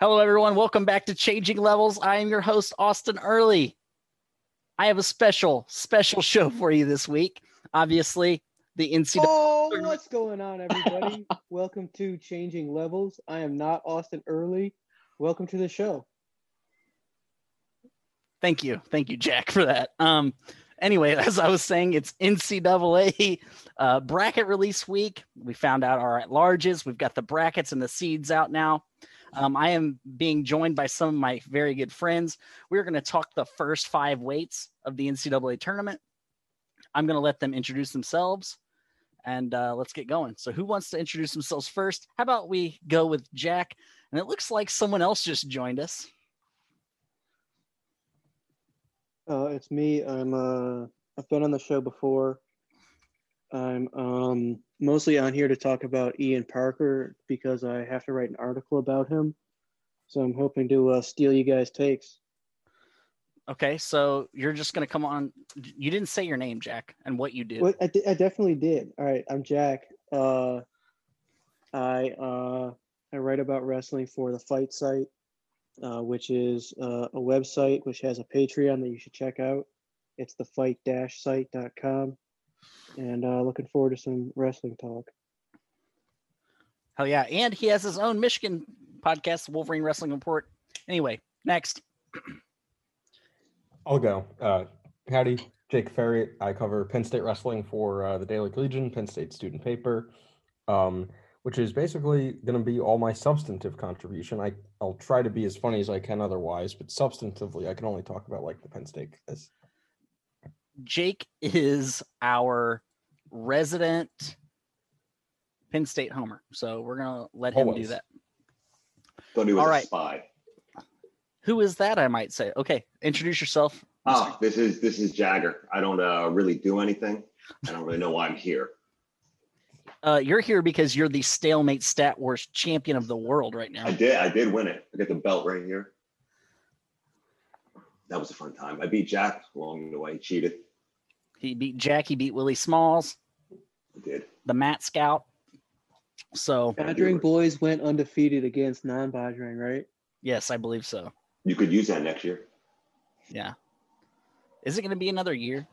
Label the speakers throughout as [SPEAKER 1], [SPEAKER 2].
[SPEAKER 1] Hello, everyone. Welcome back to Changing Levels. I am your host, Austin Early. I have a special, special show for you this week. Obviously, the NCAA.
[SPEAKER 2] Oh, what's going on, everybody? Welcome to Changing Levels. I am not Austin Early. Welcome to the show.
[SPEAKER 1] Thank you. Thank you, Jack, for that. Um, anyway, as I was saying, it's NCAA uh, bracket release week. We found out our at larges. We've got the brackets and the seeds out now. Um, I am being joined by some of my very good friends. We're going to talk the first five weights of the NCAA tournament. I'm going to let them introduce themselves and uh, let's get going. So, who wants to introduce themselves first? How about we go with Jack? And it looks like someone else just joined us.
[SPEAKER 2] Uh, it's me. I'm uh, I've been on the show before. I'm um, mostly on here to talk about Ian Parker because I have to write an article about him. So I'm hoping to uh, steal you guys' takes.
[SPEAKER 1] Okay, so you're just going to come on. You didn't say your name, Jack, and what you do.
[SPEAKER 2] Well, I, de- I definitely did. All right, I'm Jack. Uh, I uh, I write about wrestling for the Fight Site, uh, which is uh, a website which has a Patreon that you should check out. It's the fight-site.com, and uh, looking forward to some wrestling talk.
[SPEAKER 1] Hell yeah. And he has his own Michigan podcast, Wolverine Wrestling Report. Anyway, next.
[SPEAKER 3] I'll go. Uh, howdy, Jake Ferry. I cover Penn State wrestling for uh, the Daily Collegian, Penn State student paper, um, which is basically going to be all my substantive contribution. I, I'll try to be as funny as I can otherwise, but substantively, I can only talk about like the Penn State guys.
[SPEAKER 1] Jake is our resident Penn State homer. So we're going to let him do
[SPEAKER 3] Always.
[SPEAKER 1] that.
[SPEAKER 4] Thought he was
[SPEAKER 1] All
[SPEAKER 4] a
[SPEAKER 1] right.
[SPEAKER 4] spy.
[SPEAKER 1] Who is that? I might say. Okay, introduce yourself.
[SPEAKER 4] Ah, this is this is Jagger. I don't uh, really do anything. I don't really know why I'm here.
[SPEAKER 1] Uh, you're here because you're the stalemate stat wars champion of the world right now.
[SPEAKER 4] I did I did win it. I got the belt right here. That was a fun time. I beat Jack along the way. He cheated.
[SPEAKER 1] He beat Jack. He beat Willie Smalls,
[SPEAKER 4] I did.
[SPEAKER 1] the Matt Scout. So
[SPEAKER 2] Badgering boys went undefeated against non-badgering, right?
[SPEAKER 1] yes, I believe so.
[SPEAKER 4] You could use that next year.
[SPEAKER 1] Yeah. Is it going to be another year?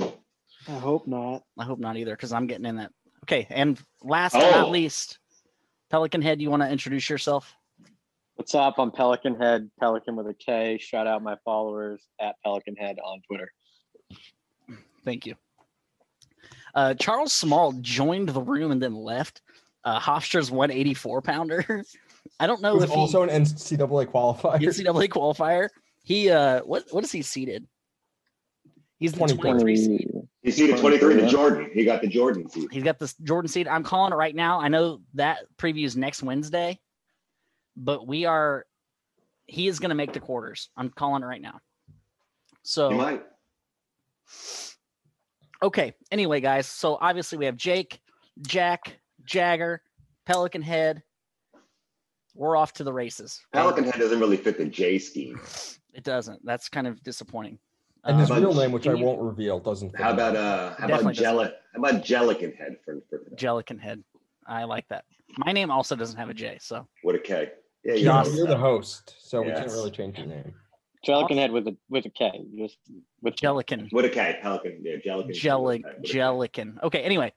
[SPEAKER 2] I hope not.
[SPEAKER 1] I hope not either, because I'm getting in that. Okay, and last
[SPEAKER 4] Oh.
[SPEAKER 1] but not least, Pelican Head, you want to introduce yourself?
[SPEAKER 5] What's up? I'm Pelican Head, Pelican with a K. Shout out my followers at Pelican Head on Twitter.
[SPEAKER 1] Thank you. Uh, Charles Small joined the room and then left. Uh, Hofstra's 184 pounder. I don't know
[SPEAKER 3] Who's
[SPEAKER 1] if
[SPEAKER 3] also an NCAA qualifier.
[SPEAKER 1] he, NCAA qualifier. He uh, what what is he seated? He's the
[SPEAKER 3] 23.
[SPEAKER 1] 23 seed.
[SPEAKER 4] He seeded 23 to Jordan. He got the Jordan seed.
[SPEAKER 1] He's got this Jordan seed. I'm calling it right now. I know that preview is next Wednesday, but we are. He is going to make the quarters. I'm calling it right now. So
[SPEAKER 4] You might.
[SPEAKER 1] Okay. Anyway, guys, so obviously we have Jake, Jack, Jagger, Pelican Head. We're off to the races.
[SPEAKER 4] Pelican Head doesn't really fit the J scheme.
[SPEAKER 1] It doesn't. That's kind of disappointing.
[SPEAKER 3] and his
[SPEAKER 1] Um,
[SPEAKER 4] but
[SPEAKER 3] real name, which I
[SPEAKER 1] can you-
[SPEAKER 3] won't reveal, doesn't. fit
[SPEAKER 4] How
[SPEAKER 3] in.
[SPEAKER 4] about uh how
[SPEAKER 1] Definitely
[SPEAKER 4] about Jellic how about Jellican Head for, for
[SPEAKER 1] Jellican Head. I like that. My name also doesn't have a J, so
[SPEAKER 4] what a K. Yeah,
[SPEAKER 3] You're-
[SPEAKER 4] you know.
[SPEAKER 1] Joss.
[SPEAKER 3] You're the host, so we can't
[SPEAKER 4] Yes.
[SPEAKER 3] really change your name.
[SPEAKER 5] Pelican Head with a with a K. Just with
[SPEAKER 1] Jellican.
[SPEAKER 4] What a K, Pelican, yeah, Jellican.
[SPEAKER 1] Jellic Jellican. Okay, anyway.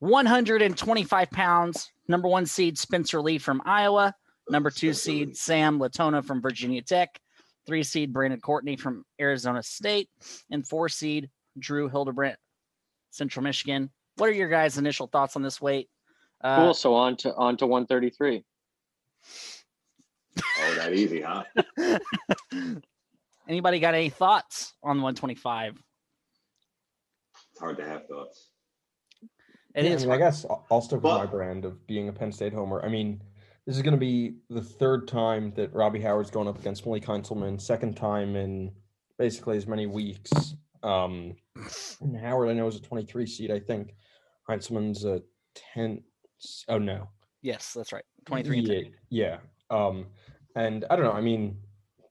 [SPEAKER 1] 125 pounds. Number one seed Spencer Lee from Iowa. Number two seed Sam Latona from Virginia Tech. Three seed Brandon Courtney from Arizona State. And four seed Drew Hildebrandt, Central Michigan. What are your guys' initial thoughts on this weight?
[SPEAKER 5] cool.
[SPEAKER 1] Uh,
[SPEAKER 5] So on to on to 133.
[SPEAKER 4] Oh, that easy, huh?
[SPEAKER 1] Anybody got any thoughts on 125?
[SPEAKER 4] It's hard to have thoughts.
[SPEAKER 1] It
[SPEAKER 3] Yeah,
[SPEAKER 1] is.
[SPEAKER 3] I, mean, I guess I'll- I'll stick with
[SPEAKER 4] Well-
[SPEAKER 3] my brand of being a Penn State homer. I mean, this is going to be the third time that Robbie Howard's going up against Malik Heinzelman, second time in basically as many weeks. Um, and Howard, I know, is a 23 seed, I think. Heinzelman's a 10. s- Oh, no.
[SPEAKER 1] yes, that's right. 23 and 10.
[SPEAKER 3] yeah, yeah. Um, and I don't know. I mean,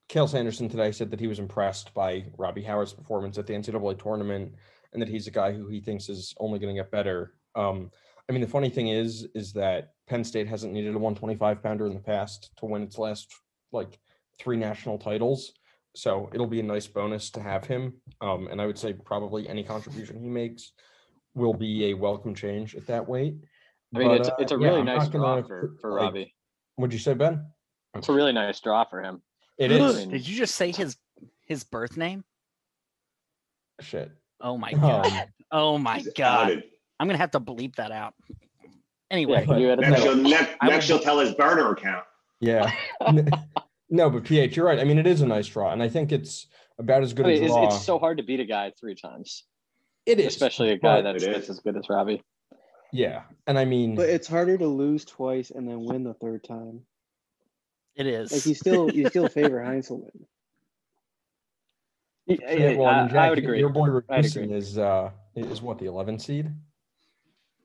[SPEAKER 3] Kale Sanderson today said that he was impressed by Robbie Howard's performance at the NCAA tournament, and that he's a guy who he thinks is only going to get better. Um, I mean, the funny thing is, is that Penn State hasn't needed a 125 pounder in the past to win its last like three national titles. So it'll be a nice bonus to have him. Um, and I would say probably any contribution he makes will be a welcome change at that weight.
[SPEAKER 5] I mean,
[SPEAKER 3] But,
[SPEAKER 5] it's,
[SPEAKER 3] uh,
[SPEAKER 5] it's a
[SPEAKER 3] yeah,
[SPEAKER 5] really
[SPEAKER 3] I'm
[SPEAKER 5] nice
[SPEAKER 3] not gonna
[SPEAKER 5] draw for,
[SPEAKER 3] put,
[SPEAKER 5] for
[SPEAKER 3] like,
[SPEAKER 5] Robbie.
[SPEAKER 3] What'd you say, Ben?
[SPEAKER 5] It's a really nice draw for him.
[SPEAKER 3] It
[SPEAKER 5] Really?
[SPEAKER 3] is
[SPEAKER 1] Did you just say his his birth name?
[SPEAKER 3] shit.
[SPEAKER 1] Oh my god.
[SPEAKER 3] Um,
[SPEAKER 1] Oh my
[SPEAKER 4] He's
[SPEAKER 1] god.
[SPEAKER 4] outed.
[SPEAKER 1] I'm gonna have to bleep that out.
[SPEAKER 5] Yeah,
[SPEAKER 1] Anyway,
[SPEAKER 5] can you edit
[SPEAKER 4] Next,
[SPEAKER 5] that?
[SPEAKER 4] she'll,
[SPEAKER 5] out?
[SPEAKER 4] next,
[SPEAKER 1] I
[SPEAKER 4] next she'll tell his burner account.
[SPEAKER 3] yeah. N- no, but PH, you're right. I mean, it is a nice draw, and I think it's about as
[SPEAKER 5] I
[SPEAKER 3] good
[SPEAKER 5] mean,
[SPEAKER 3] a
[SPEAKER 5] it's,
[SPEAKER 3] draw.
[SPEAKER 5] it's so hard to beat a guy three times,
[SPEAKER 3] it is,
[SPEAKER 5] especially a guy
[SPEAKER 3] but-
[SPEAKER 5] that's,
[SPEAKER 4] It
[SPEAKER 5] that's
[SPEAKER 4] is.
[SPEAKER 5] as good as Robbie.
[SPEAKER 3] yeah. And I mean,
[SPEAKER 2] But it's harder to lose twice and then win the third time.
[SPEAKER 1] it
[SPEAKER 2] Like you
[SPEAKER 1] is.
[SPEAKER 2] still you still favor Heinzelman.
[SPEAKER 5] Yeah,
[SPEAKER 3] Yeah, well, I,
[SPEAKER 5] I,
[SPEAKER 3] mean,
[SPEAKER 5] I
[SPEAKER 3] Jack,
[SPEAKER 5] would
[SPEAKER 3] your-
[SPEAKER 5] agree.
[SPEAKER 3] Your boy
[SPEAKER 5] I'd
[SPEAKER 3] Ragusan
[SPEAKER 5] agree.
[SPEAKER 3] is uh is what the 11 seed.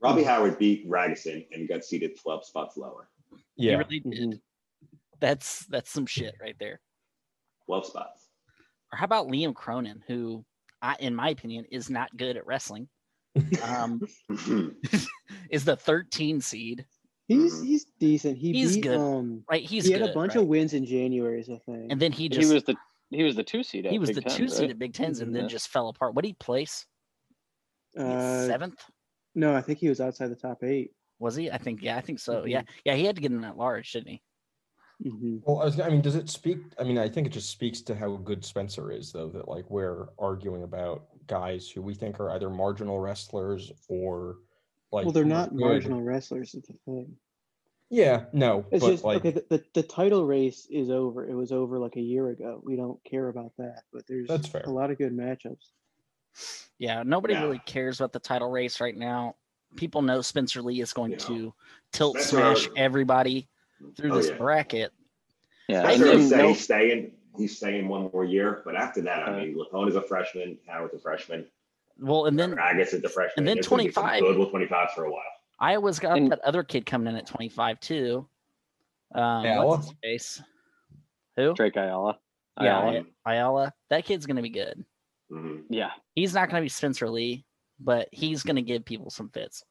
[SPEAKER 4] Robbie Howard beat Ragusan and got seated 12 spots lower.
[SPEAKER 1] You
[SPEAKER 3] Yeah,
[SPEAKER 1] really did.
[SPEAKER 2] Mhm.
[SPEAKER 1] That's that's some shit right there.
[SPEAKER 4] 12 spots.
[SPEAKER 1] Or how about Liam Cronin, who I, in my opinion is not good at wrestling. Um, is the 13 seed.
[SPEAKER 2] He's he's decent. He
[SPEAKER 1] He's
[SPEAKER 2] beat
[SPEAKER 1] good.
[SPEAKER 2] um
[SPEAKER 1] Right, he's
[SPEAKER 2] he had
[SPEAKER 1] good,
[SPEAKER 2] a bunch
[SPEAKER 1] right?
[SPEAKER 2] of wins in January is a thing.
[SPEAKER 1] and then he
[SPEAKER 5] He
[SPEAKER 1] just
[SPEAKER 5] was the he was the two seed. At
[SPEAKER 1] he was
[SPEAKER 5] Big
[SPEAKER 1] the
[SPEAKER 5] Ten,
[SPEAKER 1] two seed
[SPEAKER 5] right?
[SPEAKER 1] at Big Tens and
[SPEAKER 5] Yeah.
[SPEAKER 1] then just fell apart. What did he place? He was
[SPEAKER 2] uh,
[SPEAKER 1] seventh?
[SPEAKER 2] no, I think he was outside the top 8
[SPEAKER 1] Was he? I think yeah, I think so. Yeah. Yeah, he had to get in at large, didn't he?
[SPEAKER 2] Mm-hmm.
[SPEAKER 3] Well, I, was, I mean, does it speak? I mean, I think it just speaks to how good Spencer is, though, that like we're arguing about guys who we think are either marginal wrestlers or like.
[SPEAKER 2] Well, they're
[SPEAKER 3] who are
[SPEAKER 2] not
[SPEAKER 3] good.
[SPEAKER 2] marginal wrestlers. Is the thing.
[SPEAKER 3] Yeah, no,
[SPEAKER 2] It's
[SPEAKER 3] but
[SPEAKER 2] just
[SPEAKER 3] like,
[SPEAKER 2] okay. The, the the title race is over. It was over like a year ago. We don't care about that. But there's
[SPEAKER 3] That's fair.
[SPEAKER 2] a lot of good matchups.
[SPEAKER 1] Yeah, nobody
[SPEAKER 4] Yeah.
[SPEAKER 1] really cares about the title race right now. People know Spencer Lee is going
[SPEAKER 4] Yeah.
[SPEAKER 1] to tilt
[SPEAKER 4] Spencer-
[SPEAKER 1] smash everybody through
[SPEAKER 4] Oh,
[SPEAKER 1] this
[SPEAKER 4] yeah.
[SPEAKER 1] bracket.
[SPEAKER 5] Yeah,
[SPEAKER 4] That's
[SPEAKER 5] and,
[SPEAKER 4] what I'm
[SPEAKER 5] and
[SPEAKER 4] saying.
[SPEAKER 5] no,
[SPEAKER 4] He's staying. He's staying one more year, but after that, I
[SPEAKER 5] Uh,
[SPEAKER 4] mean, Lapone is a freshman. Howard's a freshman.
[SPEAKER 1] Well, and then
[SPEAKER 4] Agus is a freshman.
[SPEAKER 1] and then
[SPEAKER 4] There's gonna be some
[SPEAKER 1] 25.
[SPEAKER 4] Good with 25 for a while.
[SPEAKER 1] Iowa's got
[SPEAKER 5] And-
[SPEAKER 1] that other kid coming in at 25 too. Um,
[SPEAKER 3] Ayala?
[SPEAKER 1] what's his face? Who?
[SPEAKER 5] Drake Ayala.
[SPEAKER 1] Yeah,
[SPEAKER 5] Ayala.
[SPEAKER 1] I- Ayala. That kid's gonna be good.
[SPEAKER 4] Mhm.
[SPEAKER 5] yeah.
[SPEAKER 1] He's not gonna be Spencer Lee, but he's gonna give people some fits.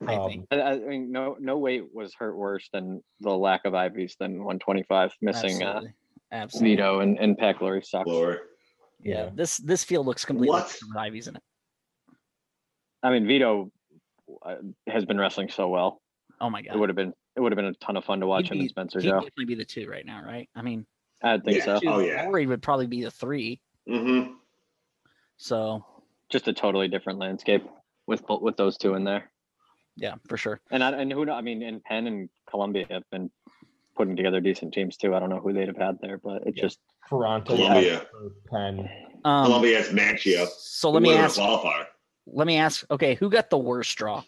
[SPEAKER 1] I think
[SPEAKER 3] um,
[SPEAKER 5] I, I mean, no, no weight was hurt worse than the lack of IVs than 125 missing uh,
[SPEAKER 1] absolutely. absolutely.
[SPEAKER 5] Vito and and Pat Glory sucks.
[SPEAKER 4] Lower.
[SPEAKER 1] Yeah.
[SPEAKER 3] Yeah.
[SPEAKER 1] This this field looks completely
[SPEAKER 4] What?
[SPEAKER 1] different with Ivy's in it.
[SPEAKER 5] I mean, Vito uh, has been wrestling so well.
[SPEAKER 1] Oh my
[SPEAKER 5] It
[SPEAKER 1] god.
[SPEAKER 5] would have been it would have been a ton of fun to watch him
[SPEAKER 1] be-
[SPEAKER 5] and Spencer
[SPEAKER 1] He'd
[SPEAKER 5] go.
[SPEAKER 1] definitely be the two right now, right? I mean
[SPEAKER 5] I think
[SPEAKER 4] Yeah.
[SPEAKER 5] so.
[SPEAKER 4] Oh, yeah.
[SPEAKER 1] Glory would probably be the three.
[SPEAKER 4] Mm-hmm.
[SPEAKER 1] So
[SPEAKER 5] Just a totally different landscape with bo- with those two in there.
[SPEAKER 1] yeah, for sure.
[SPEAKER 5] And I, and who know? I mean, and Penn and Columbia have been putting together decent teams too. I don't know who they'd have had there, but it
[SPEAKER 3] Yeah.
[SPEAKER 5] just
[SPEAKER 3] Ferrante,
[SPEAKER 4] Columbia.
[SPEAKER 3] Pfeiffer, Penn.
[SPEAKER 1] Um,
[SPEAKER 4] Columbia has Manchio.
[SPEAKER 1] So let me ask.
[SPEAKER 4] Qualifier.
[SPEAKER 1] Let me ask. Okay, who got the worst draw?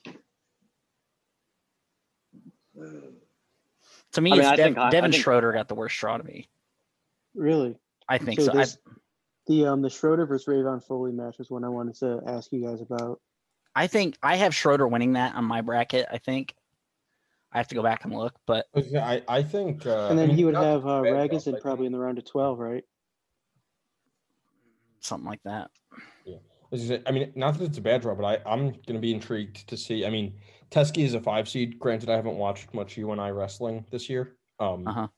[SPEAKER 4] Uh,
[SPEAKER 1] To me,
[SPEAKER 5] I mean,
[SPEAKER 1] it's
[SPEAKER 5] I
[SPEAKER 1] Dev-
[SPEAKER 5] think I- I
[SPEAKER 1] Devin
[SPEAKER 5] think-
[SPEAKER 1] Schroeder got the worst draw to me.
[SPEAKER 2] Really.
[SPEAKER 1] I think so. I,
[SPEAKER 2] this- the um the Schroeder versus Ravon Foley match is one I wanted to ask you guys about.
[SPEAKER 1] I think I have Schroeder winning that on my bracket. I think I have to go back and look, but
[SPEAKER 3] I, I think. Uh,
[SPEAKER 2] And
[SPEAKER 3] I
[SPEAKER 2] then
[SPEAKER 3] mean,
[SPEAKER 2] he would
[SPEAKER 3] not-
[SPEAKER 2] have uh,
[SPEAKER 3] bad draws, I
[SPEAKER 2] Ragusan
[SPEAKER 3] think.
[SPEAKER 2] probably in the round of twelve, right?
[SPEAKER 1] something like that.
[SPEAKER 3] I was gonna say, I mean, not that it's a bad draw, but I, I'm going to be intrigued to see. I mean, Teskey is a five seed. Granted, I haven't watched much UNI wrestling this year. Um,
[SPEAKER 1] Uh-huh.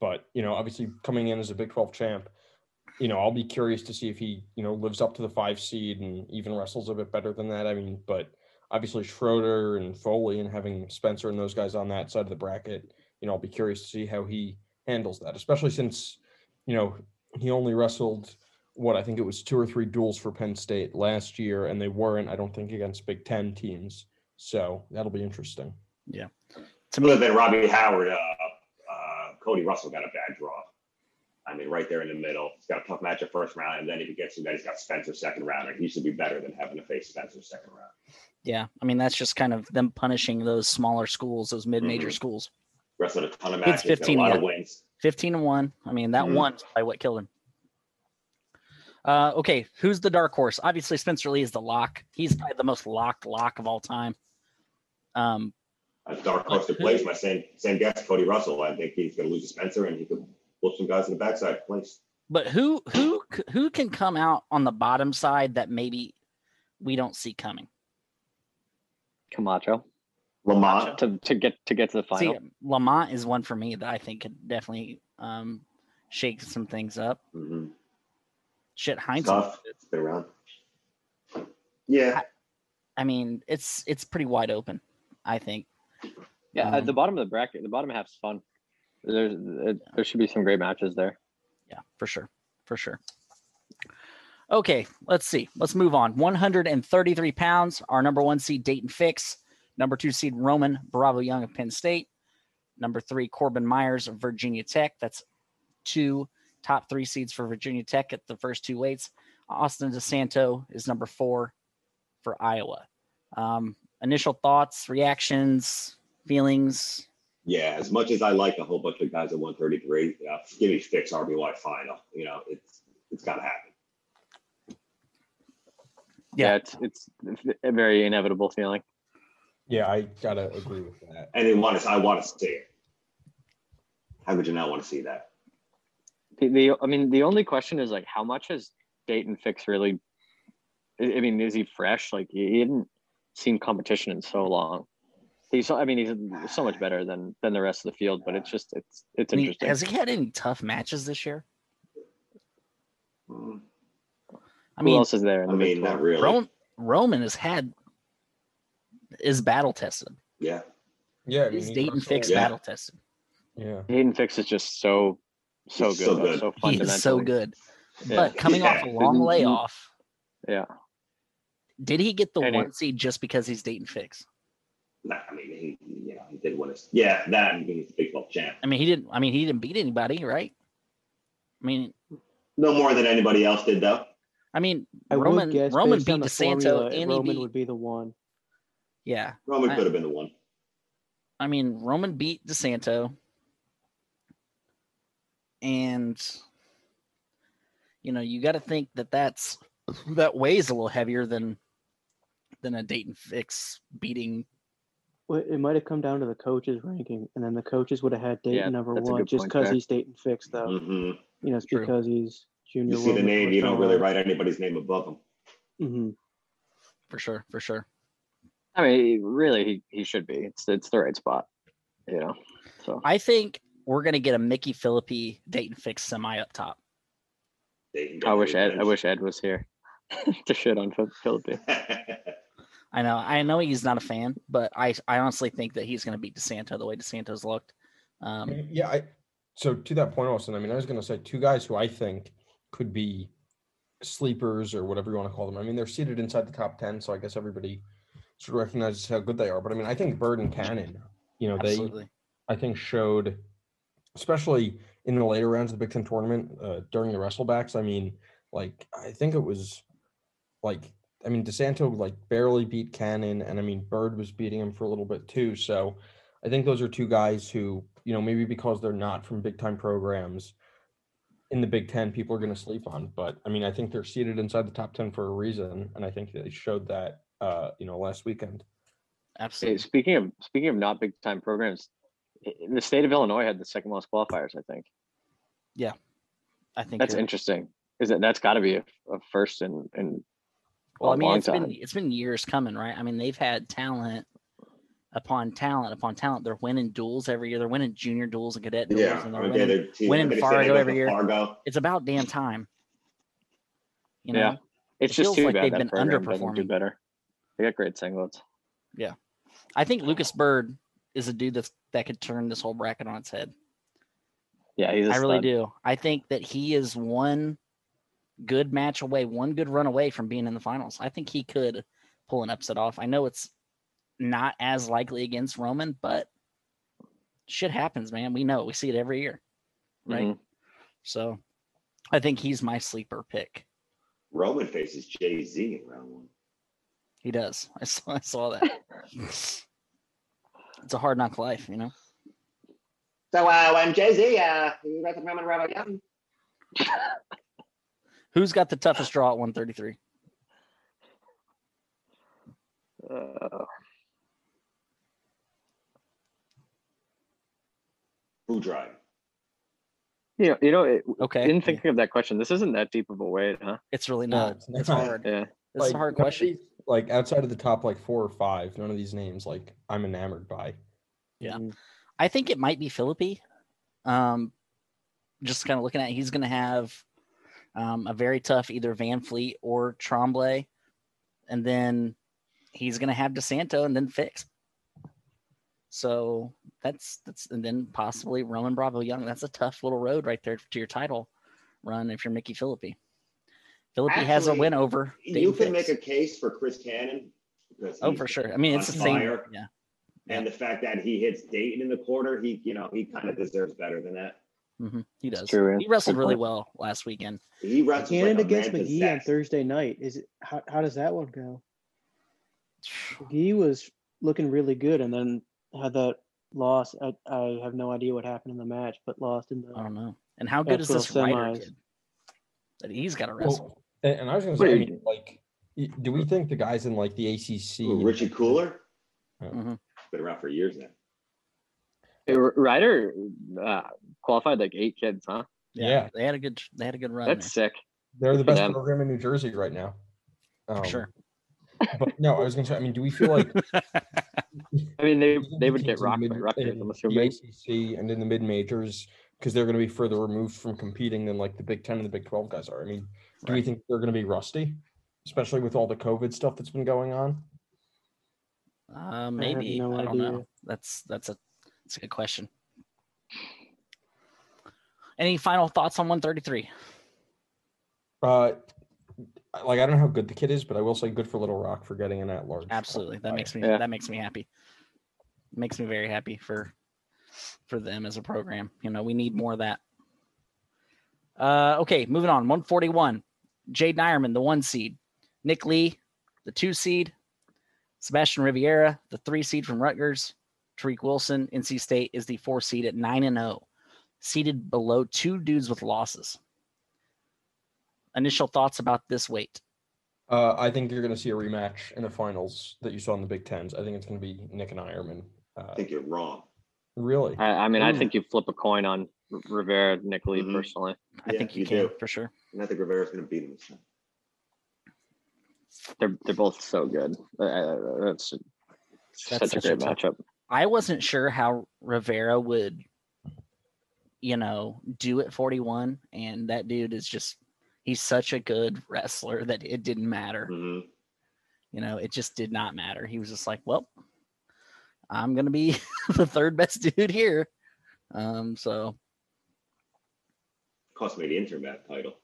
[SPEAKER 3] But, you know, obviously coming in as a Big 12 champ, you know, I'll be curious to see if he, you know, lives up to the five seed and even wrestles a bit better than that. I mean, but obviously Schroeder and Foley and having Spencer and those guys on that side of the bracket, you know, I'll be curious to see how he handles that, especially since, you know, he only wrestled what I think it was two or three duels for Penn State last year, and they weren't, I don't think, against Big Ten teams. So that'll be interesting.
[SPEAKER 1] To
[SPEAKER 4] Other
[SPEAKER 1] me,
[SPEAKER 4] than Robbie Howard, uh, uh, Cody Russell got a bad draw. I mean, right there in the middle. He's got a tough matchup first round, and then if he gets to that, he's got Spencer second round, and he should be better than having to face Spencer second round.
[SPEAKER 1] yeah, I mean that's just kind of them punishing those smaller schools, those mid-major
[SPEAKER 4] Mhm.
[SPEAKER 1] schools.
[SPEAKER 4] Wrestled a ton of
[SPEAKER 1] It's
[SPEAKER 4] matches, got
[SPEAKER 1] 15,
[SPEAKER 4] a lot
[SPEAKER 1] yeah.
[SPEAKER 4] of wins.
[SPEAKER 1] Fifteen and one. I mean that
[SPEAKER 4] Mhm.
[SPEAKER 1] one's probably what killed him. Uh, okay, who's the dark horse? Obviously, Spencer Lee is the lock. He's probably the most locked lock of all time. Um,
[SPEAKER 4] A dark horse to place. My same same guess, Cody Russell. I think he's going to lose to Spencer, and he could whoop some guys in the backside. Place.
[SPEAKER 1] but who who c- who can come out on the bottom side that maybe we don't see coming?
[SPEAKER 5] Camacho.
[SPEAKER 4] Lamont.
[SPEAKER 5] to, to get to get to the final.
[SPEAKER 1] See, Lamont is one for me that I think could definitely um, shake some things up.
[SPEAKER 4] hmm
[SPEAKER 1] Shit, hindsight.
[SPEAKER 4] Tough. It's been around. Yeah.
[SPEAKER 1] I mean, it's it's pretty wide open. I think.
[SPEAKER 5] yeah,
[SPEAKER 1] um,
[SPEAKER 5] at the bottom of the bracket, the bottom half's fun. There's it, there should be some great matches there.
[SPEAKER 1] Yeah, for sure. For sure. Okay, let's see. Let's move on. 133 pounds, our number one seed, Dayton Fix. Number two seed, Roman Bravo Young of Penn State. Number three, Corbin Myers of Virginia Tech. That's two top three seeds for Virginia Tech at the first two weights. Austin DeSanto is number four for Iowa. Um, initial thoughts, reactions, feelings.
[SPEAKER 4] Yeah, as much as I like a whole bunch of guys at 133, you know, give me fix RBY final. You know, it's it's gotta happen.
[SPEAKER 1] Yeah.
[SPEAKER 5] it's, it's a very inevitable feeling.
[SPEAKER 3] Yeah, I gotta agree with that.
[SPEAKER 4] And they want to I want to see it. How could you not want to see that?
[SPEAKER 5] The, the I mean, the only question is like, how much has Dayton Fix really? I I mean, is he fresh? Like he he hadn't seen competition in so long. He's so- I mean, he's so much better than than the rest of the field. But it's just it's it's
[SPEAKER 1] I mean,
[SPEAKER 5] interesting.
[SPEAKER 1] has he had any tough matches this year?
[SPEAKER 4] Mm,
[SPEAKER 1] I
[SPEAKER 5] Who
[SPEAKER 1] mean,
[SPEAKER 5] else is there? In
[SPEAKER 4] I
[SPEAKER 5] the Big
[SPEAKER 4] mean, not
[SPEAKER 5] 12?
[SPEAKER 4] really.
[SPEAKER 1] Roman, Roman has had is battle tested.
[SPEAKER 4] Yeah.
[SPEAKER 3] Yeah, I mean,
[SPEAKER 1] Is
[SPEAKER 3] he
[SPEAKER 1] Dayton
[SPEAKER 3] crushed
[SPEAKER 1] Fix
[SPEAKER 3] all-
[SPEAKER 4] Yeah.
[SPEAKER 1] battle tested?
[SPEAKER 3] Yeah,
[SPEAKER 5] Hayden Fix is just so so
[SPEAKER 4] He's
[SPEAKER 5] good,
[SPEAKER 4] so
[SPEAKER 5] so,
[SPEAKER 4] good.
[SPEAKER 5] so
[SPEAKER 1] He
[SPEAKER 5] fundamentally.
[SPEAKER 1] is so good.
[SPEAKER 5] Yeah.
[SPEAKER 1] But coming off a
[SPEAKER 4] Yeah.
[SPEAKER 2] Mm-hmm.
[SPEAKER 1] long layoff,
[SPEAKER 5] Yeah.
[SPEAKER 1] did he get the
[SPEAKER 5] And he-
[SPEAKER 1] one seed just because he's Dayton Fix?
[SPEAKER 4] Nah, I mean, he you know, he did win his yeah, that I mean, he's the Big 12 champ.
[SPEAKER 1] I mean, he didn't. I mean, he didn't beat anybody, right? I mean,
[SPEAKER 4] No more than anybody else did though.
[SPEAKER 1] I mean,
[SPEAKER 2] I
[SPEAKER 1] Roman
[SPEAKER 2] would guess
[SPEAKER 1] Roman
[SPEAKER 2] based
[SPEAKER 1] beat
[SPEAKER 2] on the
[SPEAKER 1] DeSanto
[SPEAKER 2] formula,
[SPEAKER 1] and he
[SPEAKER 2] Roman
[SPEAKER 1] beat.
[SPEAKER 2] would be the one.
[SPEAKER 1] Yeah,
[SPEAKER 4] Roman
[SPEAKER 1] I-
[SPEAKER 4] could have been the one.
[SPEAKER 1] I mean, Roman beat DeSanto, and you know, you got to think that that's that weighs a little heavier than than a Dayton Fix beating
[SPEAKER 2] Well, It might have come down to the coaches' ranking, and then the coaches would have had Dayton
[SPEAKER 5] Yeah,
[SPEAKER 2] number
[SPEAKER 5] that's a
[SPEAKER 2] one
[SPEAKER 5] good
[SPEAKER 2] just
[SPEAKER 5] point,
[SPEAKER 2] because
[SPEAKER 5] Jack. Mm-hmm.
[SPEAKER 2] he's Dayton fixed, though.
[SPEAKER 4] hmm
[SPEAKER 2] You know, it's
[SPEAKER 1] True.
[SPEAKER 2] because he's junior.
[SPEAKER 4] You see the
[SPEAKER 2] Roman
[SPEAKER 4] name,
[SPEAKER 2] first
[SPEAKER 4] you don't
[SPEAKER 2] time
[SPEAKER 4] really
[SPEAKER 2] around.
[SPEAKER 4] write anybody's name above them.
[SPEAKER 2] Mhm.
[SPEAKER 1] for sure, for sure.
[SPEAKER 5] I mean, really, he, he should be. It's it's the right spot, you know. So
[SPEAKER 1] I think we're gonna get a Mickey Philippi Dayton Fix semi up top.
[SPEAKER 4] They-
[SPEAKER 5] I wish Ed, I
[SPEAKER 4] they-
[SPEAKER 5] wish Ed was here to shit on Phil- Philippi.
[SPEAKER 1] I know, I know he's not a fan, but I I honestly think that he's gonna beat DeSanto the way DeSanto's looked.
[SPEAKER 3] I
[SPEAKER 1] Um,
[SPEAKER 3] mean, yeah. I, so to that point, Austin, I mean, I was gonna say two guys who I think could be sleepers or whatever you want to call them. I mean, they're seated inside the top ten, so I guess everybody sort of recognizes how good they are. But I mean, I think Bird and Cannon, you know, they
[SPEAKER 1] absolutely.
[SPEAKER 3] I think showed, especially in the later rounds of the Big Ten tournament uh, during the wrestlebacks. I mean, like I think it was like I mean DeSanto like barely beat Cannon, and I mean Bird was beating him for a little bit too. So I think those are two guys who you know maybe because they're not from big time programs in the Big Ten, people are going to sleep on. But I mean, I think they're seated inside the top ten for a reason, and I think they showed that uh, you know last weekend.
[SPEAKER 5] Hey,
[SPEAKER 1] Absolutely.
[SPEAKER 5] speaking of speaking of not big time programs, i- the state of Illinois had the second most qualifiers. I think
[SPEAKER 1] I think
[SPEAKER 5] that's
[SPEAKER 1] you're- interesting.
[SPEAKER 5] interesting. Is that that's got to be a, a first in in
[SPEAKER 1] Well,
[SPEAKER 5] a
[SPEAKER 1] I mean,
[SPEAKER 5] long
[SPEAKER 1] it's
[SPEAKER 5] time.
[SPEAKER 1] been it's been years coming, right? I mean, they've had talent upon talent upon talent. They're winning duels every year. They're winning junior duels and cadet duels,
[SPEAKER 4] yeah.
[SPEAKER 1] and
[SPEAKER 5] Oh,
[SPEAKER 1] they're
[SPEAKER 4] Okay,
[SPEAKER 1] winning.
[SPEAKER 4] they're team-
[SPEAKER 1] winning
[SPEAKER 4] they say
[SPEAKER 1] Fargo
[SPEAKER 4] they go
[SPEAKER 1] every
[SPEAKER 4] to
[SPEAKER 1] year.
[SPEAKER 4] Fargo.
[SPEAKER 1] It's about damn time. You know,
[SPEAKER 5] Yeah. it's
[SPEAKER 1] it
[SPEAKER 5] just
[SPEAKER 1] feels
[SPEAKER 5] too
[SPEAKER 1] like they've
[SPEAKER 5] bad
[SPEAKER 1] been
[SPEAKER 5] that program doesn't do
[SPEAKER 1] underperforming.
[SPEAKER 5] better. They got great singlets.
[SPEAKER 1] I think Lucas Bird is a dude that's that could turn this whole bracket on its head.
[SPEAKER 5] Yeah, he's a
[SPEAKER 1] I really
[SPEAKER 5] stud.
[SPEAKER 1] do. I think that he is one good match away, one good run away from being in the finals. I think he could pull an upset off. I know it's not as likely against Roman, but shit happens, man. We know it. we see it every year. Right.
[SPEAKER 5] Mhm.
[SPEAKER 1] So I think he's my sleeper pick.
[SPEAKER 4] Roman faces Jay Z in round one.
[SPEAKER 1] He does. I saw, I saw that. it's a hard knock life, you know?
[SPEAKER 4] So uh, when Jay Z, uh, you got the Roman Rebel Young.
[SPEAKER 1] Who's got the toughest draw at 133?
[SPEAKER 5] Uh,
[SPEAKER 4] Who drive?
[SPEAKER 5] you know, you know, it,
[SPEAKER 1] Okay.
[SPEAKER 5] in thinking of that question, this isn't that deep of a weight, huh?
[SPEAKER 1] It's really not.
[SPEAKER 3] it's
[SPEAKER 1] It's
[SPEAKER 3] not.
[SPEAKER 1] hard.
[SPEAKER 5] Yeah.
[SPEAKER 1] It's a hard
[SPEAKER 3] none of
[SPEAKER 1] question.
[SPEAKER 3] these- like outside of the top like four or five, none of these names like I'm enamored by.
[SPEAKER 1] Yeah. I think it might be Philippi. Um, just kind of looking at, it, he's going to have um, a very tough either Van Fleet or Tremblay, and then he's going to have Desanto and then Fix. So that's that's and then possibly Roman Bravo Young. That's a tough little road right there to your title run if you're Mickey Philippi. Philippi has a
[SPEAKER 4] Actually,
[SPEAKER 1] win over.
[SPEAKER 4] You
[SPEAKER 1] Dayton
[SPEAKER 4] can make
[SPEAKER 1] Fix.
[SPEAKER 4] a case for Chris Cannon. because
[SPEAKER 1] oh
[SPEAKER 4] he's
[SPEAKER 1] for sure. I mean, it's
[SPEAKER 4] on
[SPEAKER 1] the same.
[SPEAKER 4] fire.
[SPEAKER 1] Yeah,
[SPEAKER 4] And the fact that he hits Dayton in the quarter, he you know he kind of deserves better than that.
[SPEAKER 1] hmm he does.
[SPEAKER 5] true, yeah.
[SPEAKER 1] He wrestled
[SPEAKER 5] Good
[SPEAKER 1] really
[SPEAKER 5] point.
[SPEAKER 1] well last weekend.
[SPEAKER 4] He runs
[SPEAKER 2] Cannon
[SPEAKER 4] like a
[SPEAKER 2] against
[SPEAKER 4] man
[SPEAKER 2] McGee on
[SPEAKER 4] possessed.
[SPEAKER 2] Thursday night. Is it how, how does that one go? McGee was looking really good and then had that loss. I, I have no idea what happened in the match, but lost in the
[SPEAKER 5] Um,
[SPEAKER 1] I don't know. And how
[SPEAKER 2] That's
[SPEAKER 1] good is
[SPEAKER 2] what
[SPEAKER 1] this
[SPEAKER 2] I'll say,
[SPEAKER 1] writer
[SPEAKER 2] Miles.
[SPEAKER 1] kid? That he's got to wrestle.
[SPEAKER 3] Well, and, and I was gonna
[SPEAKER 5] Wait.
[SPEAKER 3] say, I mean, like, y- do we think the guys in like the ACC?
[SPEAKER 4] Ooh, Richie Cooler
[SPEAKER 2] Mm-hmm.
[SPEAKER 1] Mhm.
[SPEAKER 4] been around for years now.
[SPEAKER 5] Ryder uh, qualified like eight kids, huh?
[SPEAKER 3] Yeah.
[SPEAKER 1] they had a good they had a good run.
[SPEAKER 5] That's
[SPEAKER 1] there.
[SPEAKER 5] sick.
[SPEAKER 3] They're the
[SPEAKER 5] Good for
[SPEAKER 3] best
[SPEAKER 5] them.
[SPEAKER 3] program in New Jersey right now. Um,
[SPEAKER 1] sure.
[SPEAKER 3] But no, I was gonna say. I mean, do we feel like
[SPEAKER 5] I mean, they
[SPEAKER 3] do you think
[SPEAKER 5] they
[SPEAKER 3] the
[SPEAKER 5] would get
[SPEAKER 3] teams in
[SPEAKER 5] rocked
[SPEAKER 3] mid-
[SPEAKER 5] by Rutgers.
[SPEAKER 3] in
[SPEAKER 5] I'm
[SPEAKER 3] the
[SPEAKER 5] assuming.
[SPEAKER 3] ACC and in the mid majors because they're going to be further removed from competing than like the Big Ten and the Big Twelve guys are. I mean, do we
[SPEAKER 1] Right.
[SPEAKER 3] think they're going to be rusty, especially with all the COVID stuff that's been going on?
[SPEAKER 1] Uh, maybe I,
[SPEAKER 2] no
[SPEAKER 1] don't know.
[SPEAKER 2] idea.
[SPEAKER 1] That's that's a that's a good question. Any final thoughts on 133?
[SPEAKER 3] Uh, like I don't know how good the kid is, but I will say good for Little Rock for getting an at large.
[SPEAKER 1] Absolutely. That makes me
[SPEAKER 5] Yeah.
[SPEAKER 1] that makes me happy. Makes me very happy for for them as a program. You know, we need more of that. Uh okay, moving on. 141. Jade Nyerman, the one seed. Nick Lee, the two seed. Sebastian Riviera, the three seed from Rutgers. Tariq Wilson, NC State, is the four seed at nine and zero, seated below two dudes with losses. Initial thoughts about this weight?
[SPEAKER 3] Uh, I think you're going to see a rematch in the finals that you saw in the Big Tens. I think it's going to be Nick and Ironman.
[SPEAKER 4] I
[SPEAKER 3] Uh,
[SPEAKER 4] think you're wrong.
[SPEAKER 3] really?
[SPEAKER 5] I, I mean, I
[SPEAKER 2] Ooh.
[SPEAKER 5] think you flip a coin on R- Rivera, Nick Lee,
[SPEAKER 4] Mhm.
[SPEAKER 5] personally.
[SPEAKER 1] I
[SPEAKER 4] Yeah,
[SPEAKER 1] think you,
[SPEAKER 4] you
[SPEAKER 1] can
[SPEAKER 4] do.
[SPEAKER 1] for sure.
[SPEAKER 4] And I think Rivera's going to beat him this time.
[SPEAKER 5] They're they're both so good. Uh, Uh, that's, such a
[SPEAKER 1] such a
[SPEAKER 5] great
[SPEAKER 1] tough-
[SPEAKER 5] matchup.
[SPEAKER 1] I wasn't sure how Rivera would, you know, do at 41. And that dude is just, he's such a good wrestler that it didn't matter.
[SPEAKER 4] hmm
[SPEAKER 5] Mm-hmm.
[SPEAKER 1] You know, it just did not matter. He was just like, well, I'm going to be the third best dude here. Um, so
[SPEAKER 4] Cost me the internet title.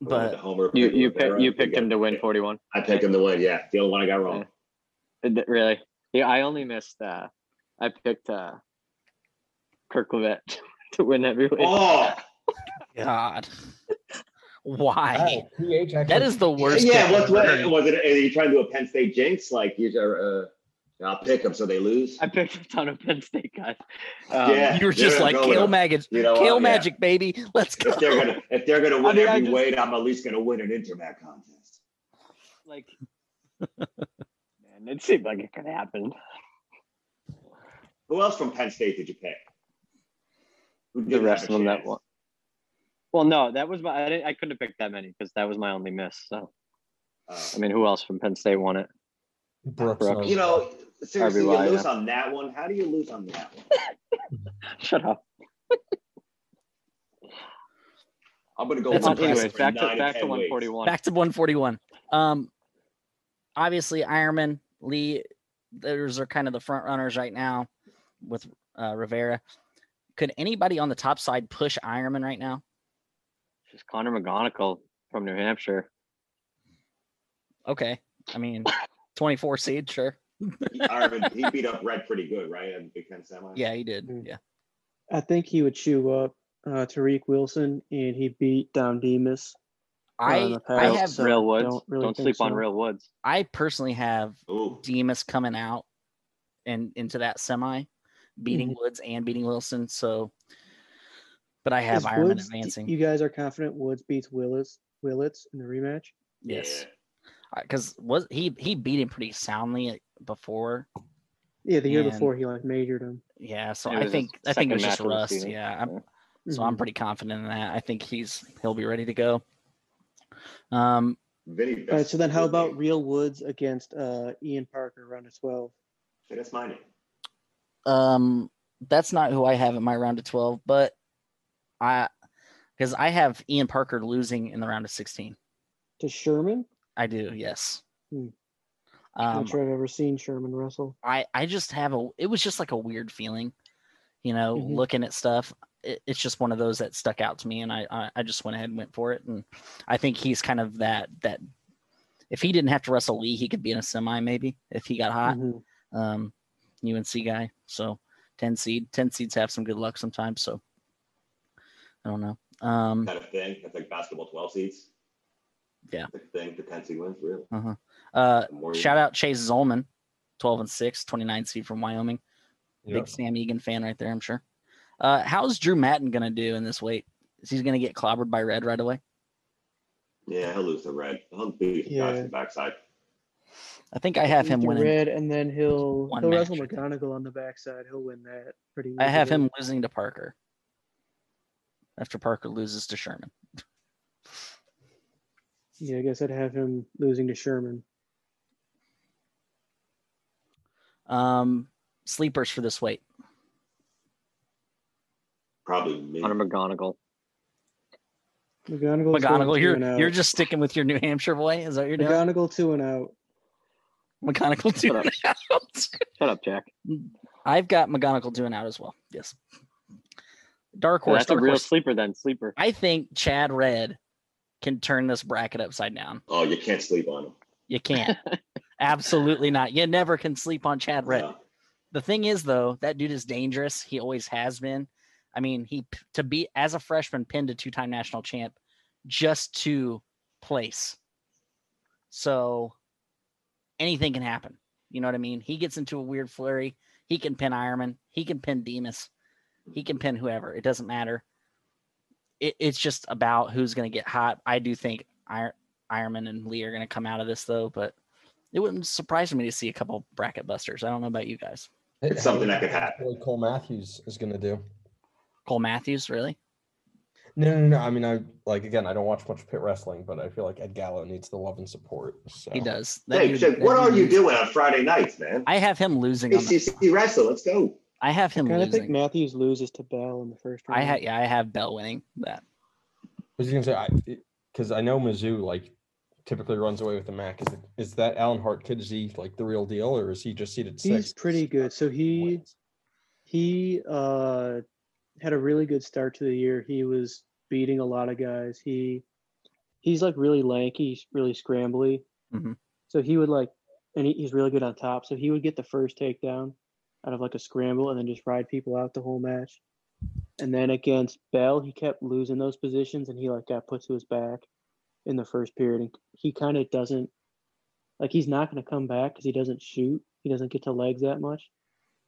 [SPEAKER 4] the
[SPEAKER 1] but
[SPEAKER 4] Homer
[SPEAKER 5] You
[SPEAKER 4] picked
[SPEAKER 5] you pick,
[SPEAKER 4] Rivera,
[SPEAKER 5] you
[SPEAKER 4] we
[SPEAKER 5] picked
[SPEAKER 4] got-
[SPEAKER 5] him to win forty one.
[SPEAKER 4] I picked him to win. Yeah, the only one I got wrong.
[SPEAKER 5] Did that- Really? Yeah, I only missed. Uh, I picked uh, Kirk Levette to win heavyweight.
[SPEAKER 4] Oh,
[SPEAKER 1] God. Why?
[SPEAKER 3] Wow, PH actually-
[SPEAKER 1] That is the worst.
[SPEAKER 4] yeah.
[SPEAKER 1] pick
[SPEAKER 4] What's
[SPEAKER 1] I've
[SPEAKER 4] what
[SPEAKER 1] heard.
[SPEAKER 4] was it? Are you trying to do a Penn State jinx? Like you are. Uh, I'll pick them so they lose.
[SPEAKER 5] I picked a ton of Penn State guys. Um,
[SPEAKER 4] Yeah.
[SPEAKER 1] You were just
[SPEAKER 4] They're
[SPEAKER 1] like,
[SPEAKER 4] going
[SPEAKER 1] kill
[SPEAKER 4] up.
[SPEAKER 1] magic,
[SPEAKER 4] You know what?
[SPEAKER 1] kill
[SPEAKER 4] Yeah.
[SPEAKER 1] magic, baby. Let's go.
[SPEAKER 4] If they're gonna if they're gonna win
[SPEAKER 5] mean, I
[SPEAKER 4] every
[SPEAKER 5] just-
[SPEAKER 4] weight, I'm at least gonna win an internet contest.
[SPEAKER 5] Like, Um, man, it seemed like it could happen.
[SPEAKER 4] Who else from Penn State did you pick? Who
[SPEAKER 5] The
[SPEAKER 4] didn't
[SPEAKER 5] rest
[SPEAKER 4] have
[SPEAKER 5] of
[SPEAKER 4] a
[SPEAKER 5] them that
[SPEAKER 4] chance?
[SPEAKER 5] won. Well, no, that was my. I, didn't, I couldn't have picked that many because that was my only miss. So, I
[SPEAKER 4] Oh.
[SPEAKER 5] mean, who else from Penn State won it?
[SPEAKER 3] Brooks.
[SPEAKER 5] Brooks.
[SPEAKER 4] Uh, you know, seriously, you
[SPEAKER 5] Harvey Wyatt.
[SPEAKER 4] lose on that one. How do you lose on that one?
[SPEAKER 5] Shut up.
[SPEAKER 4] I'm gonna go.
[SPEAKER 1] That's
[SPEAKER 4] one
[SPEAKER 1] impressive.
[SPEAKER 5] Anyways,
[SPEAKER 4] for
[SPEAKER 5] back to
[SPEAKER 4] nine and
[SPEAKER 5] back to
[SPEAKER 4] 10
[SPEAKER 5] one
[SPEAKER 4] weights.
[SPEAKER 5] forty one.
[SPEAKER 1] back to 141 um obviously ironman lee those are kind of the front runners right now with uh, rivera could anybody on the top side push ironman right now
[SPEAKER 5] Just Connor McGonigal from New Hampshire.
[SPEAKER 1] okay i mean 24 seed sure
[SPEAKER 4] Ireland, he beat up Red pretty good, right? In Big Ten semi.
[SPEAKER 1] yeah he did
[SPEAKER 2] Mm.
[SPEAKER 1] yeah
[SPEAKER 2] I think he would chew up uh, Tariq Wilson and he beat Don Demas.
[SPEAKER 1] i
[SPEAKER 2] the
[SPEAKER 1] I
[SPEAKER 2] Pats,
[SPEAKER 1] have
[SPEAKER 2] so
[SPEAKER 5] Real Woods.
[SPEAKER 2] Don't
[SPEAKER 5] Don't,
[SPEAKER 2] really think
[SPEAKER 5] sleep on
[SPEAKER 2] so.
[SPEAKER 5] Real Woods.
[SPEAKER 1] i personally have
[SPEAKER 4] Ooh.
[SPEAKER 1] demas coming out and into that semi beating
[SPEAKER 2] Mm-hmm.
[SPEAKER 1] woods and beating wilson so but i have
[SPEAKER 2] Is
[SPEAKER 1] ironman
[SPEAKER 2] Woods-
[SPEAKER 1] advancing
[SPEAKER 2] You guys are confident Woods beats Willis Willits in the rematch?
[SPEAKER 1] yes
[SPEAKER 4] Yeah.
[SPEAKER 1] because was he he beat him pretty soundly before
[SPEAKER 2] Yeah, the year
[SPEAKER 1] And-
[SPEAKER 2] before he like majored him.
[SPEAKER 1] Yeah, so
[SPEAKER 5] It was
[SPEAKER 1] I
[SPEAKER 5] his
[SPEAKER 1] think I think
[SPEAKER 5] second
[SPEAKER 1] it was just
[SPEAKER 5] match of the
[SPEAKER 1] rust.
[SPEAKER 5] season.
[SPEAKER 1] Yeah, I'm, so
[SPEAKER 2] Mhm.
[SPEAKER 1] I'm pretty confident in that. I think he's he'll be ready to go. Um,
[SPEAKER 4] Vinny.
[SPEAKER 2] All right, so then how about
[SPEAKER 4] Vinny,
[SPEAKER 2] Real Woods against uh, Ian Parker, round of 12?
[SPEAKER 4] that's my name.
[SPEAKER 1] Um, that's not who I have in my round of 12, but I, because I have Ian Parker losing in the round of 16.
[SPEAKER 2] To Sherman?
[SPEAKER 1] I do, yes.
[SPEAKER 2] Hmm. I'm
[SPEAKER 1] Um,
[SPEAKER 2] not sure I've ever seen Sherman wrestle.
[SPEAKER 1] I I just have a it was just like a weird feeling, you know,
[SPEAKER 2] Mhm.
[SPEAKER 1] looking at stuff. It, it's just one of those that stuck out to me, and I, I I just went ahead and went for it. And I think he's kind of that that if he didn't have to wrestle Lee, he could be in a semi maybe if he got hot.
[SPEAKER 2] Mhm.
[SPEAKER 1] Um, UNC guy, so ten seed, ten seeds have some good luck sometimes. So I don't know. Um,
[SPEAKER 4] Kind of thing. That's like basketball 12 seeds.
[SPEAKER 1] Yeah.
[SPEAKER 4] The thing, the 10 seed wins, really.
[SPEAKER 1] uh,
[SPEAKER 4] The more you-
[SPEAKER 1] shout out Chase Zolman, twelve and six, 29 seed from Wyoming.
[SPEAKER 3] Yeah.
[SPEAKER 1] Big Sam Egan fan right there, I'm sure. Uh, how's Drew Matten gonna do in this weight? Is he gonna get clobbered by Red right away?
[SPEAKER 4] Yeah, he'll lose the red. He'll beat the guys
[SPEAKER 2] Yeah.
[SPEAKER 4] in the backside.
[SPEAKER 1] I think I have him
[SPEAKER 2] Ethan
[SPEAKER 1] winning.
[SPEAKER 2] Red, and then he'll
[SPEAKER 1] One
[SPEAKER 2] he'll
[SPEAKER 1] match,
[SPEAKER 2] wrestle
[SPEAKER 1] I think.
[SPEAKER 2] McGonagall on the backside. He'll win that pretty.
[SPEAKER 1] I have
[SPEAKER 2] easily.
[SPEAKER 1] him losing to Parker after Parker loses to Sherman.
[SPEAKER 2] Yeah, I guess I'd have him losing to Sherman.
[SPEAKER 1] Um, sleepers for this weight.
[SPEAKER 4] Probably me.
[SPEAKER 5] Connor McGonagall.
[SPEAKER 2] McGonagall.
[SPEAKER 1] McGonagall,
[SPEAKER 2] two
[SPEAKER 1] you're
[SPEAKER 2] and out.
[SPEAKER 1] you're just sticking with your New Hampshire boy. Is that what you're doing?
[SPEAKER 2] McGonagall two and out.
[SPEAKER 1] McGonagall two and out.
[SPEAKER 5] Shut up, Jack.
[SPEAKER 1] I've got McGonagall two and out as well. Yes. Dark
[SPEAKER 5] Yeah,
[SPEAKER 1] horse.
[SPEAKER 5] that's a
[SPEAKER 1] dark
[SPEAKER 5] real
[SPEAKER 1] horse.
[SPEAKER 5] sleeper then. Sleeper.
[SPEAKER 1] I think Chad Red can turn this bracket upside down.
[SPEAKER 4] Oh, you can't sleep on him.
[SPEAKER 1] You can't. Absolutely not. You never can sleep on Chad Red.
[SPEAKER 4] No.
[SPEAKER 1] The thing is, though, that dude is dangerous. He always has been. I mean, he p- to be as a freshman pinned a two-time national champ just to place. So anything can happen. You know what I mean? He gets into a weird flurry. He can pin Ironman. He can pin Demas. He can pin whoever. It doesn't matter. It, it's just about who's going to get hot. I do think Ir- Ironman and Lee are going to come out of this though, but it wouldn't surprise me to see a couple bracket busters. I don't know about you guys.
[SPEAKER 4] It's something that could
[SPEAKER 3] How do you
[SPEAKER 4] happen.
[SPEAKER 3] think Cole Matthews is going to do.
[SPEAKER 1] Cole Matthews, really?
[SPEAKER 3] No, no, no. I mean, I like again. I don't watch much pit wrestling, but I feel like Ed Gallo needs the love and support. So.
[SPEAKER 1] He does. That
[SPEAKER 4] Hey,
[SPEAKER 1] dude-
[SPEAKER 4] Jake,
[SPEAKER 1] that
[SPEAKER 4] what are
[SPEAKER 1] dude
[SPEAKER 4] you
[SPEAKER 1] needs-
[SPEAKER 4] doing on Friday nights, man?
[SPEAKER 1] I have him losing. On the,
[SPEAKER 4] ACC wrestle. Let's go.
[SPEAKER 1] I have him
[SPEAKER 2] I kind of think
[SPEAKER 1] losing.
[SPEAKER 2] Matthews loses to Bell in the first round.
[SPEAKER 1] I had yeah, I have Bell winning that.
[SPEAKER 3] I was gonna say, I because I know Mizzou like typically runs away with the MAC. Is it, is that Alan Hart kid? Is he like the real deal, or is he just seated six?
[SPEAKER 2] He's pretty good. So he
[SPEAKER 3] Wins.
[SPEAKER 2] he uh had a really good start to the year. He was beating a lot of guys. He he's like really lanky, he's really scrambly.
[SPEAKER 1] Mhm.
[SPEAKER 2] So he would like, and he, he's really good on top. So he would get the first takedown out of like a scramble, and then just ride people out the whole match. And then against Bell, he kept losing those positions, and he like got put to his back in the first period. And he kind of doesn't like he's not going to come back because he doesn't shoot. He doesn't get to legs that much.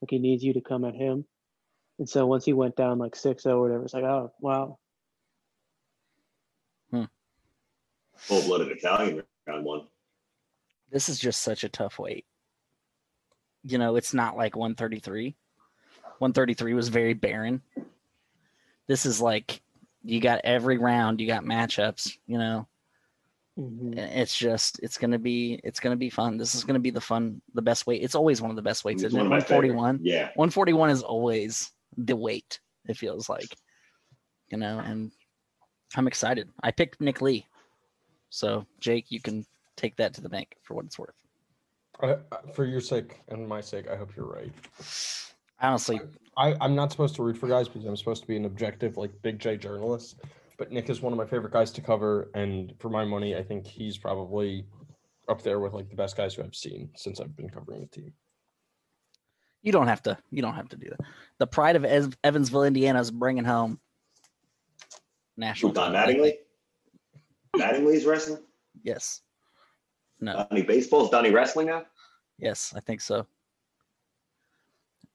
[SPEAKER 2] Like he needs you to come at him. And so once he went down like 6 0 or whatever, it's like, oh, wow.
[SPEAKER 4] Full blooded Italian round one.
[SPEAKER 1] This is just such a tough weight. You know, it's not like 133. 133 was very barren. This is like you got every round, you got matchups. You know,
[SPEAKER 2] Mhm.
[SPEAKER 1] And it's just it's gonna be it's gonna be fun. This is gonna be the fun, the best weight. It's always one of the best weights.
[SPEAKER 4] It's
[SPEAKER 1] Isn't it?
[SPEAKER 4] one of my favorite.
[SPEAKER 1] 141.
[SPEAKER 4] Yeah.
[SPEAKER 1] 141 is always the weight it feels like you know and i'm excited i picked nick lee so jake you can take that to the bank for what it's worth
[SPEAKER 3] I, I- for your sake and my sake, I hope you're right.
[SPEAKER 1] honestly
[SPEAKER 3] I, I'm not supposed to root for guys because I'm supposed to be an objective, like Big J journalist. But Nick is one of my favorite guys to cover, and for my money, I think he's probably up there with like the best guys who I've seen since I've been covering the team.
[SPEAKER 1] you don't have to you don't have to do that the pride of Ev- evansville indiana is bringing home national
[SPEAKER 4] Who, Don
[SPEAKER 1] title, I
[SPEAKER 4] Mattingly?
[SPEAKER 1] think.
[SPEAKER 4] Mattingly's wrestling?
[SPEAKER 1] yes no
[SPEAKER 4] Donnie Baseball's Donnie Wrestling now?
[SPEAKER 1] yes i think so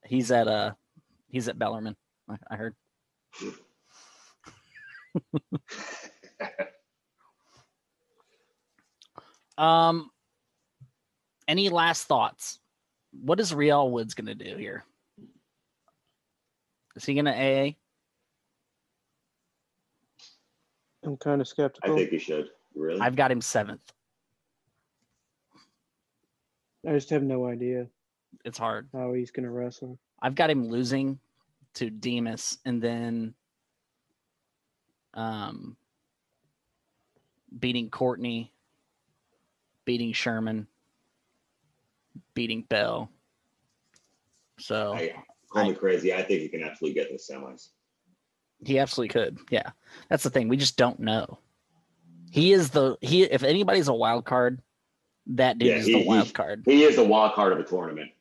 [SPEAKER 1] he's at uh he's at bellarmine i, I heard Um, any last thoughts? What is Real Woods gonna do here? Is he gonna AA?
[SPEAKER 2] I'm kind of
[SPEAKER 4] I
[SPEAKER 2] skeptical.
[SPEAKER 4] think he should. Really?
[SPEAKER 1] I've got him seventh.
[SPEAKER 2] I just have no idea
[SPEAKER 1] It's hard.
[SPEAKER 2] how he's gonna wrestle.
[SPEAKER 1] I've got him losing to Demas and then um beating Courtney, beating Sherman, beating Bell. So
[SPEAKER 4] I, call me crazy. I think he can absolutely get to the semis.
[SPEAKER 1] He absolutely could. Yeah. That's the thing. We just don't know. He is the he if anybody's a wild card, that dude
[SPEAKER 4] Yeah,
[SPEAKER 1] is
[SPEAKER 4] he-
[SPEAKER 1] the
[SPEAKER 4] he-
[SPEAKER 1] wild card.
[SPEAKER 4] He is the wild card of the tournament.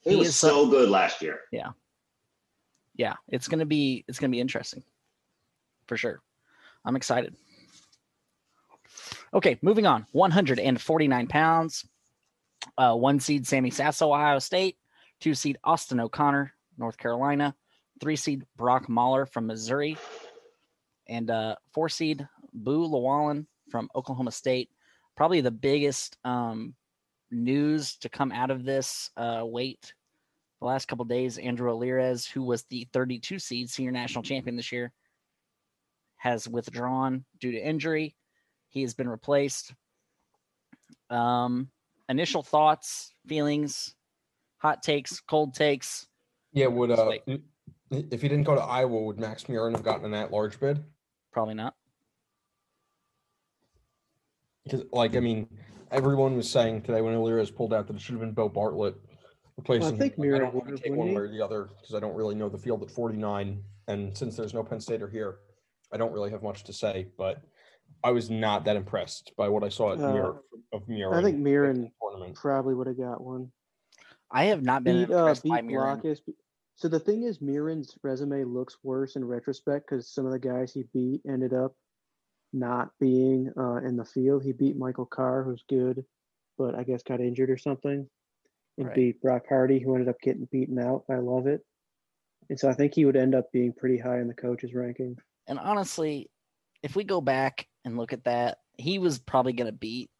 [SPEAKER 4] He,
[SPEAKER 1] He
[SPEAKER 4] was
[SPEAKER 1] is so-
[SPEAKER 4] so good last year.
[SPEAKER 1] Yeah, it's gonna be it's gonna be interesting. For sure. I'm excited. Okay, moving on. 149 pounds. Uh, one seed Sammy Sasso, Ohio State. Two seed Austin O'Connor, North Carolina. Three seed Brock Mahler from Missouri. And uh, four seed Boo Lawalin from Oklahoma State. Probably the biggest um, news to come out of this uh, weight the last couple days. Andrew Alirez, who was the 32 seed senior national champion this year, has withdrawn due to injury. He has been replaced. Um, initial thoughts, feelings, hot takes, cold takes.
[SPEAKER 3] Yeah, would uh,
[SPEAKER 1] Sweet.
[SPEAKER 3] i- if he didn't go to Iowa, would Max Murin have gotten an at-large bid?
[SPEAKER 1] Probably not.
[SPEAKER 3] Because, like, I mean, everyone was saying today when Illyria's pulled out that it should have been Bo Bartlett replacing. him.
[SPEAKER 2] think
[SPEAKER 3] Like, I
[SPEAKER 2] Murin
[SPEAKER 3] don't
[SPEAKER 2] would
[SPEAKER 3] want
[SPEAKER 2] have,
[SPEAKER 3] to take one
[SPEAKER 2] wouldn't
[SPEAKER 3] way or the other because I don't really know the field at 49, and since there's no Penn Stater here, I don't really have much to say. But I was not that impressed by what I saw at
[SPEAKER 2] Uh,
[SPEAKER 3] Muir, of Murin.
[SPEAKER 2] I think
[SPEAKER 3] in
[SPEAKER 2] Miran
[SPEAKER 3] the tournament.
[SPEAKER 2] probably would have got one.
[SPEAKER 1] I have not been
[SPEAKER 2] beat uh,
[SPEAKER 1] impressed by
[SPEAKER 2] beat
[SPEAKER 1] Murin.
[SPEAKER 2] Blockus. So the thing is, Miran's resume looks worse in retrospect because some of the guys he beat ended up not being uh, in the field. He beat Michael Carr, who's good, but I guess got injured or something, and
[SPEAKER 1] Right.
[SPEAKER 2] beat Brock Hardy, who ended up getting beaten out. I love it. And so I think he would end up being pretty high in the coaches' ranking.
[SPEAKER 1] And honestly, if we go back and look at that, he was probably going to beat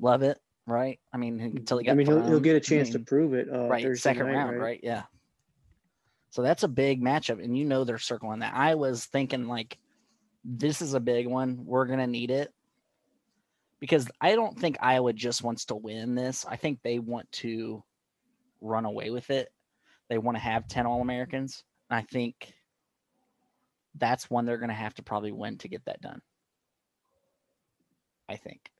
[SPEAKER 1] Love it, right? I mean, until he got
[SPEAKER 2] I mean, he'll, he'll
[SPEAKER 1] thrown.
[SPEAKER 2] get
[SPEAKER 1] I
[SPEAKER 2] a chance
[SPEAKER 1] mean-
[SPEAKER 2] to prove it. Uh,
[SPEAKER 1] right
[SPEAKER 2] Thursday
[SPEAKER 1] second
[SPEAKER 2] night,
[SPEAKER 1] round right? yeah so that's a big matchup and you know they're circling that i was thinking like this is a big one we're gonna need it because i don't think iowa just wants to win this i think they want to run away with it they want to have 10 all americans and i think that's one they're gonna have to probably win to get that done i think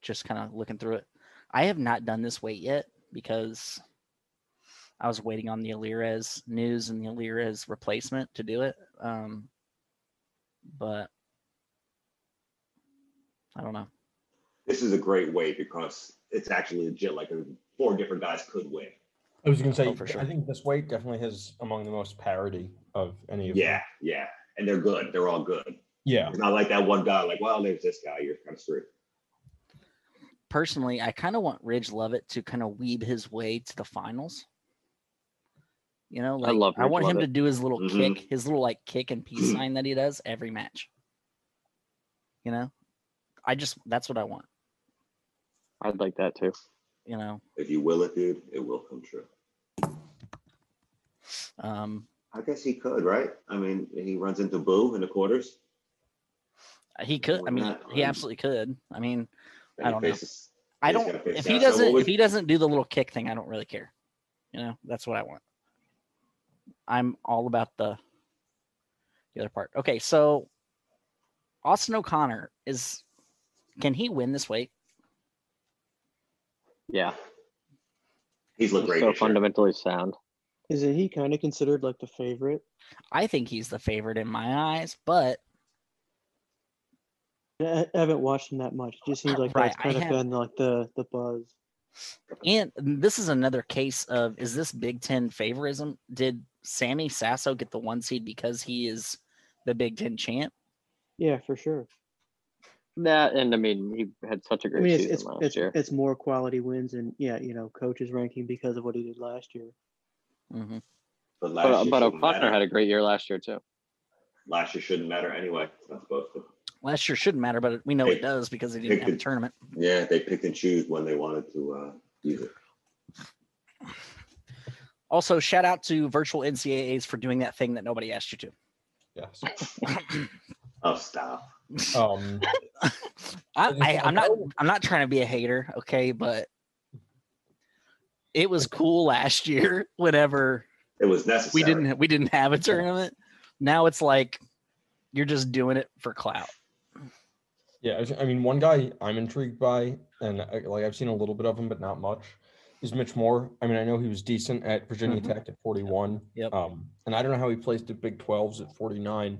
[SPEAKER 1] just kind of looking through it i have not done this weight yet because I was waiting on the Alirez news and the Alirez replacement to do it. Um, but I don't know.
[SPEAKER 4] This is a great way because it's actually legit. Like four different guys could win.
[SPEAKER 3] I was going to say,
[SPEAKER 1] Oh, for sure.
[SPEAKER 3] I think this weight definitely has among the most parity of any of them.
[SPEAKER 4] Yeah, yeah, and they're good. They're all good.
[SPEAKER 3] Yeah.
[SPEAKER 4] It's not like that one guy. Like, well, there's this guy. You're kind of screwed.
[SPEAKER 1] Personally, I kind of want Ridge Lovett to kind of weave his way to the finals. You know, like I,
[SPEAKER 5] love Ridge
[SPEAKER 1] want him to
[SPEAKER 5] Lovett.
[SPEAKER 1] do his little
[SPEAKER 4] Mhm.
[SPEAKER 1] kick, his little like kick and peace sign that he does every match. You know, I just that's what I want.
[SPEAKER 5] I'd like that too.
[SPEAKER 1] You know,
[SPEAKER 4] If you will it, dude, it will come true.
[SPEAKER 1] um,
[SPEAKER 4] I guess he could, right? I mean, he runs into Boo in the quarters.
[SPEAKER 1] he could. I
[SPEAKER 4] Why
[SPEAKER 1] mean,
[SPEAKER 4] not?
[SPEAKER 1] he absolutely could. I mean,
[SPEAKER 4] and
[SPEAKER 1] I
[SPEAKER 4] he
[SPEAKER 1] don't know.
[SPEAKER 4] faces-
[SPEAKER 1] I
[SPEAKER 4] He's
[SPEAKER 1] don't.
[SPEAKER 4] gotta fix
[SPEAKER 1] If
[SPEAKER 4] that.
[SPEAKER 1] he
[SPEAKER 4] So what
[SPEAKER 1] doesn't,
[SPEAKER 4] was-
[SPEAKER 1] if he doesn't do the little kick thing, I don't really care. You know, that's what I want. I'm all about the the other part. Okay, so Austin O'Connor is. Can he win this weight?
[SPEAKER 5] Yeah,
[SPEAKER 4] He's looked
[SPEAKER 5] he's
[SPEAKER 4] great.
[SPEAKER 5] so
[SPEAKER 4] this year.
[SPEAKER 5] fundamentally sound.
[SPEAKER 2] Isn't he kind of considered like the favorite?
[SPEAKER 1] I think he's the favorite in my eyes, but
[SPEAKER 2] I I haven't watched him that much. It just seems like
[SPEAKER 1] Right,
[SPEAKER 2] that's
[SPEAKER 1] I
[SPEAKER 2] kind of
[SPEAKER 1] have-
[SPEAKER 2] been like the the buzz.
[SPEAKER 1] and this is another case of is this Big Ten favorism? Did Sammy Sasso get the one seed because he is the Big Ten champ?
[SPEAKER 2] Yeah, for sure.
[SPEAKER 5] That and I mean, he had such a
[SPEAKER 2] I
[SPEAKER 5] great
[SPEAKER 2] mean, it's
[SPEAKER 5] season
[SPEAKER 2] it's
[SPEAKER 5] last
[SPEAKER 2] it's,
[SPEAKER 5] year.
[SPEAKER 2] it's more quality wins and yeah, you know, coaches ranking because of what he did last year.
[SPEAKER 1] Mhm.
[SPEAKER 4] But last
[SPEAKER 5] but uh,
[SPEAKER 4] year
[SPEAKER 5] but
[SPEAKER 4] shouldn't
[SPEAKER 5] O'Connor
[SPEAKER 4] matter.
[SPEAKER 5] had a great year last year too.
[SPEAKER 4] last year shouldn't matter anyway. It's not supposed to.
[SPEAKER 1] Last year shouldn't matter, but we know it does because they didn't have a tournament.
[SPEAKER 4] Yeah, they picked and choose when they wanted to uh, use it.
[SPEAKER 1] Also, shout out to virtual NCAAs for doing that thing that nobody asked you
[SPEAKER 3] Yes.
[SPEAKER 4] Oh, stop.
[SPEAKER 1] to.
[SPEAKER 3] Um,
[SPEAKER 1] I,
[SPEAKER 3] It is
[SPEAKER 1] I, I'm
[SPEAKER 3] like,
[SPEAKER 1] not.
[SPEAKER 3] oh.
[SPEAKER 1] I'm not trying to be a hater, okay? But It was cool last year whenever
[SPEAKER 4] It was necessary.
[SPEAKER 1] we didn't we didn't have a tournament. Now it's like you're just doing it for clout.
[SPEAKER 3] Yeah, I was- I mean, one guy I'm intrigued by, and I, like I've seen a little bit of him, but not much, is Mitch Moore. I mean, I know he was decent at Virginia
[SPEAKER 1] Mhm.
[SPEAKER 3] Tech at 41.
[SPEAKER 1] Yep.
[SPEAKER 3] Um, and I don't know how he placed at Big 12s at 49,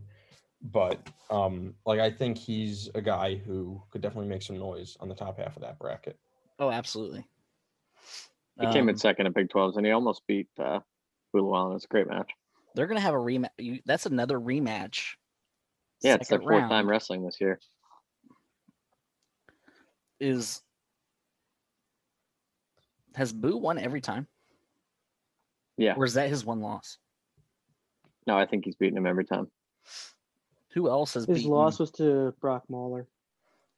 [SPEAKER 3] but um, like I think he's a guy who could definitely make some noise on the top half of that bracket.
[SPEAKER 1] Oh, absolutely.
[SPEAKER 5] He came
[SPEAKER 1] Um,
[SPEAKER 5] in second at Big 12s and he almost beat uh, Bulawan. It's a great match.
[SPEAKER 1] They're gonna have a rematch. You, that's another rematch.
[SPEAKER 5] Yeah, it's their
[SPEAKER 1] Second
[SPEAKER 5] fourth time wrestling this year.
[SPEAKER 1] Is has Boo won every time,
[SPEAKER 5] Yeah.
[SPEAKER 1] or is that his one loss?
[SPEAKER 5] No, I think he's beaten him every time.
[SPEAKER 1] Who else has
[SPEAKER 2] His
[SPEAKER 1] beaten?
[SPEAKER 2] loss was to Brock Mahler.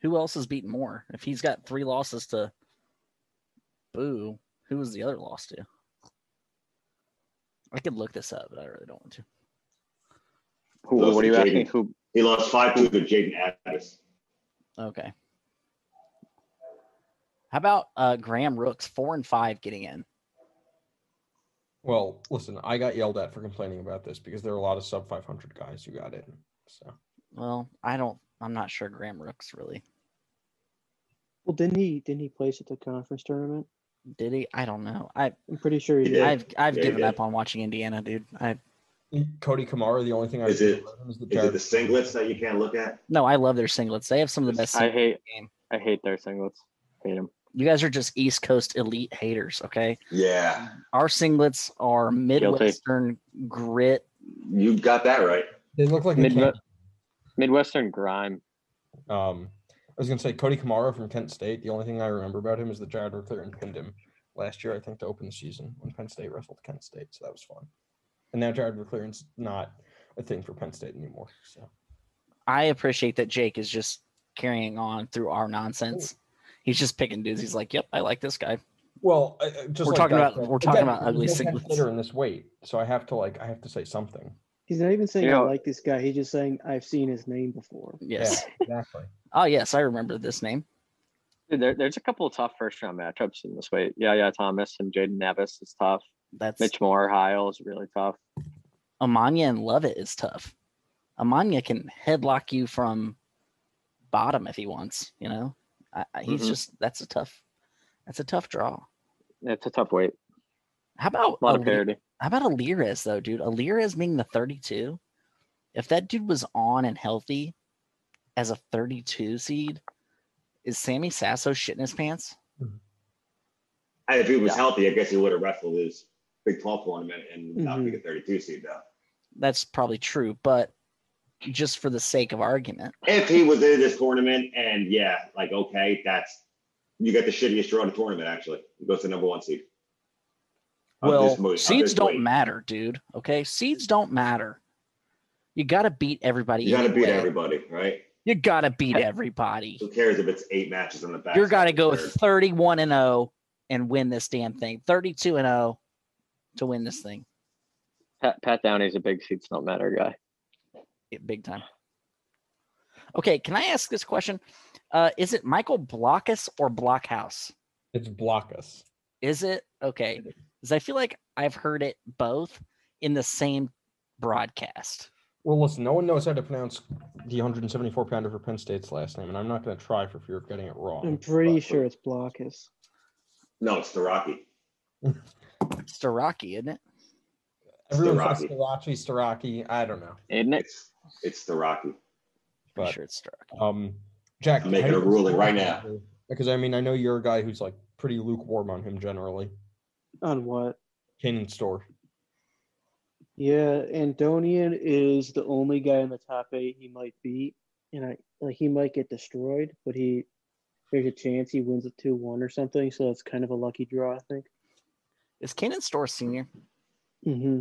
[SPEAKER 1] who else has beaten more? If he's got three losses to Boo, who was the other loss to? I could look this up, but I really don't want to.
[SPEAKER 5] Who,
[SPEAKER 4] Those
[SPEAKER 5] what are you
[SPEAKER 4] two
[SPEAKER 5] asking?
[SPEAKER 4] JD.
[SPEAKER 5] Who?
[SPEAKER 4] He lost five two to Jaden Addis.
[SPEAKER 1] Okay. How about uh, Graham Rooks, four and five getting in?
[SPEAKER 3] Well, listen, I got yelled at for complaining about this because there are a lot of sub 500 guys who got in. So
[SPEAKER 1] Well, I don't. I'm not sure Graham Rooks really
[SPEAKER 2] Well, didn't he? Didn't he place at the conference tournament?
[SPEAKER 1] did he. I don't know. I
[SPEAKER 2] I'm pretty sure he
[SPEAKER 4] He
[SPEAKER 2] did.
[SPEAKER 4] Yeah.
[SPEAKER 1] I've
[SPEAKER 4] did.
[SPEAKER 1] I've
[SPEAKER 4] Yeah, he
[SPEAKER 1] given
[SPEAKER 4] did.
[SPEAKER 1] up on watching Indiana, dude. I
[SPEAKER 3] Cody Kamara, the only thing I
[SPEAKER 4] Mm. Is
[SPEAKER 3] feel
[SPEAKER 4] it-
[SPEAKER 3] about him is that
[SPEAKER 4] Is it
[SPEAKER 3] Jared-
[SPEAKER 4] the singlets that you can't look at?
[SPEAKER 1] no, I love their singlets. They have some of the best.
[SPEAKER 5] I
[SPEAKER 1] sing-
[SPEAKER 5] hate.
[SPEAKER 1] game.
[SPEAKER 5] I hate their singlets. Hate him.
[SPEAKER 1] you guys are just East Coast elite haters, okay?
[SPEAKER 4] Yeah,
[SPEAKER 1] Our singlets are Midwestern grit
[SPEAKER 4] you got that right.
[SPEAKER 3] They look like a
[SPEAKER 5] Midwe-
[SPEAKER 3] can-
[SPEAKER 5] Midwestern grime.
[SPEAKER 3] Um, I was gonna say Cody Kamara from Kent State. The only thing I remember about him is that Jared McClaren pinned him last year, I think, to open the season when Penn State wrestled Kent State. So that was fun. And now Jared McClaren's not a thing for Penn State anymore. So
[SPEAKER 1] I appreciate that Jake is just carrying on through our nonsense. He's just picking dudes. He's like, "Yep, I like this guy."
[SPEAKER 3] well, I, I- just
[SPEAKER 1] We're
[SPEAKER 3] like
[SPEAKER 1] talking
[SPEAKER 3] that-
[SPEAKER 1] about- we're talking about
[SPEAKER 3] there's
[SPEAKER 1] ugly
[SPEAKER 3] no Penn
[SPEAKER 1] singlets.
[SPEAKER 3] Stater in this weight, so I have to like I have to say something.
[SPEAKER 2] He's not even saying
[SPEAKER 5] You know-
[SPEAKER 2] I like this guy. He's just saying I've seen his name before.
[SPEAKER 1] Yes.
[SPEAKER 3] Yeah, exactly.
[SPEAKER 1] Oh, yes, I remember this name.
[SPEAKER 5] Dude, there, there's a couple of tough first round matchups in this way. Yeah, yeah. Thomas and Jaden Navis is tough.
[SPEAKER 1] That's
[SPEAKER 5] Mitch Moore, Heil is really tough.
[SPEAKER 1] Amanya and Love It is tough. Amanya can headlock you from bottom if he wants. You know, I, I- he's
[SPEAKER 5] Mhm.
[SPEAKER 1] just that's a tough, that's a tough draw.
[SPEAKER 5] It's a tough weight.
[SPEAKER 1] How about
[SPEAKER 5] A lot
[SPEAKER 1] Ale-
[SPEAKER 5] of parity.
[SPEAKER 1] how about Alirez though, dude? Alirez being the 32. If that dude was on and healthy as a 32 seed, is Sammy Sasso shitting his pants?
[SPEAKER 4] And if he was
[SPEAKER 5] Yeah.
[SPEAKER 4] healthy, I guess he would have wrestled his Big 12 tournament and not
[SPEAKER 1] Mm-hmm.
[SPEAKER 4] be a 32 seed though.
[SPEAKER 1] That's probably true, but just for the sake of argument,
[SPEAKER 4] If he was in this tournament and yeah, like okay, that's you got the shittiest draw in the tournament actually. He goes to number one seed. Of
[SPEAKER 1] well,
[SPEAKER 4] this mo- of
[SPEAKER 1] seeds
[SPEAKER 4] this
[SPEAKER 1] don't
[SPEAKER 4] weight.
[SPEAKER 1] matter, dude. Okay, seeds don't matter. You gotta beat everybody.
[SPEAKER 4] You gotta beat
[SPEAKER 1] anyway.
[SPEAKER 4] everybody, right?
[SPEAKER 1] You gotta beat everybody.
[SPEAKER 4] Who cares if it's eight matches on the back?
[SPEAKER 1] You're gotta go 31 and 0 and win this damn thing. 32 and 0 to win this thing.
[SPEAKER 5] Pat, Pat Downey's a big seats don't matter guy.
[SPEAKER 1] Yeah, big time. Okay, can I ask this question? Uh, is it Michael Blockus or Blockhouse?
[SPEAKER 3] It's block us.
[SPEAKER 1] Is it okay? Because I feel like I've heard it both in the same broadcast.
[SPEAKER 3] Well, listen, no one knows how to pronounce the 174 pounder for Penn State's last name, and I'm not going to try for fear of getting it wrong.
[SPEAKER 2] I'm pretty
[SPEAKER 3] but-
[SPEAKER 2] sure it's Blockus.
[SPEAKER 4] No, it's the Rocky.
[SPEAKER 1] It's Staraki, isn't it?
[SPEAKER 3] everyone says
[SPEAKER 4] Staraki.
[SPEAKER 3] Staraki, Staraki. I don't know,
[SPEAKER 5] Isn't it?
[SPEAKER 4] It's it's the Rocky.
[SPEAKER 1] Pretty
[SPEAKER 3] but
[SPEAKER 1] sure it's Staraki.
[SPEAKER 3] Um, Jack,
[SPEAKER 4] I'm making
[SPEAKER 3] how
[SPEAKER 4] a
[SPEAKER 3] do you-
[SPEAKER 4] ruling right now.
[SPEAKER 3] Because I mean, I know you're a guy who's like pretty lukewarm on him generally.
[SPEAKER 2] On what?
[SPEAKER 3] Canaan store.
[SPEAKER 2] Yeah, Andonian is the only guy in the top eight he might beat, and I like he might get destroyed, but he there's a chance he wins a two one or something, so it's kind of a lucky draw, I think.
[SPEAKER 1] Is Kanan Store senior?
[SPEAKER 2] Mm-hmm.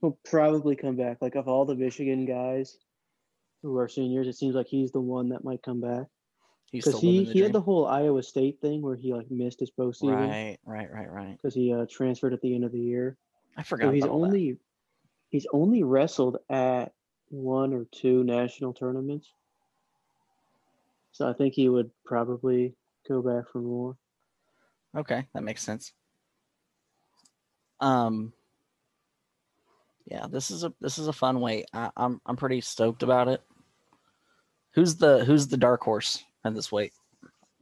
[SPEAKER 2] He'll probably come back. Like of all the Michigan guys who are seniors, it seems like he's the one that might come back
[SPEAKER 1] He's
[SPEAKER 2] because
[SPEAKER 1] still
[SPEAKER 2] he
[SPEAKER 1] living
[SPEAKER 2] he
[SPEAKER 1] the
[SPEAKER 2] had the
[SPEAKER 1] dream.
[SPEAKER 2] whole Iowa State thing where he like missed his both season
[SPEAKER 1] right, right, right, right.
[SPEAKER 2] because he uh, transferred at the end of the year.
[SPEAKER 1] I forgot.
[SPEAKER 2] So he's
[SPEAKER 1] about all that.
[SPEAKER 2] only he's only wrestled at one or two national tournaments. So I think he would probably go back for more.
[SPEAKER 1] Okay, that makes sense. Um, yeah, this is a this is a fun way. I, I'm I'm pretty stoked about it. Who's the who's the dark horse at this weight?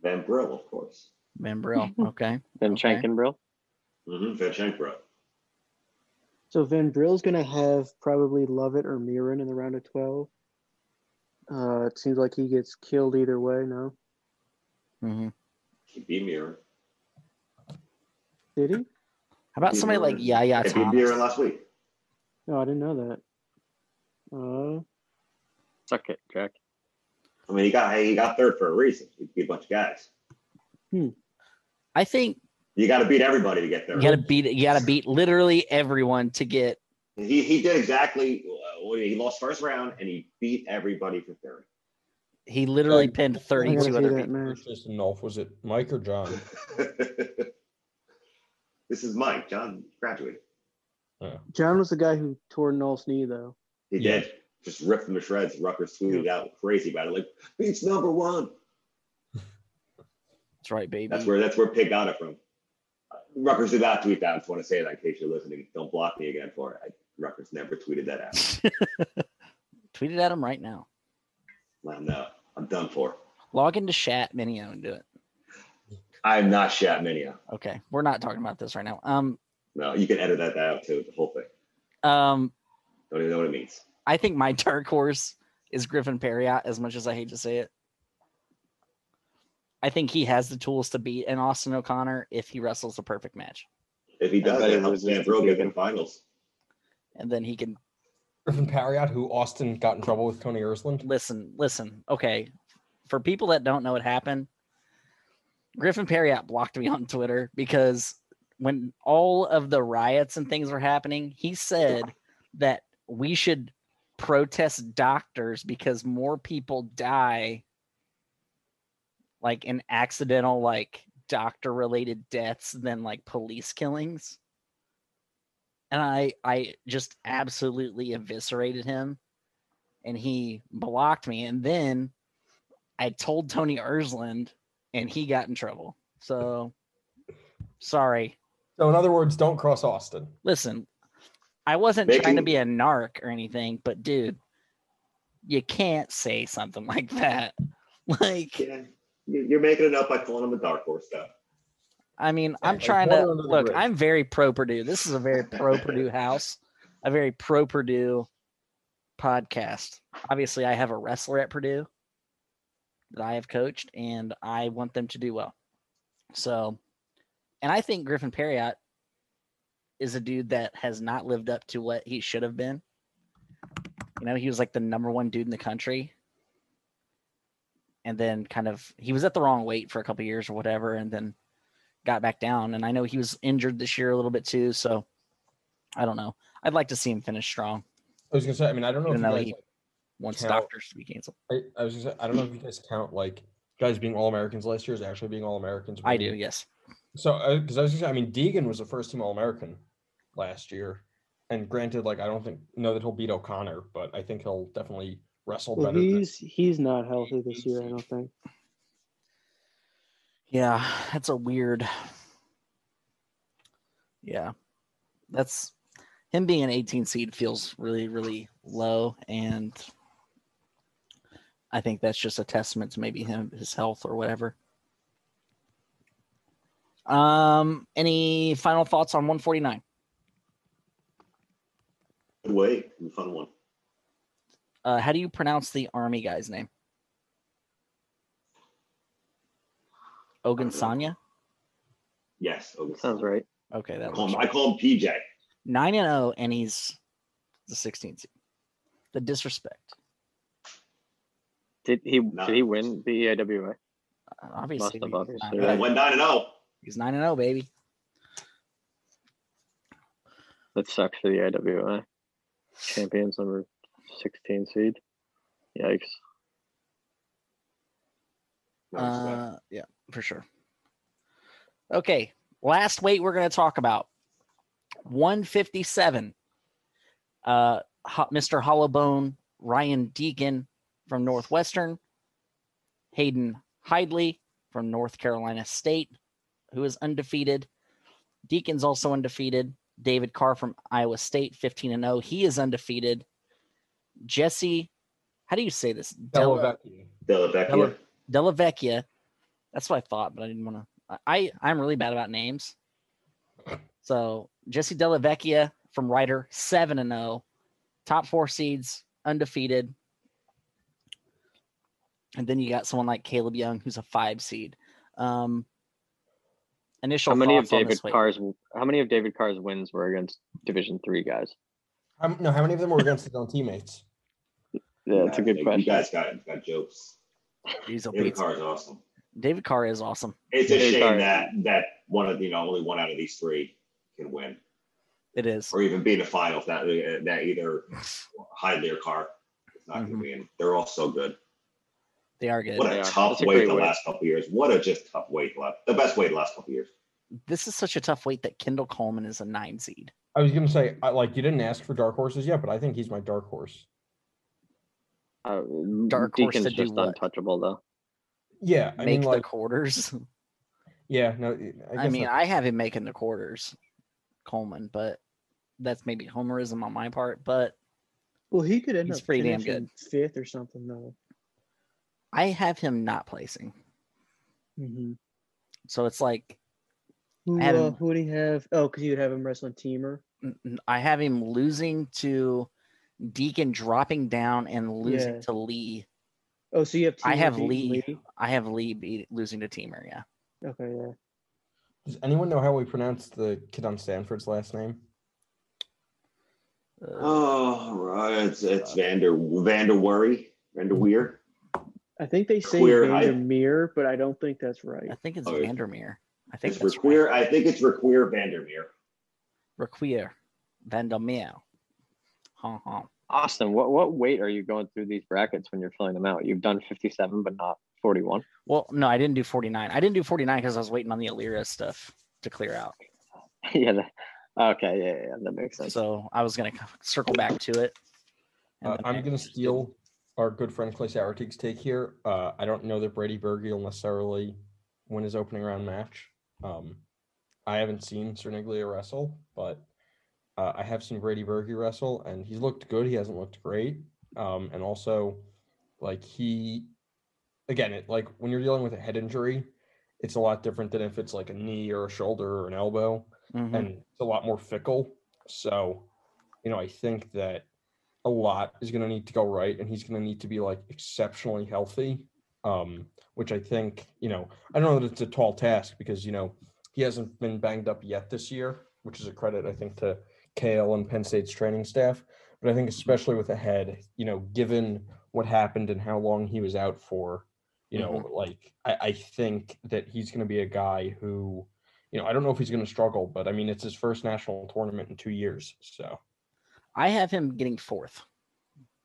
[SPEAKER 4] Van Brill, of course.
[SPEAKER 1] Mambrel. Okay.
[SPEAKER 5] Then
[SPEAKER 1] Okay.
[SPEAKER 5] Chankin Brill.
[SPEAKER 4] Mm-hmm. Vachenkra.
[SPEAKER 2] So Van Brill's going to have probably Lovett or Miran in the round of 12. Uh, it seems like he gets killed either way, no?
[SPEAKER 1] hmm
[SPEAKER 4] He'd be Mirror.
[SPEAKER 2] Did he?
[SPEAKER 1] How about somebody like Yaya
[SPEAKER 4] He'd be Mirror
[SPEAKER 1] Thomas?
[SPEAKER 4] last week.
[SPEAKER 2] No, I didn't know that. Uh,
[SPEAKER 5] Suck it, Jack.
[SPEAKER 4] I mean, he got hey, he got third for a reason. He beat a bunch of guys.
[SPEAKER 1] I think
[SPEAKER 4] You got to beat everybody to get there.
[SPEAKER 1] you gotta beat you gotta beat literally everyone to get.
[SPEAKER 4] He he did exactly. uh, what He lost first round and he beat everybody for third.
[SPEAKER 1] He literally
[SPEAKER 3] Yeah.
[SPEAKER 1] pinned
[SPEAKER 2] I gotta
[SPEAKER 1] 32
[SPEAKER 2] see
[SPEAKER 1] other
[SPEAKER 2] that
[SPEAKER 1] people.
[SPEAKER 2] match.
[SPEAKER 3] First is in Nolf. Was it Mike or John?
[SPEAKER 4] this is Mike. John graduated.
[SPEAKER 2] John was the guy who tore Null's knee, though.
[SPEAKER 4] He
[SPEAKER 3] Yeah.
[SPEAKER 4] did. Just ripped them to shreds. Rutgers tweeted out crazy about it. Like, beats number one.
[SPEAKER 1] That's right, baby.
[SPEAKER 4] That's where that's where Pig got it from. Uh, Rutgers did not tweet that. I just want to say that in case you're listening. Don't block me again for it. I, Rutgers never tweeted that out.
[SPEAKER 1] Tweet it at him right now.
[SPEAKER 4] Let 'em know. I'm done for.
[SPEAKER 1] Log into chat Minio and do it.
[SPEAKER 4] I'm not Shat Minia.
[SPEAKER 1] Okay. We're not talking about this right now. Um
[SPEAKER 4] No, you can edit that out too. The whole thing.
[SPEAKER 1] um
[SPEAKER 4] Don't even know what it means.
[SPEAKER 1] I think my dark horse is Griffin Perriott, as much as I hate to say it. I think he has the tools to beat an Austin O'Connor if he wrestles the perfect match.
[SPEAKER 4] If he does,
[SPEAKER 5] bet
[SPEAKER 4] it
[SPEAKER 5] it
[SPEAKER 4] helps
[SPEAKER 5] loses
[SPEAKER 4] Van
[SPEAKER 5] to
[SPEAKER 4] Bro get
[SPEAKER 5] Dugan.
[SPEAKER 4] in finals.
[SPEAKER 1] And then he can
[SPEAKER 3] Griffin Parriott, who Austin got in trouble with Tony Ursland.
[SPEAKER 1] listen, listen. Okay. For people that don't know what happened, Griffin Perriott blocked me on Twitter because when all of the riots and things were happening, he said that we should protest doctors because more people die like in accidental like doctor related deaths than like police killings. And I I just absolutely eviscerated him and he blocked me. And then I told Tony Ersland, and he got in trouble. So sorry.
[SPEAKER 3] So in other words, don't cross Austin.
[SPEAKER 1] Listen, I wasn't trying to be a narc or anything, but dude, you can't say something like that. Like,
[SPEAKER 4] Yeah, You- you're making it up by calling him a dark horse, though.
[SPEAKER 1] I mean, I'm
[SPEAKER 3] like
[SPEAKER 1] trying
[SPEAKER 3] water
[SPEAKER 1] to
[SPEAKER 3] under the
[SPEAKER 1] look,
[SPEAKER 3] bridge.
[SPEAKER 1] I'm very pro Purdue. This is a very pro Purdue house, a very pro Purdue podcast. Obviously, I have a wrestler at Purdue that I have coached, and I want them to do well. So, and I think Griffin Perriott is a dude that has not lived up to what he should have been. You know, he was like the number one dude in the country. And then kind of he was at the wrong weight for a couple years or whatever, and then got back down. And I know he was injured this year a little bit too. So I don't know. I'd like to see him finish strong
[SPEAKER 3] I was gonna say. I mean, I don't know
[SPEAKER 1] Even
[SPEAKER 3] if
[SPEAKER 1] though
[SPEAKER 3] you guys
[SPEAKER 1] he- once
[SPEAKER 3] Count.
[SPEAKER 1] doctors to be canceled.
[SPEAKER 3] I, I was just, I don't know if you guys count like guys being all Americans last year is actually being all Americans.
[SPEAKER 1] I do, yes.
[SPEAKER 3] So because I was just, I mean, Deegan was a first team All American last year, and granted, like I don't think know that he'll beat O'Connor, but I think he'll definitely wrestle
[SPEAKER 2] Well,
[SPEAKER 3] better. Than,
[SPEAKER 2] he's he's not healthy this year, I don't think.
[SPEAKER 1] Yeah, that's a weird. Yeah, that's him being an 18 seed feels really, really low, and I think that's just a testament to maybe him his health or whatever. Um, any final thoughts on 149?
[SPEAKER 4] Good way, and fun one.
[SPEAKER 1] Uh, how do you pronounce the army guy's name? Ogun Sanya.
[SPEAKER 4] Yes, Ogun.
[SPEAKER 5] Sounds right.
[SPEAKER 1] Okay,
[SPEAKER 4] I
[SPEAKER 1] that
[SPEAKER 4] call
[SPEAKER 1] was
[SPEAKER 4] him, I call him PJ.
[SPEAKER 1] nine and zero, and he's the 16th. seed. The disrespect.
[SPEAKER 5] Did he
[SPEAKER 4] No.
[SPEAKER 5] did he win the EIWA?
[SPEAKER 1] obviously,
[SPEAKER 5] have,
[SPEAKER 1] we-
[SPEAKER 5] obviously,
[SPEAKER 1] uh,
[SPEAKER 5] right?
[SPEAKER 4] Went nine and oh. zero.
[SPEAKER 1] he's nine and zero, baby.
[SPEAKER 5] That sucks for the IWI. Champions number 16 seed. Yikes.
[SPEAKER 4] No, it's okay.
[SPEAKER 1] Uh, yeah, for sure. Okay, last weight we're going to talk about one fifty seven. Uh, Ho- Mr. Hollowbone, Ryan Deacon from Northwestern, Hayden Hidley from North Carolina State, who is undefeated. Deacon's also undefeated. David Carr from Iowa State, 15 and 0. He is undefeated. Jesse, how do you say this? Della,
[SPEAKER 3] Delavecchia.
[SPEAKER 4] Delavecchia.
[SPEAKER 1] Delavecchia. That's what I thought, but I didn't want to. I I'm really bad about names. So Jesse Delavecchia from Ryder, seven and zero, top four seeds, undefeated. And then you got someone like Caleb Young, who's a five seed. Um, initial
[SPEAKER 5] How many of
[SPEAKER 1] thoughts on
[SPEAKER 5] David
[SPEAKER 1] this week?
[SPEAKER 5] Carr's How many of David Carr's wins were against Division Three guys?
[SPEAKER 3] How, no, how many of them were against his own teammates?
[SPEAKER 5] Yeah, that's a good
[SPEAKER 4] you
[SPEAKER 5] question.
[SPEAKER 4] guys got got jokes.
[SPEAKER 1] He's a
[SPEAKER 4] David
[SPEAKER 1] beast.
[SPEAKER 4] Carr is awesome.
[SPEAKER 1] David Carr is awesome.
[SPEAKER 4] It's a
[SPEAKER 5] David Carr.
[SPEAKER 4] shame that that one of you know only one out of these three can win
[SPEAKER 1] It is.
[SPEAKER 4] or even be in the finals. That that either hide their car. It's not going
[SPEAKER 1] Mhm.
[SPEAKER 4] to be in. They're all so good.
[SPEAKER 1] They are good.
[SPEAKER 4] What
[SPEAKER 5] They
[SPEAKER 4] a
[SPEAKER 5] are.
[SPEAKER 4] tough
[SPEAKER 5] That's a
[SPEAKER 4] weight
[SPEAKER 5] great
[SPEAKER 4] the
[SPEAKER 5] weight.
[SPEAKER 4] last couple years. What a just tough weight the last the best weight the last couple years.
[SPEAKER 1] This is such a tough weight that Kendall Coleman is a nine seed.
[SPEAKER 3] I was gonna say, I, like you didn't ask for dark horses yet, but I think he's my dark horse.
[SPEAKER 5] Uh,
[SPEAKER 1] Dark horse
[SPEAKER 5] Deacon's
[SPEAKER 1] to do
[SPEAKER 5] just
[SPEAKER 1] what?
[SPEAKER 5] untouchable though.
[SPEAKER 3] Yeah, I
[SPEAKER 1] Make
[SPEAKER 3] mean,
[SPEAKER 1] the
[SPEAKER 3] like,
[SPEAKER 1] quarters.
[SPEAKER 3] yeah, no, I,
[SPEAKER 1] I,
[SPEAKER 3] guess
[SPEAKER 1] mean,
[SPEAKER 3] that's-
[SPEAKER 1] I have him making the quarters, Coleman, but that's maybe homerism on my part. But
[SPEAKER 2] Well, he could end
[SPEAKER 1] He's
[SPEAKER 2] up
[SPEAKER 1] pretty damn
[SPEAKER 2] finishing fifth or something though.
[SPEAKER 1] I have him not placing.
[SPEAKER 2] Mm-hmm.
[SPEAKER 1] So it's like
[SPEAKER 2] Who,
[SPEAKER 1] Adam-
[SPEAKER 2] uh, who would he have? Oh, because you would have him wrestling Teamer.
[SPEAKER 1] n- n- I have him losing to Deacon, dropping down and losing
[SPEAKER 2] Yeah.
[SPEAKER 1] to Lee.
[SPEAKER 2] Oh, so you have. Teamer
[SPEAKER 1] I have
[SPEAKER 2] beating
[SPEAKER 1] Lee. I have Lee be losing to Teamer. Yeah,
[SPEAKER 2] Okay, yeah.
[SPEAKER 3] does anyone know how we pronounce the kid on Stanford's last name?
[SPEAKER 1] Uh,
[SPEAKER 4] Oh, right. It's, it's Vander Vander Worry Vander Weir.
[SPEAKER 2] I think they say
[SPEAKER 4] Queer hype.
[SPEAKER 2] Vandermeer, but I don't think that's right.
[SPEAKER 1] I think it's
[SPEAKER 4] Oh, yeah.
[SPEAKER 1] Vandermeer. I think
[SPEAKER 4] It's
[SPEAKER 1] it's that's
[SPEAKER 4] Requeer.
[SPEAKER 1] right.
[SPEAKER 4] I think it's Requeer Vandermeer.
[SPEAKER 1] Requeer. Vandermeer. Huh, huh.
[SPEAKER 5] Austin, what what weight are you going through these brackets when you're filling them out? You've done 57, but not 41.
[SPEAKER 1] Well, no, I didn't do 49. I didn't do 49 because I was waiting on the Alira stuff to clear out.
[SPEAKER 5] yeah. That, okay. Yeah, yeah. That makes sense.
[SPEAKER 1] So I was going to circle back to it. and
[SPEAKER 3] Uh,
[SPEAKER 1] then I
[SPEAKER 3] I'm gonna
[SPEAKER 1] just didn't.
[SPEAKER 3] steal our good friend Clay Sauertig's take here. Uh, I don't know that Brady Berge will necessarily win his opening round match. Um, I haven't seen Cerniglia wrestle, but uh, I have seen Brady Berge wrestle, and he's looked good. He hasn't looked great. Um, and also, like he, again, it like when you're dealing with a head injury, it's a lot different than if it's like a knee or a shoulder or an elbow
[SPEAKER 1] Mhm.
[SPEAKER 3] and it's a lot more fickle. So, you know, I think that a lot is going to need to go right, and he's going to need to be like exceptionally healthy. Um, which I think, you know, I know that it's a tall task because you know he hasn't been banged up yet this year, which is a credit I think to KL and Penn State's training staff. But I think especially with a head, you know, given what happened and how long he was out for, you know, like I, I think that he's going to be a guy who you know, I don't know if he's going to struggle, but I mean, it's his first national tournament in two years. So
[SPEAKER 1] I have him getting fourth.